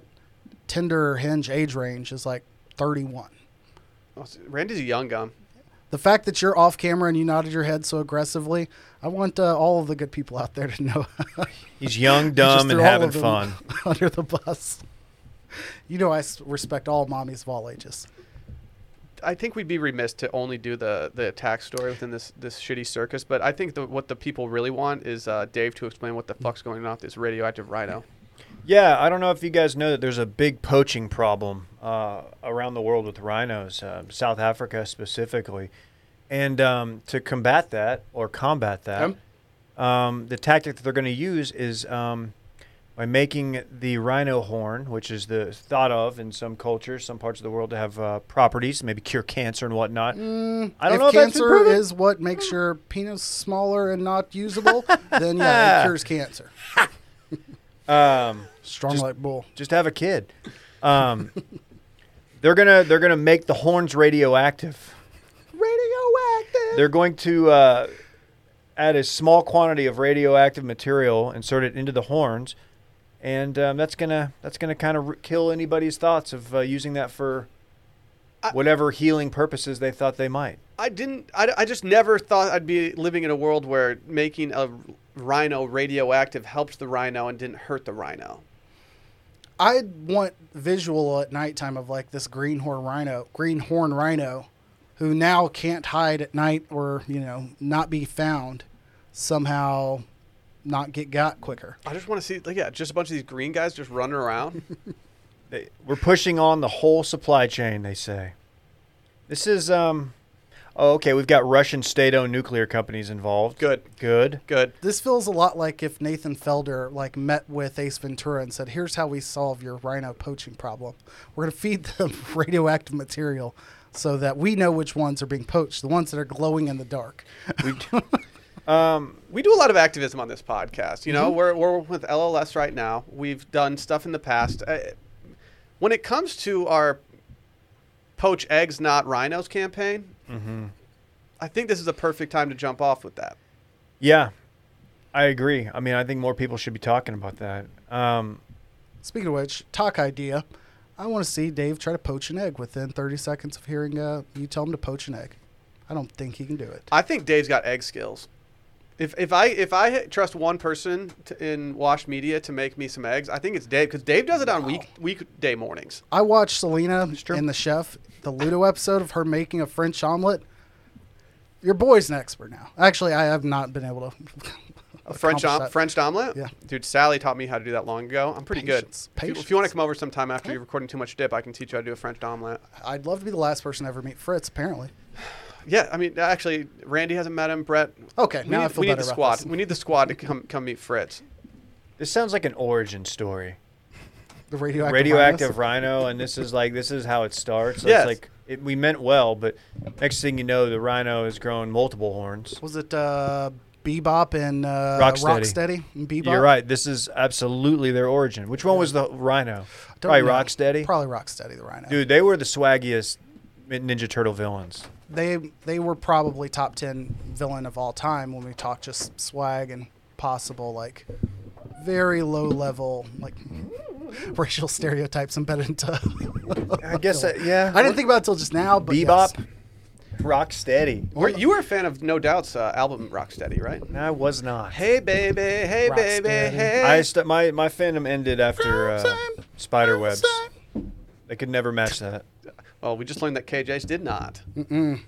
Speaker 3: Tinder hinge age range, is like 31.
Speaker 1: Oh, s- Randy's a young gum.
Speaker 3: The fact that you're off camera and you nodded your head so aggressively, I want uh, all of the good people out there to know. You
Speaker 2: He's young,
Speaker 3: just
Speaker 2: dumb, and
Speaker 3: threw all
Speaker 2: having
Speaker 3: of them
Speaker 2: fun.
Speaker 3: under the bus. You know, I s- respect all mommies of all ages.
Speaker 1: I think we'd be remiss to only do the the attack story within this this shitty circus, but I think the, what the people really want is uh, Dave to explain what the fuck's going on with this radioactive rhino.
Speaker 2: Yeah, I don't know if you guys know that there's a big poaching problem uh, around the world with rhinos, uh, South Africa specifically. And um, to combat that or combat that, um, the tactic that they're going to use is um, by making the rhino horn, which is the thought of in some cultures, some parts of the world to have uh, properties, maybe cure cancer and whatnot. I don't
Speaker 3: Mm, if
Speaker 2: know if that's been
Speaker 3: cancer
Speaker 2: proven.
Speaker 3: is what makes your penis smaller and not usable, then yeah, it cures cancer.
Speaker 2: Um,
Speaker 3: Strong like bull.
Speaker 2: just have a kid. Um, they're gonna they're gonna make the horns radioactive.
Speaker 1: Radioactive.
Speaker 2: They're going to uh, add a small quantity of radioactive material, insert it into the horns, and um, that's gonna that's gonna kind of r- kill anybody's thoughts of uh, using that for
Speaker 1: I-
Speaker 2: whatever healing purposes they thought they might.
Speaker 1: I didn't. I, I just never thought I'd be living in a world where making a rhino radioactive helps the rhino and didn't hurt the rhino.
Speaker 3: I want visual at nighttime of like this greenhorn rhino, greenhorn rhino, who now can't hide at night or you know not be found, somehow not get got quicker.
Speaker 1: I just want to see, like, yeah, just a bunch of these green guys just running around.
Speaker 2: They, we're pushing on the whole supply chain. They say this is um. Oh, okay. We've got Russian state-owned nuclear companies involved.
Speaker 1: Good.
Speaker 2: Good.
Speaker 1: Good.
Speaker 3: This feels a lot like if Nathan Felder like met with Ace Ventura and said, "Here's how we solve your rhino poaching problem. We're going to feed them radioactive material." So that we know which ones are being poached, the ones that are glowing in the dark.
Speaker 1: we do a lot of activism on this podcast. You know, we're, we're with LLS right now. We've done stuff in the past. Uh, when it comes to our poach eggs, not rhinos campaign, I think this is a perfect time to jump off with that.
Speaker 2: Yeah. I agree. I mean, I think more people should be talking about that. Um,
Speaker 3: Speaking of which, talk idea. I want to see Dave try to poach an egg within 30 seconds of hearing uh, you tell him to poach an egg. I don't think he can do it.
Speaker 1: I think Dave's got egg skills. If, if I if I had- trust one person to, in Wash Media to make me some eggs, I think it's Dave because Dave does it on week weekday mornings.
Speaker 3: I watched Selena
Speaker 2: true.
Speaker 3: and the chef, the Ludo episode of her making a French omelet. Your boy's an expert now. Actually, I have not been able to.
Speaker 1: A French
Speaker 3: accomplish
Speaker 1: om-
Speaker 3: that.
Speaker 1: French omelet.
Speaker 3: Yeah.
Speaker 1: dude, Sally taught me how to do that long ago. I'm pretty
Speaker 3: Patience,
Speaker 1: good. If you- If you,
Speaker 3: patience.
Speaker 1: want to come over sometime after you're recording too much dip, I can teach you how to do a French omelet.
Speaker 3: I'd love to be the last person to ever meet Fritz. Apparently,
Speaker 1: Yeah, I mean, actually, Randy hasn't met him. Brett.
Speaker 3: okay.
Speaker 1: We
Speaker 3: now
Speaker 1: need,
Speaker 3: I feel
Speaker 1: we need
Speaker 3: better
Speaker 1: the
Speaker 3: about
Speaker 1: squad.
Speaker 3: this.
Speaker 1: We need the squad to come come meet Fritz.
Speaker 2: this sounds like an origin story.
Speaker 3: The radioactive.
Speaker 2: Radioactive
Speaker 3: rhinos.
Speaker 2: rhino, and this is like this is how it starts. So
Speaker 1: Yes.
Speaker 2: It's like it, we meant well, but next thing you know, the rhino has grown multiple horns.
Speaker 3: Was it uh, Bebop and uh,
Speaker 2: Rocksteady.
Speaker 3: Rocksteady and Bebop?
Speaker 2: You're right. This is absolutely their origin. Which one was the rhino?
Speaker 3: Don't
Speaker 2: Probably
Speaker 3: know.
Speaker 2: Rocksteady.
Speaker 3: Probably Rocksteady, the Rhino.
Speaker 2: Dude, they were the swaggiest Ninja Turtle villains.
Speaker 3: they they were probably top 10 villain of all time when we talk just swag and possible like very low level like racial stereotypes embedded into
Speaker 2: I guess,
Speaker 1: uh,
Speaker 2: that, yeah.
Speaker 3: I didn't think about it till just now but
Speaker 2: Bebop,
Speaker 3: yes.
Speaker 2: Rocksteady.
Speaker 1: Were, you were a fan of No Doubt's uh, album Rocksteady, right?
Speaker 2: I was not.
Speaker 1: Hey baby, hey baby,
Speaker 3: Rocksteady.
Speaker 1: hey.
Speaker 2: I st- my my fandom ended after uh, spider webs. They could never match that.
Speaker 1: oh, we just learned that KJ's did not. Mm-mm.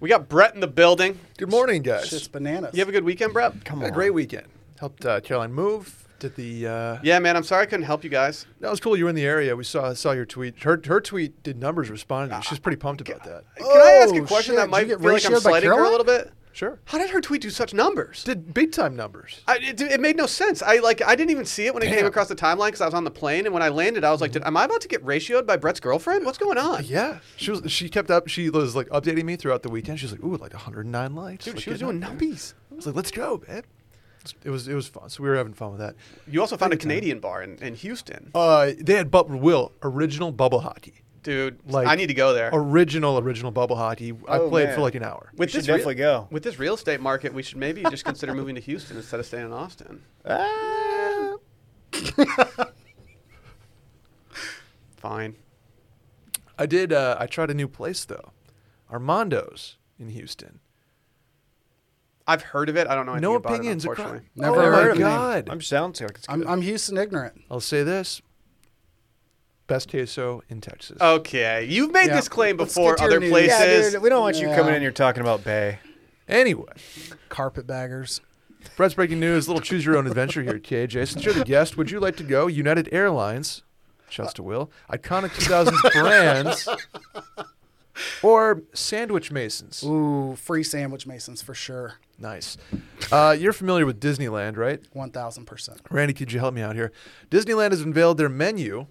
Speaker 1: We got Brett in the building.
Speaker 4: Good morning,
Speaker 3: shit's
Speaker 4: guys.
Speaker 3: bananas
Speaker 1: You have a good weekend, Brett.
Speaker 2: Come
Speaker 4: Had
Speaker 2: on,
Speaker 4: a great weekend. Helped uh, Caroline move. Did the uh,
Speaker 1: Yeah, man. I'm sorry I couldn't help you guys.
Speaker 4: That was cool. You were in the area. We saw saw your tweet. Her her tweet did numbers responded. to. She's
Speaker 1: Ah,
Speaker 4: pretty pumped about that.
Speaker 1: Can I ask a
Speaker 3: Oh,
Speaker 1: question
Speaker 3: shit.
Speaker 1: that
Speaker 3: Did
Speaker 1: might feel
Speaker 3: you get
Speaker 1: like I'm
Speaker 3: ratioed by
Speaker 1: slighting her a
Speaker 3: Caroline?
Speaker 1: little bit?
Speaker 4: Sure.
Speaker 1: How did her tweet do such numbers?
Speaker 4: Did big time numbers.
Speaker 1: I, it, it made no sense. I like I didn't even see it when it came
Speaker 4: Damn.
Speaker 1: across the timeline because I was on the plane and when I landed I was like, did, am I about to get ratioed by Brett's girlfriend? What's going on?
Speaker 4: Yeah. She was she kept up. She was like updating me throughout the weekend. She was like, ooh, like 109 likes.
Speaker 1: Dude,
Speaker 4: Like,
Speaker 1: she was
Speaker 4: getting
Speaker 1: doing
Speaker 4: up there.
Speaker 1: numbies.
Speaker 4: I was like, let's go, babe. It was it was fun. So we were having fun with that.
Speaker 1: You also found a Canadian bar in, in Houston,
Speaker 3: Oh,
Speaker 4: Uh, they had Bubble Will original bubble hockey.
Speaker 1: dude.
Speaker 4: Like
Speaker 1: I need to go there.
Speaker 4: Original original bubble hockey. I
Speaker 2: Oh,
Speaker 4: played
Speaker 2: man.
Speaker 4: for like an hour.
Speaker 2: We
Speaker 1: With
Speaker 2: should
Speaker 1: this real-
Speaker 2: definitely go.
Speaker 1: With this real estate market, we should maybe just consider moving to Houston instead of staying in Austin.
Speaker 2: Ah.
Speaker 1: Fine.
Speaker 4: I did. Uh, I tried a new place though, Armando's in Houston.
Speaker 1: I've heard of it. I don't know anything
Speaker 4: No
Speaker 1: about
Speaker 4: opinions
Speaker 1: it.
Speaker 4: are
Speaker 1: Unfortunately,
Speaker 3: Never
Speaker 4: oh
Speaker 3: heard of it.
Speaker 4: my god!
Speaker 2: I'm sounds like it's good.
Speaker 3: I'm, I'm Houston ignorant
Speaker 4: I'll say this: best queso in Texas.
Speaker 3: Oh.
Speaker 1: okay. You've made
Speaker 3: Yeah.
Speaker 1: this claim
Speaker 3: Let's get
Speaker 1: before
Speaker 3: to your
Speaker 1: other
Speaker 3: news.
Speaker 1: places.
Speaker 2: yeah, dude, we don't want you
Speaker 3: Yeah.
Speaker 2: coming in here talking about Bay.
Speaker 4: Anyway,
Speaker 3: carpetbaggers
Speaker 4: Brett's breaking news. Little choose your own adventure here, KJ. Since you're the guest, would you like to go? United Airlines, shouts to Will, iconic 2000s brands, or sandwich masons?
Speaker 3: ooh free sandwich masons for sure
Speaker 4: Nice. Uh, you're familiar with Disneyland, right?
Speaker 3: 1000%
Speaker 4: Randy, could you help me out here? Disneyland has unveiled their menu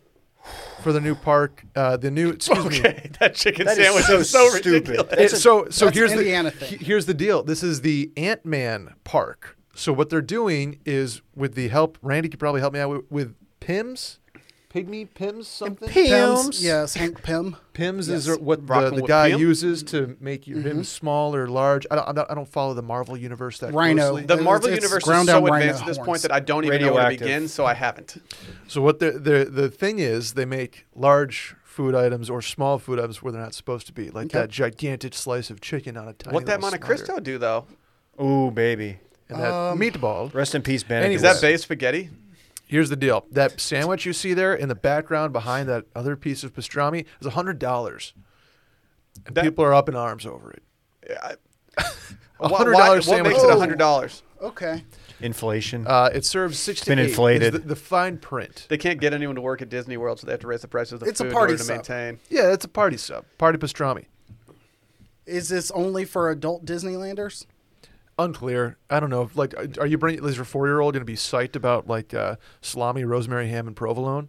Speaker 4: for the new park. Uh, the new excuse me.
Speaker 1: okay, that chicken
Speaker 2: That is
Speaker 1: sandwich
Speaker 2: so
Speaker 1: is so
Speaker 2: stupid.
Speaker 1: ridiculous.
Speaker 4: It- so so
Speaker 3: that's
Speaker 4: here's
Speaker 3: Indiana
Speaker 4: the
Speaker 3: thing.
Speaker 4: he- here's the deal. This is the Ant Man Park. So what they're doing is with the help Randy could probably help me out with, with Pims, pygmy Pims something.
Speaker 3: Pims yes Hank Pym
Speaker 4: Pims is
Speaker 3: Yes.
Speaker 4: what
Speaker 1: Rock
Speaker 4: the,
Speaker 1: and
Speaker 4: the
Speaker 1: wh-
Speaker 4: guy
Speaker 1: Pim?
Speaker 4: uses to make your,
Speaker 3: Mm-hmm.
Speaker 4: him small or large. I don't, I don't I don't follow the Marvel universe that
Speaker 3: Rhino.
Speaker 4: closely.
Speaker 1: The
Speaker 3: It's-
Speaker 1: Marvel
Speaker 3: it's
Speaker 1: universe is
Speaker 3: ground
Speaker 1: so
Speaker 3: down rhino
Speaker 1: advanced at this point
Speaker 3: horns.
Speaker 1: that I don't even know where to
Speaker 2: Radioactive.
Speaker 1: begin, so I haven't.
Speaker 4: So what the the the thing is, they make large food items or small food items where they're not supposed to be, like that gigantic slice of chicken on a tiny.
Speaker 1: What that
Speaker 4: little
Speaker 1: Monte
Speaker 4: slider.
Speaker 1: Cristo Um, do though?
Speaker 2: Ooh, baby.
Speaker 4: and that meatball.
Speaker 2: Rest in peace, Bannock.
Speaker 1: Is
Speaker 4: Anyway.
Speaker 1: that based spaghetti?
Speaker 4: Here's the deal: that sandwich you see there in the background behind that other piece of pastrami is hundred dollars, and
Speaker 1: That-
Speaker 4: people are up in arms over it.
Speaker 1: Why- why-
Speaker 4: $100
Speaker 1: What
Speaker 4: sandwich
Speaker 1: makes it
Speaker 4: though.
Speaker 1: hundred dollars?
Speaker 3: okay
Speaker 2: Inflation.
Speaker 4: Uh, it serves six to
Speaker 2: been
Speaker 4: eight. is
Speaker 2: inflated.
Speaker 4: The, the fine print.
Speaker 1: They can't get anyone to work at Disney World, so they have to raise the prices of the
Speaker 3: It's a
Speaker 1: food
Speaker 3: party
Speaker 1: in order to
Speaker 3: sub.
Speaker 1: maintain.
Speaker 4: Yeah, it's a party sub, party pastrami.
Speaker 3: is this only for adult Disneylanders
Speaker 4: Unclear. I don't know. if, Like, are- are you bringing? Is your four-year-old going to be psyched about like uh, salami, rosemary, ham, and provolone?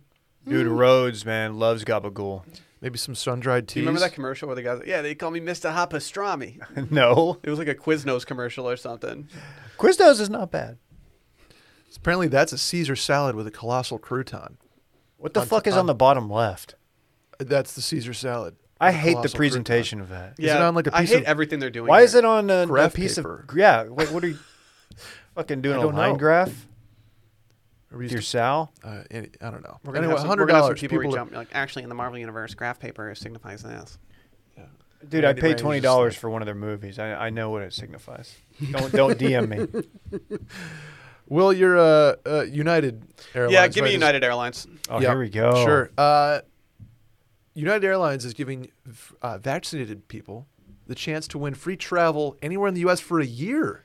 Speaker 2: Dude,
Speaker 1: Mm.
Speaker 2: Rhodes, man, loves gabagool.
Speaker 4: Maybe some sun-dried teas.
Speaker 1: Do you remember that commercial where the guys, yeah, they call me Mr. Hot Pastrami.
Speaker 2: no.
Speaker 1: It was like a Quiznos commercial or something.
Speaker 2: Quiznos is not bad.
Speaker 4: Apparently, that's a Caesar salad with a colossal crouton.
Speaker 2: What the fuck is on the bottom left?
Speaker 4: That's the Caesar salad.
Speaker 2: I
Speaker 4: with a
Speaker 2: hate the
Speaker 4: colossal crouton.
Speaker 2: presentation of that.
Speaker 4: it on, like, a
Speaker 1: I
Speaker 4: piece
Speaker 1: hate
Speaker 4: of-
Speaker 1: everything they're doing.
Speaker 2: Why is
Speaker 1: here.
Speaker 2: it on a, a
Speaker 4: Graph
Speaker 2: piece
Speaker 4: paper.
Speaker 2: of yeah? Wait, what are you? Fucking doing
Speaker 4: I
Speaker 2: a
Speaker 4: don't
Speaker 2: line
Speaker 4: know.
Speaker 2: graph
Speaker 4: Or
Speaker 2: with
Speaker 4: we used
Speaker 2: your
Speaker 4: to-
Speaker 2: Sal.
Speaker 4: uh, any- I don't know.
Speaker 1: We're gonna
Speaker 4: anyway,
Speaker 1: have some, we're
Speaker 4: hundred
Speaker 1: gonna have some
Speaker 4: dollars.
Speaker 1: people,
Speaker 4: People,
Speaker 1: reach
Speaker 4: that-
Speaker 1: out and be like actually in the Marvel universe graph paper signifies this.
Speaker 2: Dude, I
Speaker 4: Andy
Speaker 2: paid
Speaker 4: Ray's
Speaker 2: twenty
Speaker 4: just
Speaker 2: dollars for one of their movies. I, I know what it signifies. Don't don't DM me.
Speaker 4: Will you're uh, uh, United Airlines?
Speaker 1: yeah, give
Speaker 4: right,
Speaker 1: me
Speaker 4: is-
Speaker 1: United Airlines.
Speaker 2: Oh,
Speaker 4: Yeah,
Speaker 2: here we go.
Speaker 4: Sure. Uh, United Airlines is giving v- uh, vaccinated people the chance to win free travel anywhere in the U.S. for a year.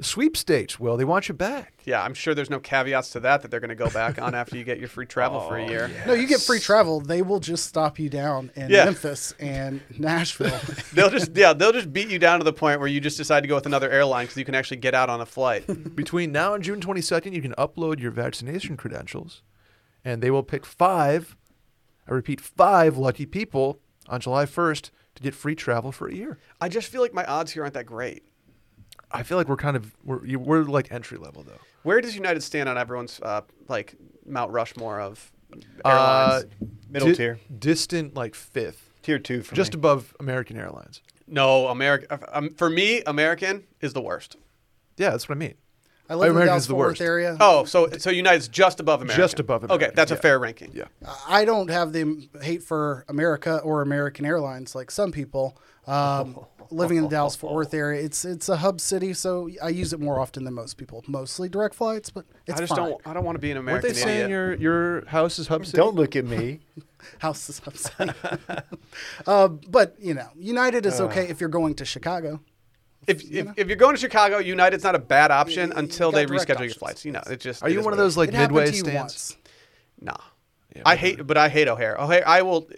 Speaker 4: Sweepstakes. Well, they want you back.
Speaker 1: Yeah, I'm sure there's no caveats to that that they're going to go back on after you get your free travel for
Speaker 4: Oh,
Speaker 1: a year.
Speaker 3: No, you get free travel. They will just stop you down in
Speaker 1: Yeah.
Speaker 3: Memphis and Nashville.
Speaker 1: They'll just yeah, they'll just beat you down to the point where you just decide to go with another airline because you can actually get out on a flight.
Speaker 4: Between now and June 22nd, you can upload your vaccination credentials, and they will pick five. I repeat, five lucky people on July 1st to get free travel for a year.
Speaker 1: I just feel like my odds here aren't that great.
Speaker 4: I feel like we're kind of we're you- we're like entry level though.
Speaker 1: Where does United stand on everyone's uh, like Mount Rushmore of
Speaker 4: Uh,
Speaker 1: airlines?
Speaker 2: Middle
Speaker 4: di-
Speaker 2: tier.
Speaker 4: distant like fifth,
Speaker 2: Tier two for
Speaker 4: just
Speaker 2: me.
Speaker 4: above American Airlines.
Speaker 1: no, America. Um, for me, American is the worst.
Speaker 4: Yeah, that's what I mean.
Speaker 3: I live in the
Speaker 4: America's
Speaker 3: Dallas
Speaker 4: the
Speaker 3: Fort Worth
Speaker 4: worst.
Speaker 3: area.
Speaker 1: Oh, so so United's just above American.
Speaker 4: Just above
Speaker 1: Okay,
Speaker 4: American,
Speaker 1: that's a
Speaker 4: yeah.
Speaker 1: fair ranking.
Speaker 4: Yeah.
Speaker 3: I don't have the hate for America or American Airlines like some people. Um, living in the Dallas Fort Worth area, it's it's a hub city, so I use it more often than most people. Mostly direct flights, but it's
Speaker 1: I just
Speaker 3: fine.
Speaker 1: don't. I don't want to be an
Speaker 4: Weren't
Speaker 1: American
Speaker 4: they saying
Speaker 1: idiot.
Speaker 4: your your house is hub city?
Speaker 2: Don't look at me.
Speaker 3: House is hub city. uh, but you know, United
Speaker 1: Uh.
Speaker 3: is okay if you're going to Chicago.
Speaker 1: if, if, if you're going to Chicago, United's not a bad option
Speaker 3: You- you
Speaker 1: until
Speaker 3: got
Speaker 1: they
Speaker 3: direct
Speaker 1: reschedule your
Speaker 3: options,
Speaker 1: flights. You know, it just
Speaker 4: Are
Speaker 1: it
Speaker 4: you
Speaker 1: is
Speaker 4: one of
Speaker 1: what it
Speaker 4: those like
Speaker 3: it happened
Speaker 4: midway
Speaker 3: to you
Speaker 4: stands?
Speaker 3: once.
Speaker 1: Nah.
Speaker 4: Yeah,
Speaker 1: I hate, but I hate O'Hare. O'Hare, I will,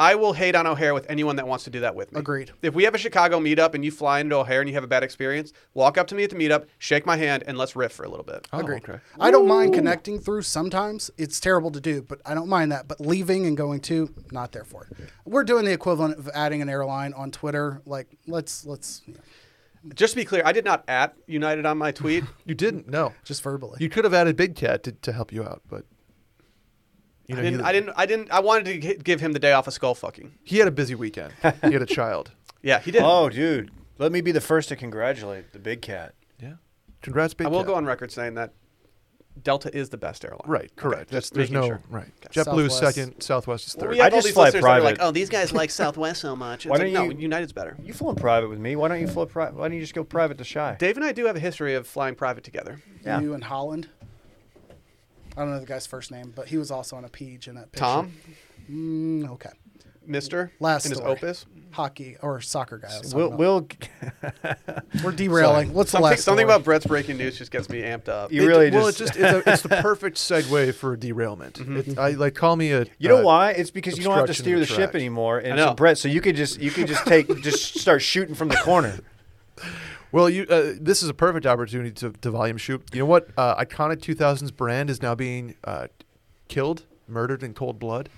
Speaker 1: I will hate on O'Hare with anyone that wants to do that with me.
Speaker 3: Agreed.
Speaker 1: If we have a Chicago meetup and you fly into O'Hare and you have a bad experience, walk up to me at the meetup, shake my hand, and let's riff for a little bit.
Speaker 4: Oh,
Speaker 3: Agreed.
Speaker 4: okay.
Speaker 3: I don't mind connecting through sometimes. It's terrible to do, but I don't mind that. But leaving and going to, not there for it. We're doing the equivalent of adding an airline on Twitter. Like, let's let's you know,
Speaker 1: Just to be clear, I did not at United on my tweet.
Speaker 4: You didn't. No.
Speaker 3: just verbally.
Speaker 4: You could have added Big Cat to, to help you out, but you
Speaker 1: I
Speaker 4: know,
Speaker 1: didn't,
Speaker 4: he,
Speaker 1: I didn't. I didn't. I wanted to gi- give him the day off of skull fucking.
Speaker 4: he had a busy weekend. he had a child.
Speaker 1: Yeah, he did.
Speaker 2: oh, dude. Let me be the first to congratulate the big cat.
Speaker 4: Yeah. Congrats, Big
Speaker 1: I
Speaker 4: Cat.
Speaker 1: will go on record saying that Delta is the best airline.
Speaker 4: Right. Correct. That's
Speaker 1: just
Speaker 4: there's
Speaker 1: making
Speaker 4: no
Speaker 1: sure.
Speaker 4: right. JetBlue is
Speaker 3: Southwest.
Speaker 4: second. Southwest is third.
Speaker 1: We have
Speaker 2: I
Speaker 1: all
Speaker 2: just
Speaker 1: these
Speaker 2: fly
Speaker 1: listeners that are like,
Speaker 2: private.
Speaker 1: oh, these guys like Southwest so much. It's
Speaker 2: Why
Speaker 1: like,
Speaker 2: don't
Speaker 1: no,
Speaker 2: you-
Speaker 1: United's better.
Speaker 2: You flew in private with me. Why don't you fly? Pri- why don't you just go private to shy?
Speaker 1: Dave and I do have a history of flying private together.
Speaker 2: Yeah.
Speaker 3: You and Holland. I don't know the guy's first name, but he was also on a page in that picture.
Speaker 1: Tom,
Speaker 3: Mm, okay.
Speaker 1: Mister,
Speaker 3: Last
Speaker 1: in his
Speaker 3: story.
Speaker 1: opus.
Speaker 3: Hockey or soccer guy. I was
Speaker 2: Will,
Speaker 3: talking
Speaker 2: Will,
Speaker 3: about. We're derailing. What's the
Speaker 1: Something,
Speaker 3: last
Speaker 1: something
Speaker 3: story?
Speaker 1: about Brett's breaking news just gets me amped up.
Speaker 2: You really
Speaker 4: well,
Speaker 2: just-
Speaker 4: it's just it's, a, it's the perfect segue for a derailment. It's, Mm-hmm. I like call me a.
Speaker 2: you know
Speaker 4: uh,
Speaker 2: why? It's because you don't have to
Speaker 4: obstruction
Speaker 2: steer
Speaker 4: of
Speaker 2: the
Speaker 4: the
Speaker 2: ship
Speaker 4: tracks.
Speaker 2: anymore. And
Speaker 1: I know.
Speaker 2: so Brett, so you could just you could just take just start shooting from the corner.
Speaker 4: Well, you uh, this is a perfect opportunity to, to volume shoot. You know what? Uh, iconic 2000s brand is now being uh, killed, murdered in cold blood.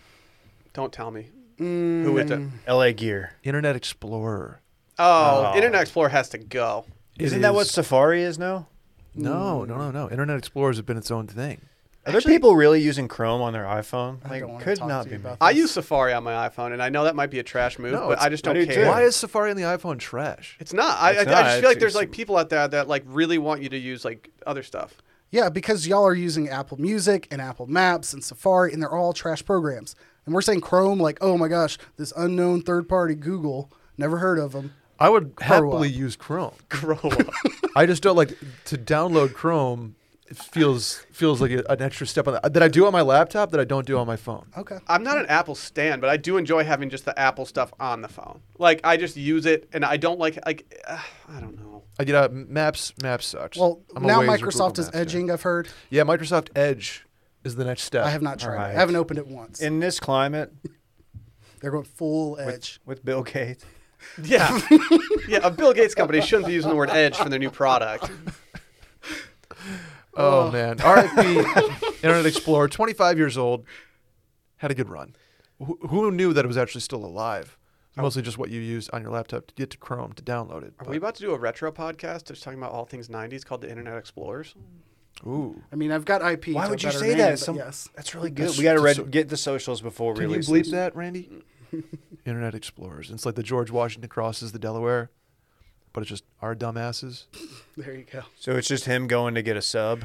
Speaker 1: Don't tell me
Speaker 3: Mm.
Speaker 1: who it. Oh,
Speaker 2: L.A. Gear.
Speaker 4: Internet Explorer.
Speaker 1: oh, Internet Explorer has to go.
Speaker 4: It
Speaker 2: Isn't that what
Speaker 4: is-
Speaker 2: Safari is now?
Speaker 4: No,
Speaker 2: Mm.
Speaker 4: no, no, no. Internet Explorers have been its own thing.
Speaker 2: Are there people really using Chrome on their iPhone?
Speaker 3: I
Speaker 2: Like,
Speaker 3: don't wanna
Speaker 2: could
Speaker 3: talk
Speaker 2: not
Speaker 3: to
Speaker 2: be.
Speaker 3: you about
Speaker 1: I
Speaker 3: this.
Speaker 1: use Safari on my iPhone, and I know that might be a trash move,
Speaker 4: No,
Speaker 1: but
Speaker 4: it's-
Speaker 1: I just don't
Speaker 2: I do
Speaker 1: care.
Speaker 2: too.
Speaker 4: Why is Safari on the iPhone trash?
Speaker 1: It's not. I,
Speaker 2: It's
Speaker 1: I, I
Speaker 2: not.
Speaker 1: just feel like
Speaker 2: It's-
Speaker 1: there's
Speaker 2: it's-
Speaker 1: like people out there that like really want you to use like other stuff.
Speaker 3: Yeah, because y'all are using Apple Music and Apple Maps and Safari, and they're all trash programs. And we're saying Chrome, like, oh my gosh, this unknown third party Google, never heard of them.
Speaker 4: I would happily
Speaker 3: up.
Speaker 4: use Chrome.
Speaker 1: Grow up.
Speaker 4: I just don't like to download Chrome. It feels feels like a, an extra step on that, that I do on my laptop that I don't do on my phone.
Speaker 3: Okay.
Speaker 1: I'm not an Apple stan, but I do enjoy having just the Apple stuff on the phone. Like I just use it, and I don't like like uh, I don't know.
Speaker 4: I get out Maps. Maps sucks.
Speaker 3: Well,
Speaker 4: I'm a
Speaker 3: now
Speaker 4: Waze or Google
Speaker 3: Microsoft is
Speaker 4: Maps guy.
Speaker 3: edging, I've heard.
Speaker 4: Yeah, Microsoft Edge is the next step.
Speaker 3: I have not tried
Speaker 2: Alright.
Speaker 3: it. I haven't opened it once.
Speaker 2: in this climate
Speaker 3: they're going full edge.
Speaker 2: with Bill Gates?
Speaker 1: Yeah, yeah. A Bill Gates company shouldn't be using the word edge for their new product.
Speaker 4: Oh man, RFP Internet Explorer, 25 years old, had a good run. Who, who knew that it was actually still alive? It's Mostly just what you used on your laptop to get to Chrome to download it.
Speaker 1: Are
Speaker 4: but-
Speaker 1: we about to do a retro podcast just talking about all things 90s called the Internet Explorers?
Speaker 4: Ooh,
Speaker 3: I mean, I've got IP.
Speaker 2: Why
Speaker 3: to a
Speaker 2: would you
Speaker 3: better
Speaker 2: say
Speaker 3: name,
Speaker 2: that?
Speaker 3: but
Speaker 2: Some-
Speaker 3: yes.
Speaker 2: That's really good.
Speaker 4: That's-
Speaker 2: we got to
Speaker 4: that's so-
Speaker 2: read get the socials before we
Speaker 4: can you
Speaker 2: release.
Speaker 4: bleep
Speaker 2: this.
Speaker 4: that, Randy? Internet Explorers. It's like the George Washington crosses the Delaware, but but it's just our dumbasses
Speaker 3: There you go.
Speaker 2: So it's just him going to get a sub.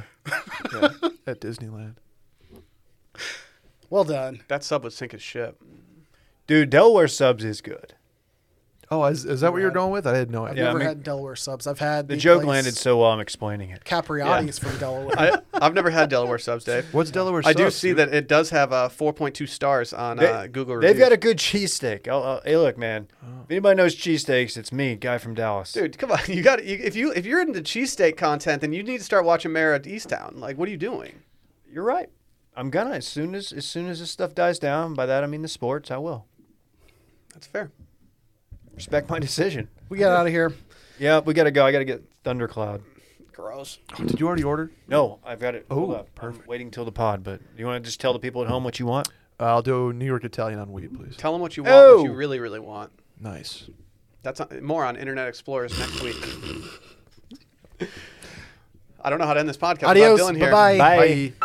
Speaker 4: at Disneyland.
Speaker 3: Well done.
Speaker 1: That sub would sink his ship.
Speaker 2: Dude, Delaware subs is good.
Speaker 4: Oh, is, is that what you're going with? I had no
Speaker 3: I've
Speaker 4: idea.
Speaker 2: Yeah, I
Speaker 3: never
Speaker 2: mean-
Speaker 3: had Delaware subs. I've had
Speaker 2: The joke
Speaker 3: place
Speaker 2: landed so well I'm explaining it.
Speaker 3: Capriati's from Delaware.
Speaker 1: I, I've never had Delaware subs, Dave.
Speaker 4: What's Delaware?
Speaker 1: I do
Speaker 4: subs,
Speaker 1: see
Speaker 4: dude?
Speaker 1: that it does have uh, 4.2 stars on
Speaker 2: They-
Speaker 1: uh, Google
Speaker 2: They've
Speaker 1: reviews. Oh.
Speaker 2: got a good cheesesteak. Oh, uh, hey, look, man. If anybody knows cheesesteaks, it's me, guy from Dallas.
Speaker 1: dude. Come on, you got you, if you if you're into cheesesteak content, then you need to start watching Mara at Easttown. Like, what are you doing?
Speaker 2: you're right. I'm gonna as soon as as soon as this stuff dies down. By that I mean the sports. I will
Speaker 1: That's fair.
Speaker 2: respect my decision.
Speaker 3: we got out of here.
Speaker 2: Yeah, we gotta go. I gotta get Thundercloud.
Speaker 1: Gross.
Speaker 4: Oh, did you already order?
Speaker 2: No, I've got it. Hold
Speaker 4: Oh,
Speaker 2: up. I'm waiting till the pod, but you want to just tell the people at home what you want?
Speaker 4: Uh, I'll do New York Italian on wheat, please.
Speaker 1: Tell them what you want.
Speaker 2: Oh.
Speaker 1: What you really, really want.
Speaker 4: Nice.
Speaker 1: That's on, more on Internet Explorers next week. I don't know how to end this podcast. without
Speaker 3: Adios.
Speaker 1: Dylan here.
Speaker 3: Bye-bye.
Speaker 2: Bye.
Speaker 4: Bye.